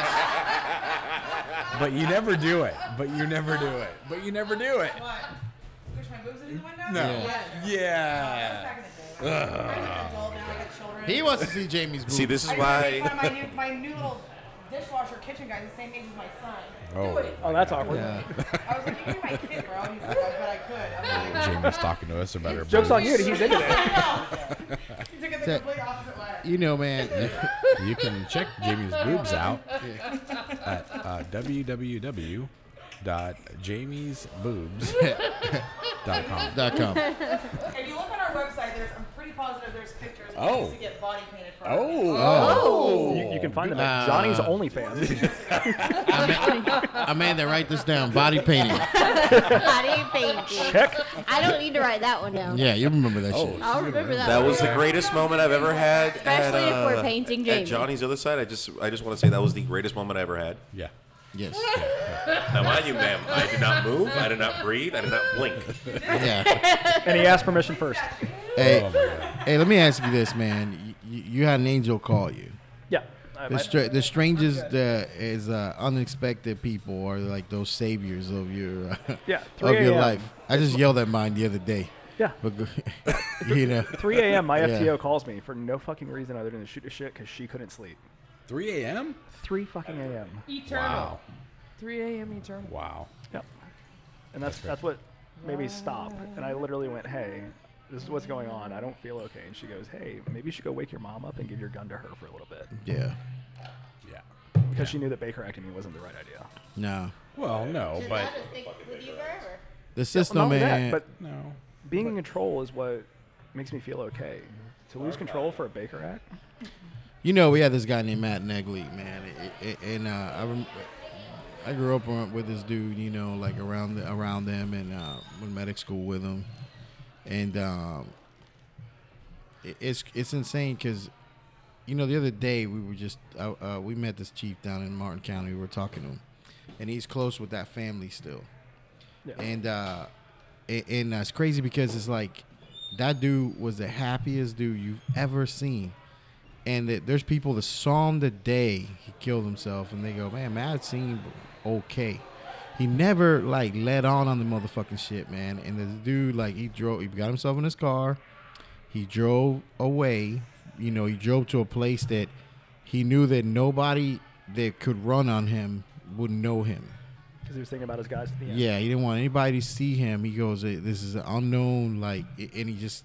[SPEAKER 8] But you never do it. But you never do it. But you never do it.
[SPEAKER 7] What? Push my boobs into the window?
[SPEAKER 8] No.
[SPEAKER 9] Yeah.
[SPEAKER 8] Yeah.
[SPEAKER 7] Back in the day. I'm an adult now. I got children.
[SPEAKER 10] He wants to see Jamie's boobs.
[SPEAKER 5] See, this is
[SPEAKER 7] I just made
[SPEAKER 5] why.
[SPEAKER 7] fun of my new, my new little dishwasher kitchen guy, the same age as my son.
[SPEAKER 8] Oh,
[SPEAKER 4] Oh, that's awkward.
[SPEAKER 7] I was like, you can be my kid, bro. And he's like, I bet I could. I'm like,
[SPEAKER 8] Jamie's talking to us about her.
[SPEAKER 4] Joke's on
[SPEAKER 8] boobs.
[SPEAKER 4] you. He's into that.
[SPEAKER 7] *laughs* he took it the
[SPEAKER 10] Ta-
[SPEAKER 7] complete opposite way.
[SPEAKER 10] You know, man.
[SPEAKER 8] You can check Jamie's boobs out at uh, www.jamiesboobs.com.
[SPEAKER 7] *laughs*
[SPEAKER 10] dot com.
[SPEAKER 7] If you look on our website, there's, I'm pretty positive there's pictures. We
[SPEAKER 8] Oh.
[SPEAKER 7] used to get body painted for our kids.
[SPEAKER 8] Oh.
[SPEAKER 4] You, you can find them at Johnny's OnlyFans.
[SPEAKER 10] Amanda, write this down. Body painting.
[SPEAKER 6] Body painting.
[SPEAKER 4] Check.
[SPEAKER 6] I don't need to write that one down.
[SPEAKER 10] Yeah, you remember
[SPEAKER 8] Oh.
[SPEAKER 10] that shit.
[SPEAKER 6] I'll remember that.
[SPEAKER 5] That
[SPEAKER 6] one.
[SPEAKER 5] was the greatest moment I've ever had. at,
[SPEAKER 6] Especially if we're
[SPEAKER 5] uh,
[SPEAKER 6] painting
[SPEAKER 5] At
[SPEAKER 6] Jamie.
[SPEAKER 5] Johnny's other side, I just, I just want to say that was the greatest moment I ever had.
[SPEAKER 8] Yeah.
[SPEAKER 10] Yes.
[SPEAKER 5] Now, mind you, ma'am, I did not move, I did not breathe, I did not blink.
[SPEAKER 10] Yeah.
[SPEAKER 4] *laughs* and he asked permission first.
[SPEAKER 8] Oh,
[SPEAKER 10] Hey, hey, let me ask you this, man. You, you had an angel call you.
[SPEAKER 4] I,
[SPEAKER 10] The,
[SPEAKER 4] I-
[SPEAKER 10] stra- the strangest uh, is uh, unexpected people are like those saviors of your uh,
[SPEAKER 4] Yeah, 3
[SPEAKER 10] of your
[SPEAKER 4] a.m..
[SPEAKER 10] life. I just yelled at mine the other day.
[SPEAKER 4] Yeah.
[SPEAKER 10] But *laughs* go- you know,
[SPEAKER 4] 3 a.m. My
[SPEAKER 10] Yeah.
[SPEAKER 4] FTO calls me for no fucking reason other than to shoot a shit because she couldn't sleep.
[SPEAKER 8] 3 a.m.
[SPEAKER 4] 3 fucking a.m.
[SPEAKER 7] Eternal.
[SPEAKER 8] Wow.
[SPEAKER 9] 3 a.m. eternal.
[SPEAKER 8] Wow.
[SPEAKER 4] Yep. And that's that's what made me stop. And I literally went, "Hey, this is what's going on. I don't feel okay." And she goes, "Hey, maybe you should go wake your mom up and give your gun to her for a little bit,"
[SPEAKER 10] yeah.
[SPEAKER 8] Yeah.
[SPEAKER 4] because she knew that Bakerectomy wasn't the right idea.
[SPEAKER 10] No,
[SPEAKER 8] Well, no, but
[SPEAKER 10] the
[SPEAKER 4] Not
[SPEAKER 10] system
[SPEAKER 4] only that,
[SPEAKER 10] ain't.
[SPEAKER 4] but
[SPEAKER 8] no.
[SPEAKER 4] being in control is what makes me feel okay. To lose control for a Baker Act,
[SPEAKER 10] You know, we had this guy named Matt Negley, man, i- i- and uh, I rem- I grew up on- with this dude, you know, like around the, around them, and uh, went to medic school with him, and um, i- it's it's insane because, you know, the other day we were just uh, uh, we met this chief down in Martin County. We were talking to him, and he's close with that family still,
[SPEAKER 4] Yeah.
[SPEAKER 10] and uh, a- and uh, it's crazy because it's like that dude was the happiest dude you've ever seen and that there's people that saw him the day he killed himself, and they go, "Man, Matt seemed okay. He never like let on on the motherfucking shit, man." And the dude, like, he drove, he got himself in his car, he drove away. You know, he drove to a place that he knew that nobody that could run on him would know him.
[SPEAKER 4] because he was thinking about his guys at the end.
[SPEAKER 10] Yeah, he didn't want anybody to see him. He goes, "Eh, "This is an unknown," like, a- and he just,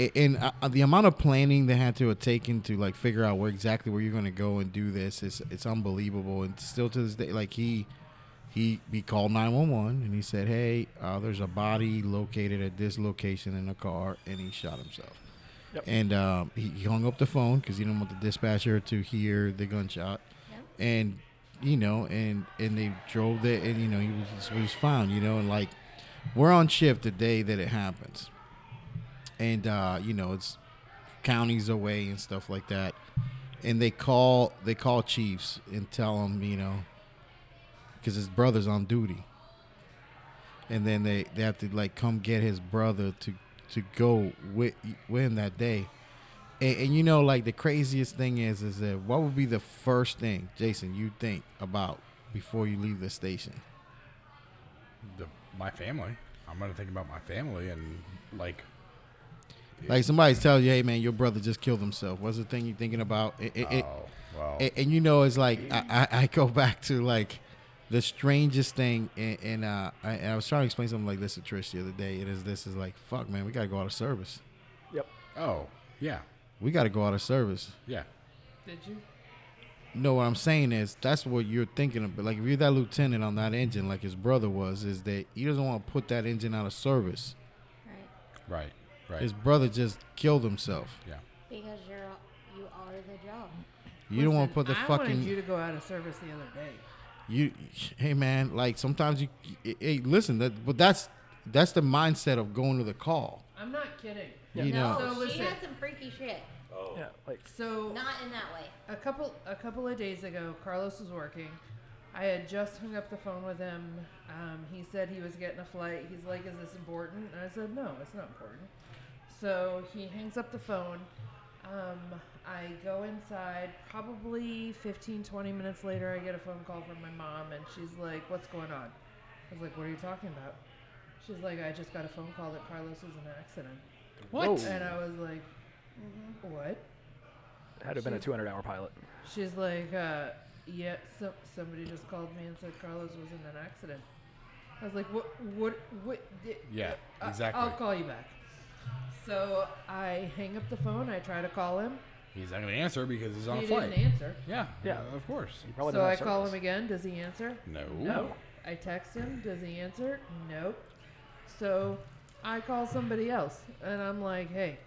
[SPEAKER 10] a- and uh, the amount of planning they had to have taken to like figure out where exactly where you're going to go and do this is it's unbelievable. And still to this day, like he, he he called 911 and he said, "Hey, uh, there's a body located at this location in a car," and he shot himself.
[SPEAKER 4] Yep.
[SPEAKER 10] And um, he, he hung up the phone because he didn't want the dispatcher to hear the gunshot. And you know, and and they drove there, and you know, he was he was found. You know, and like we're on shift the day that it happens, and uh, you know, it's counties away and stuff like that. And they call they call chiefs and tell them, you know, because his brother's on duty. And then they, they have to like come get his brother to to go with with him that day. And, and you know, like the craziest thing is, is that what would be the first thing, Jason, you think about before you leave the station?
[SPEAKER 8] The, my family. I'm gonna think about my family and like
[SPEAKER 10] Like somebody tells you, hey man, your brother just killed himself. What's the thing you're thinking about? It- it- it-
[SPEAKER 8] oh well.
[SPEAKER 10] and, and you know, it's like I, I, I go *laughs* back to like the strangest thing, and, and uh, I, and I was trying to explain something like this to Trish the other day. It is this is like fuck, man, we gotta go out of service.
[SPEAKER 4] Yep.
[SPEAKER 8] oh yeah,
[SPEAKER 10] We gotta go out of service.
[SPEAKER 8] yeah.
[SPEAKER 9] Did you?
[SPEAKER 10] No, what I'm saying is that's what you're thinking about. Like if you're that lieutenant on that engine, like his brother was, is that he doesn't want to put that engine out of service.
[SPEAKER 8] Right. Right.
[SPEAKER 10] His brother just killed himself.
[SPEAKER 8] yeah.
[SPEAKER 6] Because you're you are the job.
[SPEAKER 10] You don't want to put the
[SPEAKER 7] I
[SPEAKER 10] fucking
[SPEAKER 7] wanted you to go out of service the other day.
[SPEAKER 10] you hey man like sometimes you hey listen that but that's that's the mindset of going to the call
[SPEAKER 7] I'm not kidding.
[SPEAKER 10] you know
[SPEAKER 7] So
[SPEAKER 6] she
[SPEAKER 7] listen.
[SPEAKER 6] had some freaky shit.
[SPEAKER 7] Oh.
[SPEAKER 4] Yeah. Like
[SPEAKER 7] So
[SPEAKER 6] Not in that way.
[SPEAKER 7] a couple a couple of days ago, Carlos was working. I had just hung up the phone with him. Um, he said he was getting a flight. He's like, "Is this important?" And I said, "No, it's not important." So he hangs up the phone. Um, I go inside. Probably 15, 20 minutes later, I get a phone call from my mom, and she's like, "What's going on?" I was like, "What are you talking about?" She's like, "I just got a phone call that Carlos was in an accident." What? And I was like, "Mm-hmm." "What?"
[SPEAKER 4] had to have been a 200 hour pilot.
[SPEAKER 7] She's like, uh, yeah, so, somebody just called me and said Carlos was in an accident. I was like, what, what, what? Di-
[SPEAKER 8] Yeah,
[SPEAKER 7] I-
[SPEAKER 8] exactly.
[SPEAKER 7] I'll call you back. So I hang up the phone. I try to call him.
[SPEAKER 8] He's not gonna answer because he's on
[SPEAKER 7] he
[SPEAKER 8] a flight.
[SPEAKER 7] didn't answer.
[SPEAKER 8] Yeah.
[SPEAKER 4] Yeah.
[SPEAKER 8] Of course.
[SPEAKER 4] He probably
[SPEAKER 7] so
[SPEAKER 4] doesn't
[SPEAKER 7] I
[SPEAKER 4] have
[SPEAKER 7] call
[SPEAKER 4] service.
[SPEAKER 7] him again. Does he answer?
[SPEAKER 8] No.
[SPEAKER 7] No. I text him. Does he answer? Nope. So I call somebody else and I'm like, hey,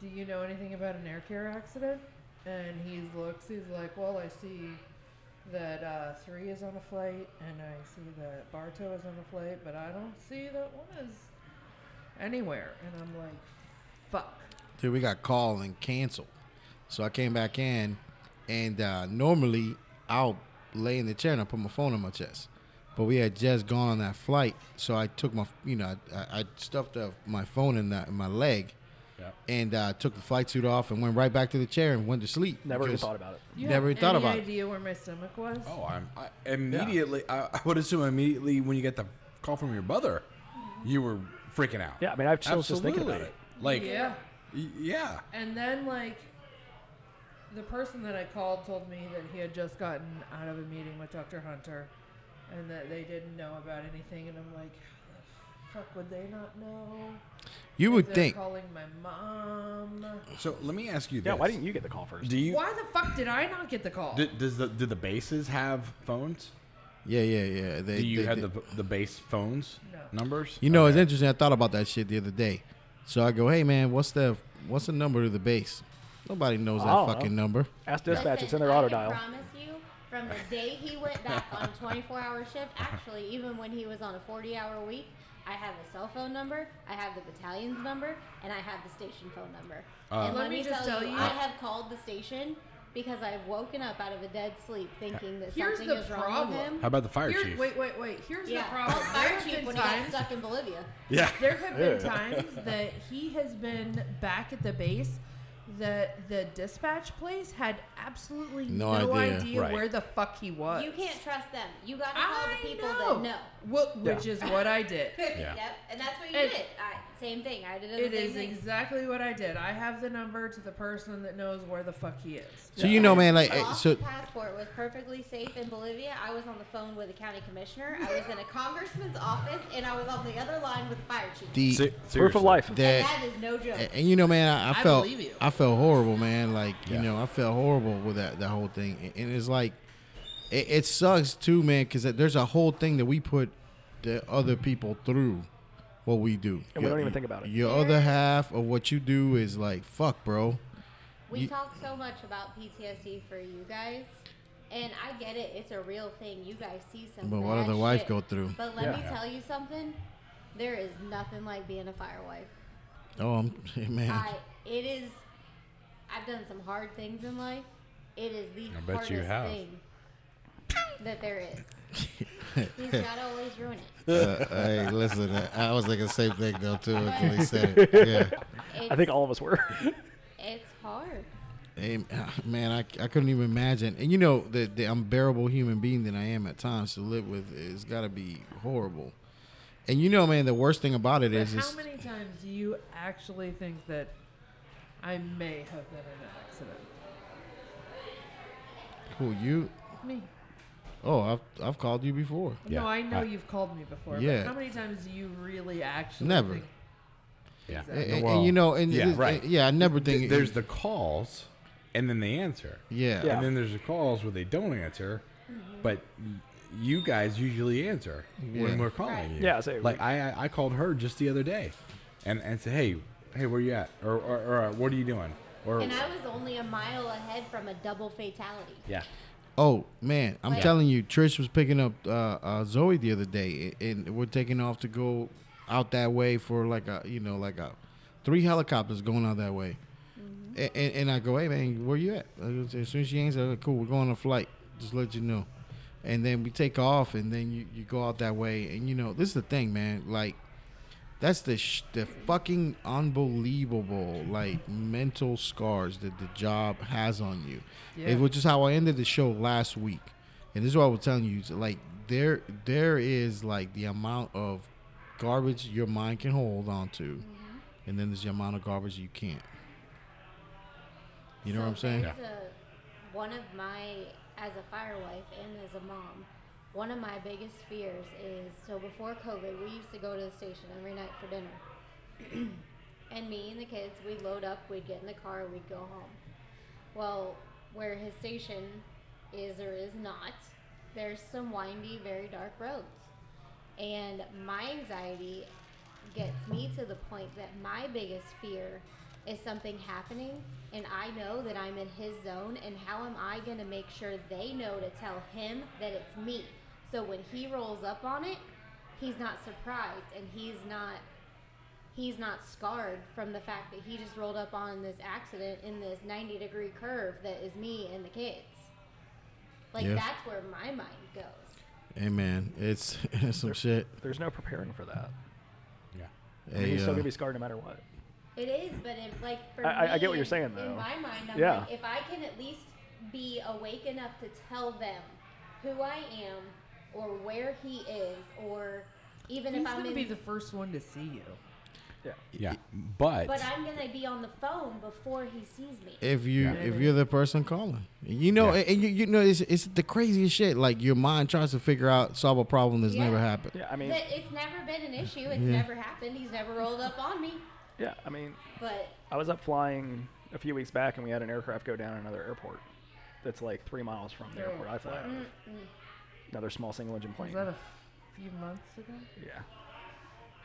[SPEAKER 7] do you know anything about an air care accident? And he looks, he's like, well, I see that uh, three is on a flight and I see that Bartow is on a flight, but I don't see that one is anywhere. And I'm like, fuck.
[SPEAKER 10] dude we got called and canceled so i came back in and uh normally i'll lay in the chair and i put my phone on my chest but we had just gone on that flight so i took my you know i, I stuffed up my phone in, that, in my leg
[SPEAKER 8] Yeah.
[SPEAKER 10] and uh, took the flight suit off and went right back to the chair and went to sleep.
[SPEAKER 4] Never even
[SPEAKER 10] because-
[SPEAKER 4] thought about it.
[SPEAKER 7] You
[SPEAKER 10] Never
[SPEAKER 7] have
[SPEAKER 10] even thought
[SPEAKER 7] any
[SPEAKER 10] about it.
[SPEAKER 7] idea where my stomach was?
[SPEAKER 8] Oh, I'm I, immediately. I, I would assume immediately when you get the call from your mother, you were freaking out.
[SPEAKER 4] Yeah, I mean, I have chills just thinking about
[SPEAKER 8] Absolutely. Like,
[SPEAKER 7] Yeah.
[SPEAKER 8] y- yeah.
[SPEAKER 7] And then like the person that I called told me that he had just gotten out of a meeting with Dr. Hunter and that they didn't know about anything and I'm like how the fuck would they not know?
[SPEAKER 10] You would
[SPEAKER 7] They're
[SPEAKER 10] think.
[SPEAKER 7] calling my mom.
[SPEAKER 8] So let me ask you this:
[SPEAKER 4] Yeah, why didn't you get the call first?
[SPEAKER 8] Do you?
[SPEAKER 7] Why the fuck did I not get the call?
[SPEAKER 8] d- does the do the bases have phones?
[SPEAKER 10] Yeah, yeah, yeah. They,
[SPEAKER 8] Do you
[SPEAKER 10] they-
[SPEAKER 8] have
[SPEAKER 10] they-
[SPEAKER 8] the the base phones
[SPEAKER 7] No.
[SPEAKER 8] numbers?
[SPEAKER 10] You know, it's interesting. I thought about that shit the other day. So I go, hey man, what's the what's the number to the base? Nobody knows that
[SPEAKER 4] I don't know.
[SPEAKER 10] fucking number.
[SPEAKER 4] Ask dispatch.
[SPEAKER 6] Listen,
[SPEAKER 4] It's in their
[SPEAKER 6] I
[SPEAKER 4] auto
[SPEAKER 6] can
[SPEAKER 4] dial.
[SPEAKER 6] promise you, from the day he went back on
[SPEAKER 4] *laughs*
[SPEAKER 6] a 24-hour shift, actually, even when he was on a 40-hour week, I have the cell phone number, I have the battalion's number, and I have the station phone number. and
[SPEAKER 7] Let me just tell you-
[SPEAKER 6] I have called the station because I've woken up out of a dead sleep thinking that
[SPEAKER 7] Here's
[SPEAKER 6] something
[SPEAKER 7] the
[SPEAKER 6] is wrong
[SPEAKER 7] problem.
[SPEAKER 6] with him.
[SPEAKER 8] How about the fire
[SPEAKER 7] Here-
[SPEAKER 8] chief?
[SPEAKER 7] Wait, wait, wait. Here's
[SPEAKER 6] yeah,
[SPEAKER 7] the
[SPEAKER 6] called
[SPEAKER 7] problem.
[SPEAKER 6] *laughs* fire
[SPEAKER 7] There
[SPEAKER 6] chief
[SPEAKER 7] have been
[SPEAKER 6] when he got
[SPEAKER 7] times
[SPEAKER 6] stuck in Bolivia.
[SPEAKER 8] Yeah.
[SPEAKER 7] There have been
[SPEAKER 4] Yeah.
[SPEAKER 7] times that he has been back at the base that the dispatch place had absolutely
[SPEAKER 10] No
[SPEAKER 7] no,
[SPEAKER 10] idea.
[SPEAKER 7] idea,
[SPEAKER 8] Right.
[SPEAKER 7] where the fuck he was.
[SPEAKER 6] You can't trust them. You gotta call
[SPEAKER 7] I
[SPEAKER 6] the people
[SPEAKER 7] know.
[SPEAKER 6] *laughs* that know.
[SPEAKER 7] Wh- which is what I
[SPEAKER 6] *laughs*
[SPEAKER 7] did.
[SPEAKER 8] Yeah.
[SPEAKER 6] Yep, and that's what you
[SPEAKER 7] And-
[SPEAKER 6] did. I, same thing. I did
[SPEAKER 7] It
[SPEAKER 6] the same
[SPEAKER 7] is
[SPEAKER 6] thing.
[SPEAKER 7] exactly what I did. I have the number to the person that knows where the fuck he is.
[SPEAKER 10] So you know, man, like
[SPEAKER 6] I
[SPEAKER 10] eh,
[SPEAKER 6] lost
[SPEAKER 10] so
[SPEAKER 6] the passport was perfectly safe in Bolivia. I was on the phone with a county commissioner. I was in a congressman's office, and I was on the other line with the fire chief.
[SPEAKER 10] the eh,
[SPEAKER 8] Se-
[SPEAKER 4] Proof
[SPEAKER 8] seriously.
[SPEAKER 4] of life.
[SPEAKER 6] and
[SPEAKER 10] that
[SPEAKER 6] that is no joke.
[SPEAKER 10] and you know, man, I, I
[SPEAKER 7] I
[SPEAKER 10] felt
[SPEAKER 7] believe you.
[SPEAKER 10] I felt horrible, man. Like you
[SPEAKER 8] Yeah.
[SPEAKER 10] know, I felt horrible with that that whole thing, and, and it's like it, it sucks too, man, because there's a whole thing that we put the other people through what we do,
[SPEAKER 4] And we don't even think about it.
[SPEAKER 10] Your other half of what you do is like fuck, bro.
[SPEAKER 6] we
[SPEAKER 10] you-
[SPEAKER 6] talk so much about PTSD for you guys, and I get it. It's a real thing. You guys see some.
[SPEAKER 10] But what
[SPEAKER 6] bad
[SPEAKER 10] other wife
[SPEAKER 6] shit.
[SPEAKER 10] go through?
[SPEAKER 6] But let
[SPEAKER 4] Yeah.
[SPEAKER 6] me tell you something. There is nothing like being a fire wife.
[SPEAKER 10] Oh, I'm *laughs* man.
[SPEAKER 6] I it is. I've done some hard things in life. It is the
[SPEAKER 8] I bet
[SPEAKER 6] hardest
[SPEAKER 8] you have.
[SPEAKER 6] thing that there is.
[SPEAKER 10] *laughs*
[SPEAKER 6] He's gotta always ruin it.
[SPEAKER 10] Uh, hey, listen, uh, I was thinking the same thing though too until he said *laughs* it. Yeah,
[SPEAKER 6] It's,
[SPEAKER 4] I think all of us were. *laughs*
[SPEAKER 6] it's hard.
[SPEAKER 10] hey, ah, man, I, I couldn't even imagine. And you know, the, the unbearable human being that I am at times to live with is got to be horrible. And you know, man, the worst thing about it
[SPEAKER 7] But
[SPEAKER 10] is,
[SPEAKER 7] how
[SPEAKER 10] is
[SPEAKER 7] many times do you actually think that I may have been in an accident?
[SPEAKER 10] who you?
[SPEAKER 7] Me.
[SPEAKER 10] Oh, I've I've called you before.
[SPEAKER 8] Yeah,
[SPEAKER 7] no, I know
[SPEAKER 8] I-
[SPEAKER 7] you've called me before.
[SPEAKER 10] Yeah.
[SPEAKER 7] But how many times do you really actually?
[SPEAKER 10] Never.
[SPEAKER 7] think-
[SPEAKER 8] Yeah.
[SPEAKER 10] And, and- and
[SPEAKER 8] Well,
[SPEAKER 10] you know, and
[SPEAKER 8] yeah,
[SPEAKER 10] this-
[SPEAKER 8] right.
[SPEAKER 10] yeah, I never
[SPEAKER 8] Th-
[SPEAKER 10] think
[SPEAKER 8] there's the calls, and then the answer.
[SPEAKER 10] yeah,
[SPEAKER 4] Yeah.
[SPEAKER 8] And then there's the calls where they don't answer,
[SPEAKER 6] Mm-hmm.
[SPEAKER 8] but y- you guys usually answer
[SPEAKER 10] Yeah.
[SPEAKER 8] when we're calling you.
[SPEAKER 4] Yeah, so-
[SPEAKER 8] like I I- I called her just the other day, and and said, hey, hey, where you at? Or or, or uh, what are you doing? Or
[SPEAKER 6] And I was only a mile ahead from a double fatality.
[SPEAKER 8] yeah,
[SPEAKER 10] Oh man, I'm
[SPEAKER 6] Like-
[SPEAKER 10] telling you, Trish was picking up uh, uh, Zoe the other day, a- and we're taking off to go out that way for like a you know like a three helicopters going out that way, A- and, and I go, hey man, where you at? Uh, As soon as she answers, I go, cool, we're going on a flight. Just let you know, and then we take off, and then you, you go out that way, and you know this is the thing, man, like. That's the sh- the fucking unbelievable like mental scars that the job has on you,
[SPEAKER 7] Yeah.
[SPEAKER 10] It- which is how I ended the show last week. And this is what I was telling you, is, like there there is like the amount of garbage your mind can hold on to, and then there's the amount of garbage you can't. You know what I'm saying?
[SPEAKER 6] That's a, one of my, as a fire wife and as a mom, one of my biggest fears is so before COVID, we used to go to the station every night for dinner. and me and the kids, we'd load up, we'd get in the car, we'd go home. Well, where his station is or is not, there's some windy, very dark roads. And my anxiety gets me to the point that my biggest fear is something happening and I know that I'm in his zone and how am I going to make sure they know to tell him that it's me. So when he rolls up on it, he's not surprised and he's not he's not scarred from the fact that he just rolled up on this accident in this 90 degree curve that is me and the kids. Like
[SPEAKER 10] Yeah.
[SPEAKER 6] that's where my mind goes.
[SPEAKER 10] Hey man, it's, *laughs* it's some shit.
[SPEAKER 4] There's no preparing for that.
[SPEAKER 8] yeah.
[SPEAKER 4] I mean,
[SPEAKER 10] Hey,
[SPEAKER 4] He's still
[SPEAKER 10] uh,
[SPEAKER 4] gonna be scarred no matter what.
[SPEAKER 6] It is, but it, like for
[SPEAKER 4] I- I- I get what
[SPEAKER 6] me,
[SPEAKER 4] you're saying,
[SPEAKER 6] In
[SPEAKER 4] though.
[SPEAKER 6] my mind, I'm
[SPEAKER 4] Yeah.
[SPEAKER 6] like, if I can at least be awake enough to tell them who I am or where he is, or even
[SPEAKER 7] He's
[SPEAKER 6] if I'm
[SPEAKER 7] gonna
[SPEAKER 6] in,
[SPEAKER 7] be the first one to see you.
[SPEAKER 8] Yeah, but,
[SPEAKER 6] but I'm gonna be on the phone before he sees me.
[SPEAKER 10] If you
[SPEAKER 8] Yeah.
[SPEAKER 10] if you're the person calling, you know,
[SPEAKER 8] Yeah.
[SPEAKER 10] and you, you know, it's, it's the craziest shit. Like your mind tries to figure out solve a problem that's
[SPEAKER 6] Yeah.
[SPEAKER 10] never happened.
[SPEAKER 4] Yeah, I mean,
[SPEAKER 6] That it's never been an issue. It's never happened. He's never rolled up on me.
[SPEAKER 4] yeah, I mean,
[SPEAKER 6] But
[SPEAKER 4] I was up flying a few weeks back, and we had an aircraft go down at another airport. That's like three miles from the airport I fly out of. Another small single engine plane.
[SPEAKER 7] Was that a few months ago?
[SPEAKER 4] Yeah.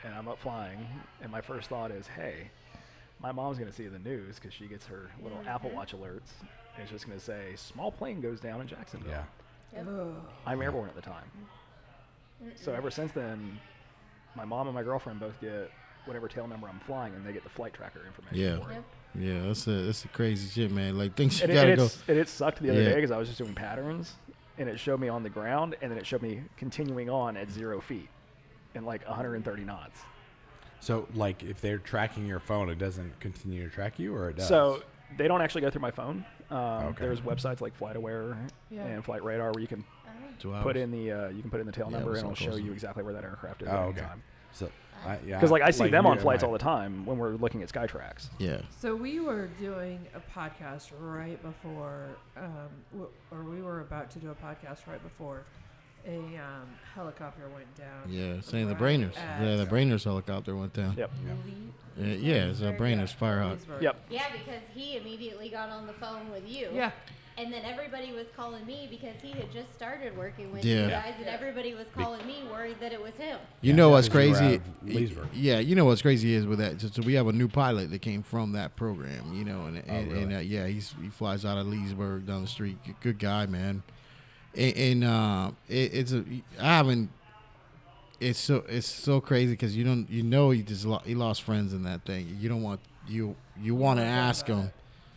[SPEAKER 4] And I'm up flying, and my first thought is, hey, my mom's going to see the news because she gets her little Apple Watch alerts. And it's just going to say, small plane goes down in Jacksonville.
[SPEAKER 8] yeah,
[SPEAKER 4] I'm airborne at the time. So ever since then, my mom and my girlfriend both get whatever tail number I'm flying, and they get the flight tracker information.
[SPEAKER 10] Yeah,
[SPEAKER 4] For it.
[SPEAKER 10] yeah, that's a that's the crazy shit, man. Like things you
[SPEAKER 4] And, it,
[SPEAKER 10] gotta
[SPEAKER 4] and
[SPEAKER 10] go.
[SPEAKER 4] it's, and it sucked the other
[SPEAKER 10] Yeah.
[SPEAKER 4] day because I was just doing patterns, and it showed me on the ground, and then it showed me continuing on at zero feet, and like 130 knots.
[SPEAKER 8] so like if they're tracking your phone, it doesn't continue to track you, or it does.
[SPEAKER 4] So they don't actually go through my phone. Um,
[SPEAKER 8] Okay.
[SPEAKER 4] There's websites like FlightAware
[SPEAKER 7] Yeah.
[SPEAKER 4] and Flight Radar where you can
[SPEAKER 10] Two hours.
[SPEAKER 4] put in the uh, you can put in the tail number
[SPEAKER 10] that's
[SPEAKER 4] and it'll
[SPEAKER 10] not
[SPEAKER 4] show
[SPEAKER 10] close
[SPEAKER 4] you
[SPEAKER 10] enough.
[SPEAKER 4] exactly where that aircraft is
[SPEAKER 8] oh,
[SPEAKER 4] at any
[SPEAKER 8] okay.
[SPEAKER 4] time.
[SPEAKER 8] So I,
[SPEAKER 10] Uh,
[SPEAKER 8] yeah,
[SPEAKER 4] Because like I see them
[SPEAKER 8] you
[SPEAKER 4] on
[SPEAKER 8] and
[SPEAKER 4] flights
[SPEAKER 8] I-
[SPEAKER 4] all the time when we're looking at Skytrax.
[SPEAKER 10] Yeah,
[SPEAKER 7] So we were doing a podcast right before, um, w- or we were about to do a podcast right before a um, helicopter went down.
[SPEAKER 10] yeah, saying the
[SPEAKER 7] right
[SPEAKER 10] brainers.
[SPEAKER 7] at
[SPEAKER 10] Yeah, the brainers helicopter went down.
[SPEAKER 4] Yep.
[SPEAKER 7] Lee-
[SPEAKER 10] Yeah, uh, yeah it's a brainers firehawk.
[SPEAKER 7] Leesburg.
[SPEAKER 4] Yep.
[SPEAKER 6] yeah, because he immediately got on the phone with you.
[SPEAKER 7] Yeah.
[SPEAKER 6] And then everybody was calling me because he had just started working with
[SPEAKER 10] Yeah.
[SPEAKER 6] you guys, and everybody was calling me worried that it was him.
[SPEAKER 10] You know what's
[SPEAKER 8] because you were out
[SPEAKER 10] crazy?
[SPEAKER 8] of Leesburg.
[SPEAKER 10] Yeah, you know what's crazy is with that. So, so we have a new pilot that came from that program. You know,
[SPEAKER 8] Oh,
[SPEAKER 10] and and, and uh, yeah, he's, he flies out of Leesburg down the street. Good, good guy, man. And, and uh, it, it's a I haven't. It's so it's so crazy because you don't you know you just lo- you lost friends in that thing. You don't want you you want to ask them,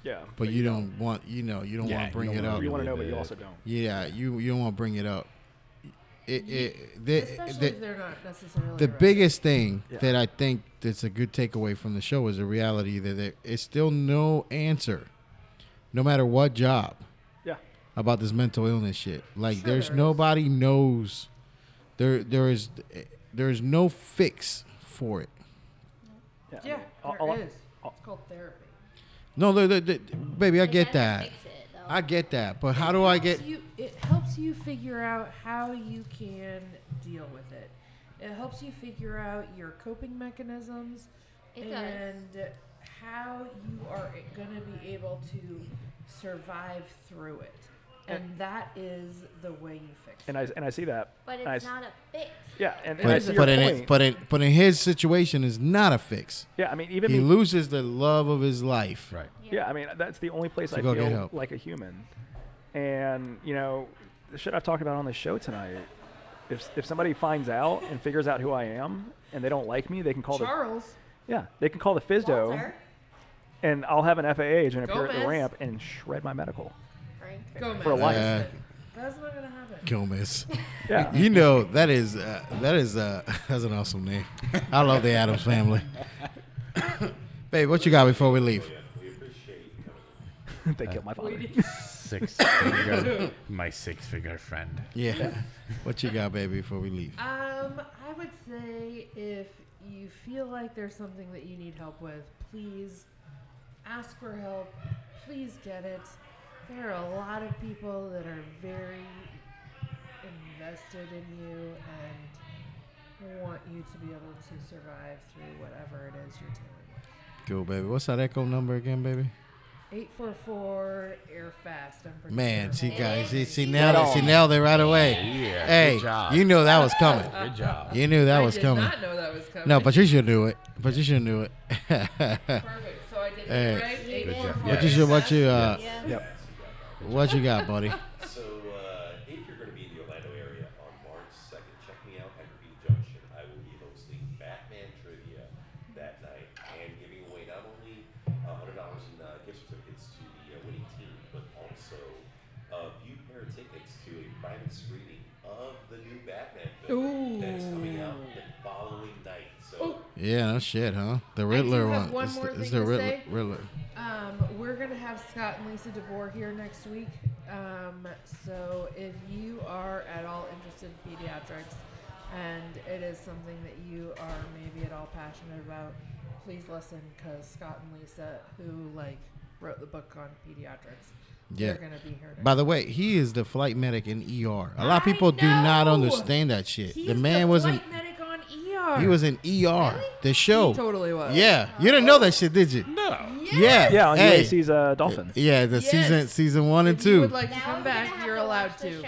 [SPEAKER 4] Yeah.
[SPEAKER 10] but you don't want you know you don't
[SPEAKER 8] Yeah,
[SPEAKER 10] want
[SPEAKER 8] you
[SPEAKER 10] to bring
[SPEAKER 8] don't
[SPEAKER 10] it
[SPEAKER 8] wanna
[SPEAKER 10] up.
[SPEAKER 4] You want to know,
[SPEAKER 8] Yeah,
[SPEAKER 4] but you
[SPEAKER 8] but-
[SPEAKER 4] also don't.
[SPEAKER 10] Yeah, you you don't want to bring it up. It, it, the-
[SPEAKER 7] Especially
[SPEAKER 10] the-
[SPEAKER 7] if they're not necessarily
[SPEAKER 10] the
[SPEAKER 7] right.
[SPEAKER 10] biggest thing
[SPEAKER 4] Yeah.
[SPEAKER 10] that I think that's a good takeaway from the show is the reality that there is still no answer, no matter what job,
[SPEAKER 4] Yeah.
[SPEAKER 10] about this mental illness shit. Like
[SPEAKER 7] Sure
[SPEAKER 10] there's
[SPEAKER 7] there is.
[SPEAKER 10] nobody knows. There there is there is no fix for it.
[SPEAKER 4] Yeah. I
[SPEAKER 7] Yeah,
[SPEAKER 4] mean, all- all I-
[SPEAKER 7] there is.
[SPEAKER 4] all-
[SPEAKER 7] It's called therapy.
[SPEAKER 10] No, there- there- there- baby, I
[SPEAKER 6] It
[SPEAKER 10] get
[SPEAKER 6] doesn't
[SPEAKER 10] that.
[SPEAKER 6] fix it, though.
[SPEAKER 10] I get that, but how do I get?
[SPEAKER 7] Helps you, it helps you figure out how you can deal with it. It helps you figure out your coping mechanisms
[SPEAKER 6] It does.
[SPEAKER 7] and how you are going to be able to survive through it. And that is the way you fix it.
[SPEAKER 4] And I and I see that.
[SPEAKER 6] But
[SPEAKER 4] and
[SPEAKER 6] it's
[SPEAKER 4] I s-
[SPEAKER 6] not a fix.
[SPEAKER 4] Yeah. And, and I see
[SPEAKER 10] But
[SPEAKER 4] your
[SPEAKER 10] but in it,
[SPEAKER 4] point.
[SPEAKER 10] but in but in his situation is not a fix.
[SPEAKER 4] yeah. I mean, even
[SPEAKER 10] He
[SPEAKER 4] me-
[SPEAKER 10] loses the love of his life.
[SPEAKER 8] Right.
[SPEAKER 4] Yeah, I mean that's the only place I
[SPEAKER 10] go get
[SPEAKER 4] feel
[SPEAKER 10] help.
[SPEAKER 4] like a human. And you know, the shit I've talked about on the show tonight. If if somebody finds out and figures out who I am and they don't like me, they can call
[SPEAKER 7] Charles,
[SPEAKER 4] the yeah they can call the FISDO
[SPEAKER 6] Walter,
[SPEAKER 4] and I'll have an FAA agent appear at the
[SPEAKER 7] Gomez.
[SPEAKER 4] ramp and shred my medical.
[SPEAKER 6] Frank,
[SPEAKER 7] go
[SPEAKER 4] For
[SPEAKER 7] Mets.
[SPEAKER 4] life.
[SPEAKER 10] Uh,
[SPEAKER 7] That's not going to happen.
[SPEAKER 10] Gomez.
[SPEAKER 4] Yeah,
[SPEAKER 10] You know that is uh, that is uh, *laughs* that's an awesome name. I love the
[SPEAKER 4] *laughs*
[SPEAKER 10] Adams family. Babe, what you got before we leave?
[SPEAKER 4] they killed my father.
[SPEAKER 11] Six
[SPEAKER 7] *laughs*
[SPEAKER 11] finger, my six finger friend.
[SPEAKER 10] Yeah, what you got, baby, before we leave?
[SPEAKER 7] Um, I would say if you feel like there's something that you need help with, please ask for help. Please get it. There are a lot of people that are very invested in you and want you to be able to survive through whatever it is you're dealing with.
[SPEAKER 10] Cool, baby. What's that echo number again, baby?
[SPEAKER 7] 844 Air Fast. I'm pretty
[SPEAKER 10] Man,
[SPEAKER 7] sure.
[SPEAKER 10] she got see, she nailed it. She nailed it right away.
[SPEAKER 11] Yeah, good
[SPEAKER 10] Hey,
[SPEAKER 11] job.
[SPEAKER 10] you knew that was coming.
[SPEAKER 11] Good job.
[SPEAKER 10] You knew that
[SPEAKER 7] I
[SPEAKER 10] was
[SPEAKER 7] did
[SPEAKER 10] coming.
[SPEAKER 7] not know that was coming.
[SPEAKER 10] No, Patricia knew it. Patricia
[SPEAKER 7] *laughs*
[SPEAKER 10] knew it.
[SPEAKER 7] Perfect. So I did
[SPEAKER 10] Hey.
[SPEAKER 7] it right.
[SPEAKER 6] Good job.
[SPEAKER 7] 844
[SPEAKER 10] Patricia,
[SPEAKER 7] Air
[SPEAKER 10] what
[SPEAKER 7] Fast.
[SPEAKER 10] you uh,
[SPEAKER 6] yeah.
[SPEAKER 10] what you got, buddy?
[SPEAKER 5] So, uh, if you're going to be in the Orlando area on March 2nd, check me out at Graffiti Junction. I will be hosting Batman Trivia that night and giving away not only uh, $100 in uh, gift certificates to the uh, winning team, but also a few pair of tickets to a private screening of the new Batman film that is coming out the following night. So,
[SPEAKER 10] Yeah, no shit, huh? The Riddler
[SPEAKER 7] have one
[SPEAKER 10] one. It's the-
[SPEAKER 7] more
[SPEAKER 10] it's
[SPEAKER 7] thing
[SPEAKER 10] the
[SPEAKER 7] to
[SPEAKER 10] Riddler.
[SPEAKER 7] say.
[SPEAKER 10] Riddler.
[SPEAKER 7] Um, we're gonna have Scott and Lisa DeBoer here next week. Um, so if you are at all interested in pediatrics, and it is something that you are maybe at all passionate about, please listen because Scott and Lisa, who like wrote the book on pediatrics,
[SPEAKER 10] Yeah.
[SPEAKER 7] they're gonna be here. Next
[SPEAKER 10] By the way, he is the flight medic in ER. A lot of people do not
[SPEAKER 7] know!
[SPEAKER 10] understand that shit.
[SPEAKER 7] He's
[SPEAKER 10] the man wasn't.
[SPEAKER 7] flight medic on ER.
[SPEAKER 10] He was in ER. The show.
[SPEAKER 7] totally was.
[SPEAKER 10] Yeah, you didn't know that shit, did you?
[SPEAKER 8] No.
[SPEAKER 10] Yeah.
[SPEAKER 4] Yeah, on
[SPEAKER 10] hey.
[SPEAKER 4] UAC's uh, Dolphin.
[SPEAKER 10] Yeah, the
[SPEAKER 7] Yes.
[SPEAKER 10] season season one and
[SPEAKER 7] If you
[SPEAKER 10] two.
[SPEAKER 7] would like to come back, you're allowed to.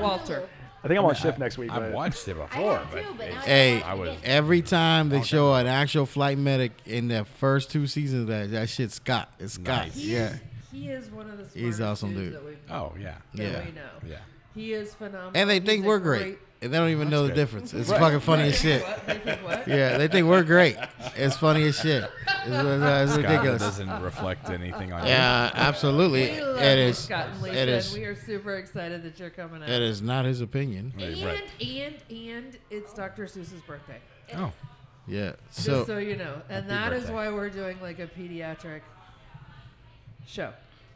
[SPEAKER 7] Walter.
[SPEAKER 4] I think I'm on shift next week.
[SPEAKER 12] I've
[SPEAKER 4] but-
[SPEAKER 12] watched it
[SPEAKER 6] I
[SPEAKER 12] before,
[SPEAKER 6] have
[SPEAKER 12] but
[SPEAKER 6] too, but now
[SPEAKER 12] it's-
[SPEAKER 10] Hey,
[SPEAKER 6] I
[SPEAKER 12] was-
[SPEAKER 6] was.
[SPEAKER 10] every time they show an actual flight medic in the first two seasons, of that that shit's Scott. It's Scott.
[SPEAKER 12] Nice.
[SPEAKER 7] He
[SPEAKER 10] Yeah.
[SPEAKER 7] is- He is one of the smartest
[SPEAKER 10] He's awesome
[SPEAKER 7] dudes
[SPEAKER 10] dude.
[SPEAKER 7] that we've
[SPEAKER 12] oh yeah,
[SPEAKER 7] that
[SPEAKER 10] Yeah.
[SPEAKER 7] we know.
[SPEAKER 12] yeah.
[SPEAKER 7] He is phenomenal.
[SPEAKER 10] And they
[SPEAKER 7] He's
[SPEAKER 10] think
[SPEAKER 7] a
[SPEAKER 10] we're great. and they don't even know the
[SPEAKER 12] good.
[SPEAKER 10] difference. It's fucking funny as shit.
[SPEAKER 7] *laughs* What? They think what?
[SPEAKER 10] Yeah, they think we're great. It's funny as shit. It's, it's
[SPEAKER 8] God, that
[SPEAKER 10] ridiculous.
[SPEAKER 8] doesn't reflect anything on you.
[SPEAKER 10] Yeah, absolutely.
[SPEAKER 7] We love
[SPEAKER 10] It
[SPEAKER 7] you,
[SPEAKER 10] is.
[SPEAKER 7] Scott and Lisa,
[SPEAKER 10] It is.
[SPEAKER 7] and we are super excited that you're coming out.
[SPEAKER 10] It is not his opinion.
[SPEAKER 7] And
[SPEAKER 8] Right.
[SPEAKER 7] and and it's Dr. Seuss's birthday.
[SPEAKER 8] Oh,
[SPEAKER 10] Yeah.
[SPEAKER 7] Just so,
[SPEAKER 10] So
[SPEAKER 7] you know, and that is
[SPEAKER 8] birthday.
[SPEAKER 7] why we're doing like a pediatric show.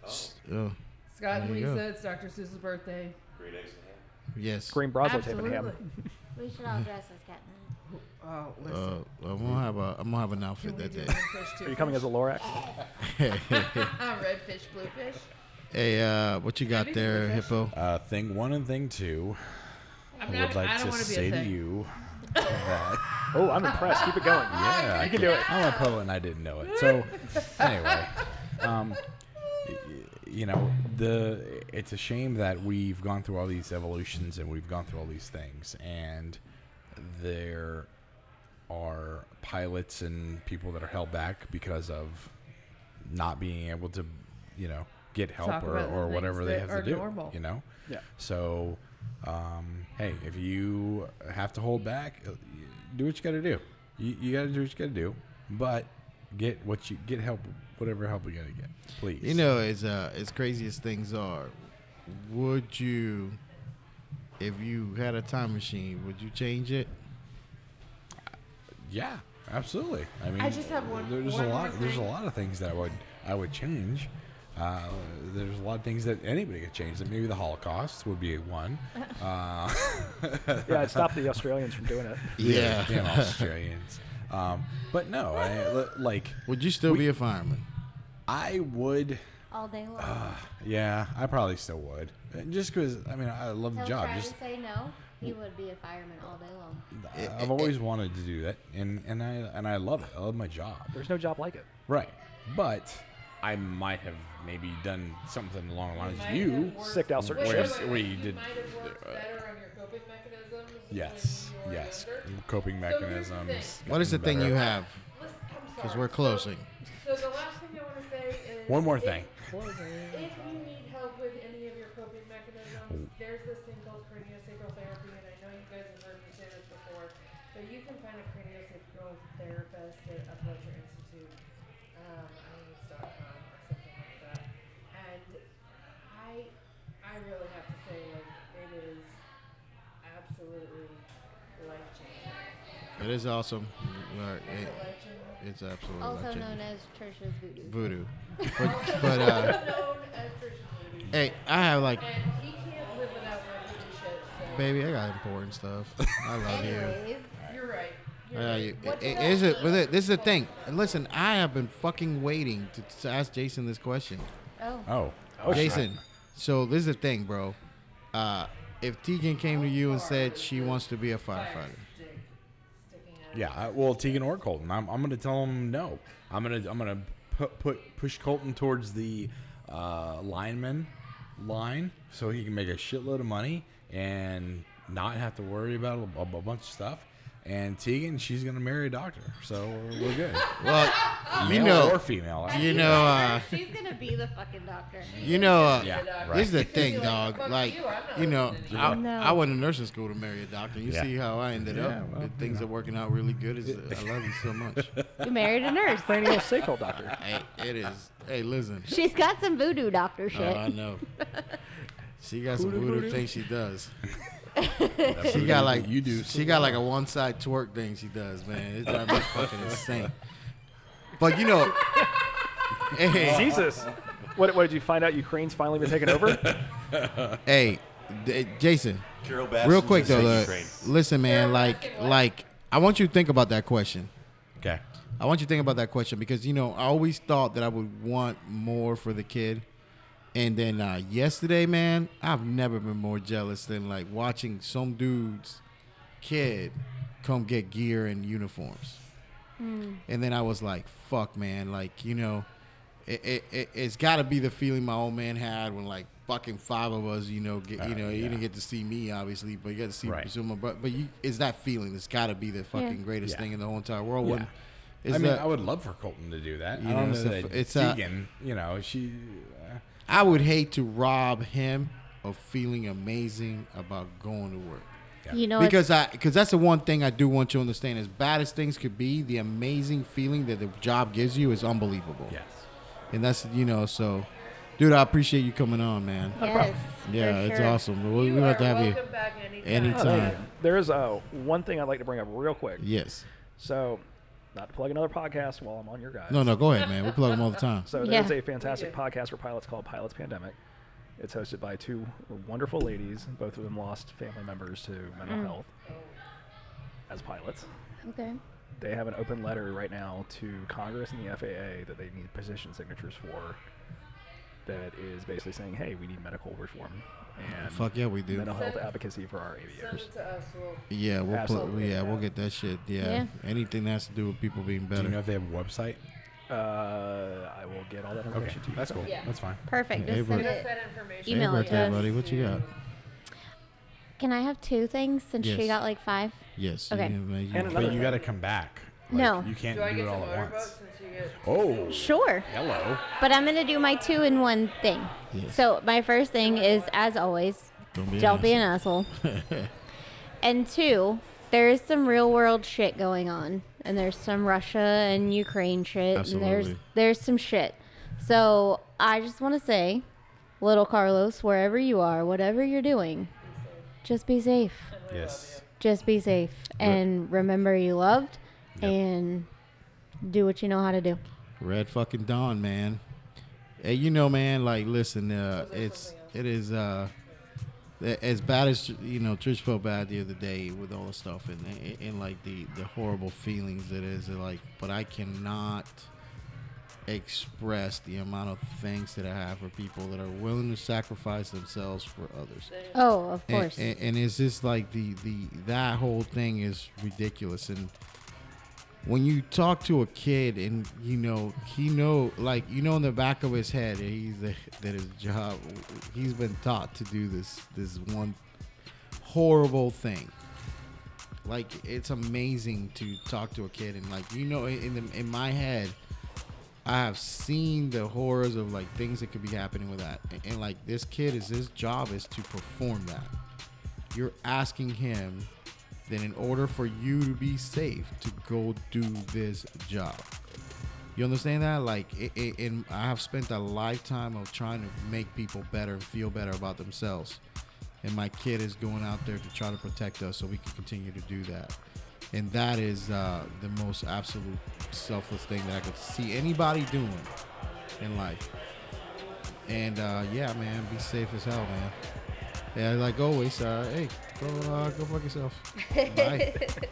[SPEAKER 10] oh,
[SPEAKER 7] Scott and
[SPEAKER 10] There you go.
[SPEAKER 7] Lisa, it's Dr. Seuss's birthday.
[SPEAKER 5] Great eggs and ham.
[SPEAKER 10] yes.
[SPEAKER 4] Green Broslo tape and
[SPEAKER 7] Absolutely.
[SPEAKER 4] ham.
[SPEAKER 6] We should all dress as Catman.
[SPEAKER 7] Oh, listen.
[SPEAKER 10] Uh, I'm gonna have a. I'm gonna have an
[SPEAKER 7] Can
[SPEAKER 10] outfit
[SPEAKER 7] we
[SPEAKER 10] that
[SPEAKER 7] do
[SPEAKER 10] day.
[SPEAKER 7] one fish, two
[SPEAKER 4] Are you coming as a Lorax?
[SPEAKER 7] fish? *laughs* Red fish, blue fish.
[SPEAKER 10] Hey, uh, what you got there, hippo?
[SPEAKER 8] uh, thing one and thing two.
[SPEAKER 7] I'm
[SPEAKER 8] I
[SPEAKER 7] not,
[SPEAKER 8] would like
[SPEAKER 7] I don't
[SPEAKER 8] to
[SPEAKER 7] want to be
[SPEAKER 8] say
[SPEAKER 7] a
[SPEAKER 8] to
[SPEAKER 7] thing.
[SPEAKER 8] you that
[SPEAKER 4] Oh, I'm impressed. Keep it going.
[SPEAKER 8] yeah, I
[SPEAKER 4] You can do it.
[SPEAKER 8] I'm a poet and I didn't know
[SPEAKER 4] *laughs*
[SPEAKER 8] it. So anyway, um, y- you know, the it's a shame that we've gone through all these evolutions and we've gone through all these things, and there are pilots and people that are held back because of not being able to, you know, get help
[SPEAKER 7] Talk
[SPEAKER 8] or,
[SPEAKER 7] about the
[SPEAKER 8] or
[SPEAKER 7] things
[SPEAKER 8] whatever they
[SPEAKER 7] that
[SPEAKER 8] have
[SPEAKER 7] are
[SPEAKER 8] to do.
[SPEAKER 7] normal.
[SPEAKER 8] You know.
[SPEAKER 4] Yeah.
[SPEAKER 8] So, um, hey, if you have to hold back, uh, you- do what you got to do. You, you got to do what you got to do, but get what you get help, whatever help you got to get, please.
[SPEAKER 10] You know, as uh, as crazy as things are, would you, if you had a time machine, would you change it?
[SPEAKER 8] yeah, absolutely. I mean,
[SPEAKER 7] I just have one-
[SPEAKER 8] There's
[SPEAKER 7] one
[SPEAKER 8] a
[SPEAKER 7] more
[SPEAKER 8] lot. There's a
[SPEAKER 7] thing.
[SPEAKER 8] lot of things that I would I would change. Uh, there's a lot of things that anybody could change. That maybe the Holocaust would be one. Uh,
[SPEAKER 4] Yeah, it stopped the Australians from doing it.
[SPEAKER 10] Yeah.
[SPEAKER 8] damn
[SPEAKER 10] *laughs*
[SPEAKER 8] Australians. Um, but no, I, li- like
[SPEAKER 10] Would you still be a fireman?
[SPEAKER 8] I would.
[SPEAKER 6] All day long.
[SPEAKER 10] Ah,
[SPEAKER 8] Yeah, I probably still would. Uh, Just because, I mean, I love the
[SPEAKER 6] He'll
[SPEAKER 8] job.
[SPEAKER 6] try
[SPEAKER 8] Just
[SPEAKER 6] to say no. He would be a fireman all day long.
[SPEAKER 8] I've always wanted to do that, and and I and I love it. I love my job.
[SPEAKER 4] There's no job like it.
[SPEAKER 8] Right, but I might have maybe done something along the lines of
[SPEAKER 7] might
[SPEAKER 8] you.
[SPEAKER 7] have worked-
[SPEAKER 4] Sicked out certain
[SPEAKER 7] Wait,
[SPEAKER 8] Where-
[SPEAKER 7] wait,
[SPEAKER 4] shifts.
[SPEAKER 7] wait,
[SPEAKER 8] where
[SPEAKER 7] wait.
[SPEAKER 8] you did- uh,
[SPEAKER 7] might have worked better on your coping mechanisms when
[SPEAKER 8] Yes,
[SPEAKER 7] you were
[SPEAKER 8] yes,
[SPEAKER 7] younger.
[SPEAKER 8] coping
[SPEAKER 7] So here's the
[SPEAKER 8] mechanisms.
[SPEAKER 10] What is the
[SPEAKER 8] gotten
[SPEAKER 10] thing you
[SPEAKER 8] better.
[SPEAKER 10] have?
[SPEAKER 7] Listen, I'm
[SPEAKER 10] Because
[SPEAKER 7] sorry.
[SPEAKER 10] we're
[SPEAKER 7] So-
[SPEAKER 10] closing.
[SPEAKER 7] So, the last thing I want to say is
[SPEAKER 8] One more
[SPEAKER 7] if-
[SPEAKER 8] thing.
[SPEAKER 7] If you need help with any of your coping mechanisms, there's this thing called craniosacral therapy, and I know you guys have heard me say this before, but you can find a craniosacral therapist at a pleasure institute, um, IEDS.com or something like that. And I, I really have to say, like, it is absolutely life changing.
[SPEAKER 10] It is awesome. Alright, it-
[SPEAKER 7] Life changing.
[SPEAKER 10] it's absolutely
[SPEAKER 6] Also
[SPEAKER 10] life-changing.
[SPEAKER 6] known as Trisha's voodoo.
[SPEAKER 10] voodoo. But, but uh,
[SPEAKER 7] Known as Christian Voodoo.
[SPEAKER 10] hey, I have like,
[SPEAKER 7] And he can't live without my voodoo shit, so.
[SPEAKER 10] baby, I got important stuff. I love you.
[SPEAKER 6] Anyways,
[SPEAKER 7] You're right. You're
[SPEAKER 10] Uh,
[SPEAKER 7] right.
[SPEAKER 10] you- it- it- is it- but it- this is the thing. And listen, I have been fucking waiting to, to ask Jason this question.
[SPEAKER 6] oh,
[SPEAKER 8] Oh,
[SPEAKER 10] Jason, so this is the thing, bro. Uh, if Tegan came to you and said she wants to be a firefighter,
[SPEAKER 8] Yeah, I- well, Tegan or Colton, I'm, I'm gonna tell him no. I'm gonna I'm gonna put, put push Colton towards the uh, lineman line so he can make a shitload of money and not have to worry about a, a bunch of stuff. And Tegan, she's gonna marry a doctor, so we're good.
[SPEAKER 1] *laughs*
[SPEAKER 10] well, you
[SPEAKER 8] Male or
[SPEAKER 10] know,
[SPEAKER 8] female.
[SPEAKER 10] you know, uh,
[SPEAKER 6] *laughs* she's gonna be the fucking doctor.
[SPEAKER 10] you know, uh,
[SPEAKER 8] yeah,
[SPEAKER 10] This is
[SPEAKER 8] right.
[SPEAKER 10] the thing, dog.
[SPEAKER 7] "Fuck
[SPEAKER 10] Like,
[SPEAKER 7] you, I'm not
[SPEAKER 10] you know, I,
[SPEAKER 6] No.
[SPEAKER 10] I went to nursing school to marry a doctor. You
[SPEAKER 8] Yeah.
[SPEAKER 10] see how I ended
[SPEAKER 8] Yeah,
[SPEAKER 10] up.
[SPEAKER 8] well,
[SPEAKER 10] The
[SPEAKER 8] you
[SPEAKER 10] things
[SPEAKER 8] know.
[SPEAKER 10] are working out really good. Is uh, I love you
[SPEAKER 8] *laughs*
[SPEAKER 10] so much.
[SPEAKER 6] You married a nurse.
[SPEAKER 1] *laughs*
[SPEAKER 4] Craniosacral doctor.
[SPEAKER 10] hey, it is. Hey, listen.
[SPEAKER 6] She's got some voodoo doctor
[SPEAKER 10] Oh,
[SPEAKER 6] shit.
[SPEAKER 10] I know. She got some weird things she does.
[SPEAKER 8] That's
[SPEAKER 1] She
[SPEAKER 8] what
[SPEAKER 1] got
[SPEAKER 8] you-
[SPEAKER 1] like
[SPEAKER 8] you do.
[SPEAKER 1] She got like a one side twerk thing she does, man. It drives me fucking insane. But you
[SPEAKER 8] *laughs*
[SPEAKER 1] know, hey,
[SPEAKER 4] Jesus. What, what did you find out? Ukraine's finally been taken
[SPEAKER 1] *laughs*
[SPEAKER 4] over?
[SPEAKER 1] hey, d- Jason,
[SPEAKER 5] Carol
[SPEAKER 1] real
[SPEAKER 5] Baskin
[SPEAKER 1] quick
[SPEAKER 5] just
[SPEAKER 1] though,
[SPEAKER 5] said
[SPEAKER 1] look,
[SPEAKER 5] Ukraine.
[SPEAKER 1] listen, man. Like, like I want you to think about that question.
[SPEAKER 8] Okay.
[SPEAKER 1] I want you to think about that question because you know I always thought that I would want more for the kid, and then uh, yesterday, man, I've never been more jealous than like watching some dude's kid come get gear and uniforms, and then I was like, "Fuck, man!" Like you know, it, it, it it's got to be the feeling my old man had when like fucking five of us, you know, get you know, you didn't get to see me obviously, but you got to see
[SPEAKER 8] Uh, Right.
[SPEAKER 1] Zuma, but but you, it's that feeling. It's got to be the fucking greatest
[SPEAKER 8] Yeah.
[SPEAKER 1] thing in the whole entire world.
[SPEAKER 8] Yeah.
[SPEAKER 1] When, is
[SPEAKER 8] I mean,
[SPEAKER 1] that-
[SPEAKER 8] I would love for Colton to do that.
[SPEAKER 1] You
[SPEAKER 8] I
[SPEAKER 1] know,
[SPEAKER 8] don't know
[SPEAKER 1] so
[SPEAKER 8] that
[SPEAKER 1] f- it's uh, a-
[SPEAKER 8] Tegan, you know, she. Uh,
[SPEAKER 1] I would hate to rob him of feeling amazing about going to work.
[SPEAKER 6] You know, it's
[SPEAKER 1] Because I, because that's the one thing I do want you to understand. As bad as things could be, the amazing feeling that the job gives you is unbelievable.
[SPEAKER 8] yes.
[SPEAKER 1] and that's you know. So, dude, I appreciate you coming on, man.
[SPEAKER 2] Yes.
[SPEAKER 1] Yeah,
[SPEAKER 2] for
[SPEAKER 1] it's
[SPEAKER 2] sure.
[SPEAKER 1] awesome. We,
[SPEAKER 7] You
[SPEAKER 1] we
[SPEAKER 7] are
[SPEAKER 1] have to have you.
[SPEAKER 7] welcome back anytime.
[SPEAKER 1] Anytime.
[SPEAKER 4] *laughs* there is uh, one thing I'd like to bring up real quick.
[SPEAKER 1] Yes.
[SPEAKER 4] So, not to plug another podcast while I'm on your guys.
[SPEAKER 1] No, no. Go ahead, man. We plug them all the time.
[SPEAKER 4] So there's
[SPEAKER 6] Yeah.
[SPEAKER 4] a fantastic podcast for pilots called Pilots Pandemic. It's hosted by two wonderful ladies. Both of them lost family members to mental health as pilots.
[SPEAKER 6] okay.
[SPEAKER 4] They have an open letter right now to Congress and the FAA that they need position signatures for. That is basically saying, "Hey, we need medical reform and
[SPEAKER 1] Fuck yeah, we do.
[SPEAKER 4] mental health advocacy for our
[SPEAKER 7] Send
[SPEAKER 4] aviators."
[SPEAKER 7] it to us. We'll
[SPEAKER 1] Yeah, we'll pl-
[SPEAKER 4] Absolutely.
[SPEAKER 1] yeah, we'll get that shit. Yeah. Anything that has to do with people being
[SPEAKER 8] Do
[SPEAKER 1] better.
[SPEAKER 8] you know if they have a website?
[SPEAKER 4] Uh, I will get all that
[SPEAKER 8] Okay,
[SPEAKER 4] information to you.
[SPEAKER 8] that's cool. That's fine.
[SPEAKER 6] Perfect.
[SPEAKER 1] Hey,
[SPEAKER 6] Just
[SPEAKER 1] bro.
[SPEAKER 6] send
[SPEAKER 7] get
[SPEAKER 6] it.
[SPEAKER 7] that information.
[SPEAKER 1] Hey,
[SPEAKER 6] E- Email it to
[SPEAKER 1] birthday,
[SPEAKER 6] us.
[SPEAKER 1] buddy. What you got?
[SPEAKER 6] Can I have two things since she
[SPEAKER 1] Yes.
[SPEAKER 6] got like five?
[SPEAKER 1] Yes.
[SPEAKER 6] Okay.
[SPEAKER 1] You, man, you-
[SPEAKER 4] And another
[SPEAKER 8] But you
[SPEAKER 4] thing.
[SPEAKER 8] got to come back.
[SPEAKER 6] No.
[SPEAKER 8] You can't
[SPEAKER 7] Do I
[SPEAKER 8] do
[SPEAKER 7] get
[SPEAKER 8] it
[SPEAKER 7] to
[SPEAKER 8] all at
[SPEAKER 7] motorboat
[SPEAKER 8] once.
[SPEAKER 7] since you get?
[SPEAKER 8] Oh.
[SPEAKER 6] Sure.
[SPEAKER 8] Hello.
[SPEAKER 6] But I'm going to do my two in one thing.
[SPEAKER 1] Yes.
[SPEAKER 6] So, my first thing is, as always,
[SPEAKER 1] Don't be an
[SPEAKER 6] don't be an
[SPEAKER 1] asshole.
[SPEAKER 6] asshole.
[SPEAKER 1] *laughs*
[SPEAKER 6] and two, there is some real world shit going on. And there's some Russia and Ukraine shit. And there's,
[SPEAKER 1] Absolutely.
[SPEAKER 6] there's some shit. So, I just want to say, little Carlos, wherever you are, whatever you're doing, just be safe.
[SPEAKER 8] Yes.
[SPEAKER 6] Just be safe. And remember you loved and do what you know how to do.
[SPEAKER 1] Red fucking Dawn, man. Hey, you know, man. Like, listen, uh, it's it is uh, a- as bad as you know. Trish felt bad the other day with all the stuff and and, and like the the horrible feelings it is. and, Like, but I cannot express the amount of thanks that I have for people that are willing to sacrifice themselves for others.
[SPEAKER 6] Oh, of
[SPEAKER 1] And-
[SPEAKER 6] course.
[SPEAKER 1] And, and it's just like the the that whole thing is ridiculous. And when you talk to a kid, and you know he know like you know in the back of his head, he's *laughs* the, that his job. He's been taught to do this this one horrible thing. Like it's amazing to talk to a kid, and like you know in the, in my head. I have seen the horrors of like things that could be happening with that. And, and, like this kid is his job is to perform that. You're asking him then in order for you to be safe to go do this job. You understand that? Like it, it, and I have spent a lifetime of trying to make people better and feel better about themselves. And my kid is going out there to try to protect us so we can continue to do that. And that is uh, the most absolute selfless thing that I could see anybody doing in life. And uh, yeah, man, be safe as hell, man. Yeah, like always, uh, hey, go, uh, go fuck yourself. Bye.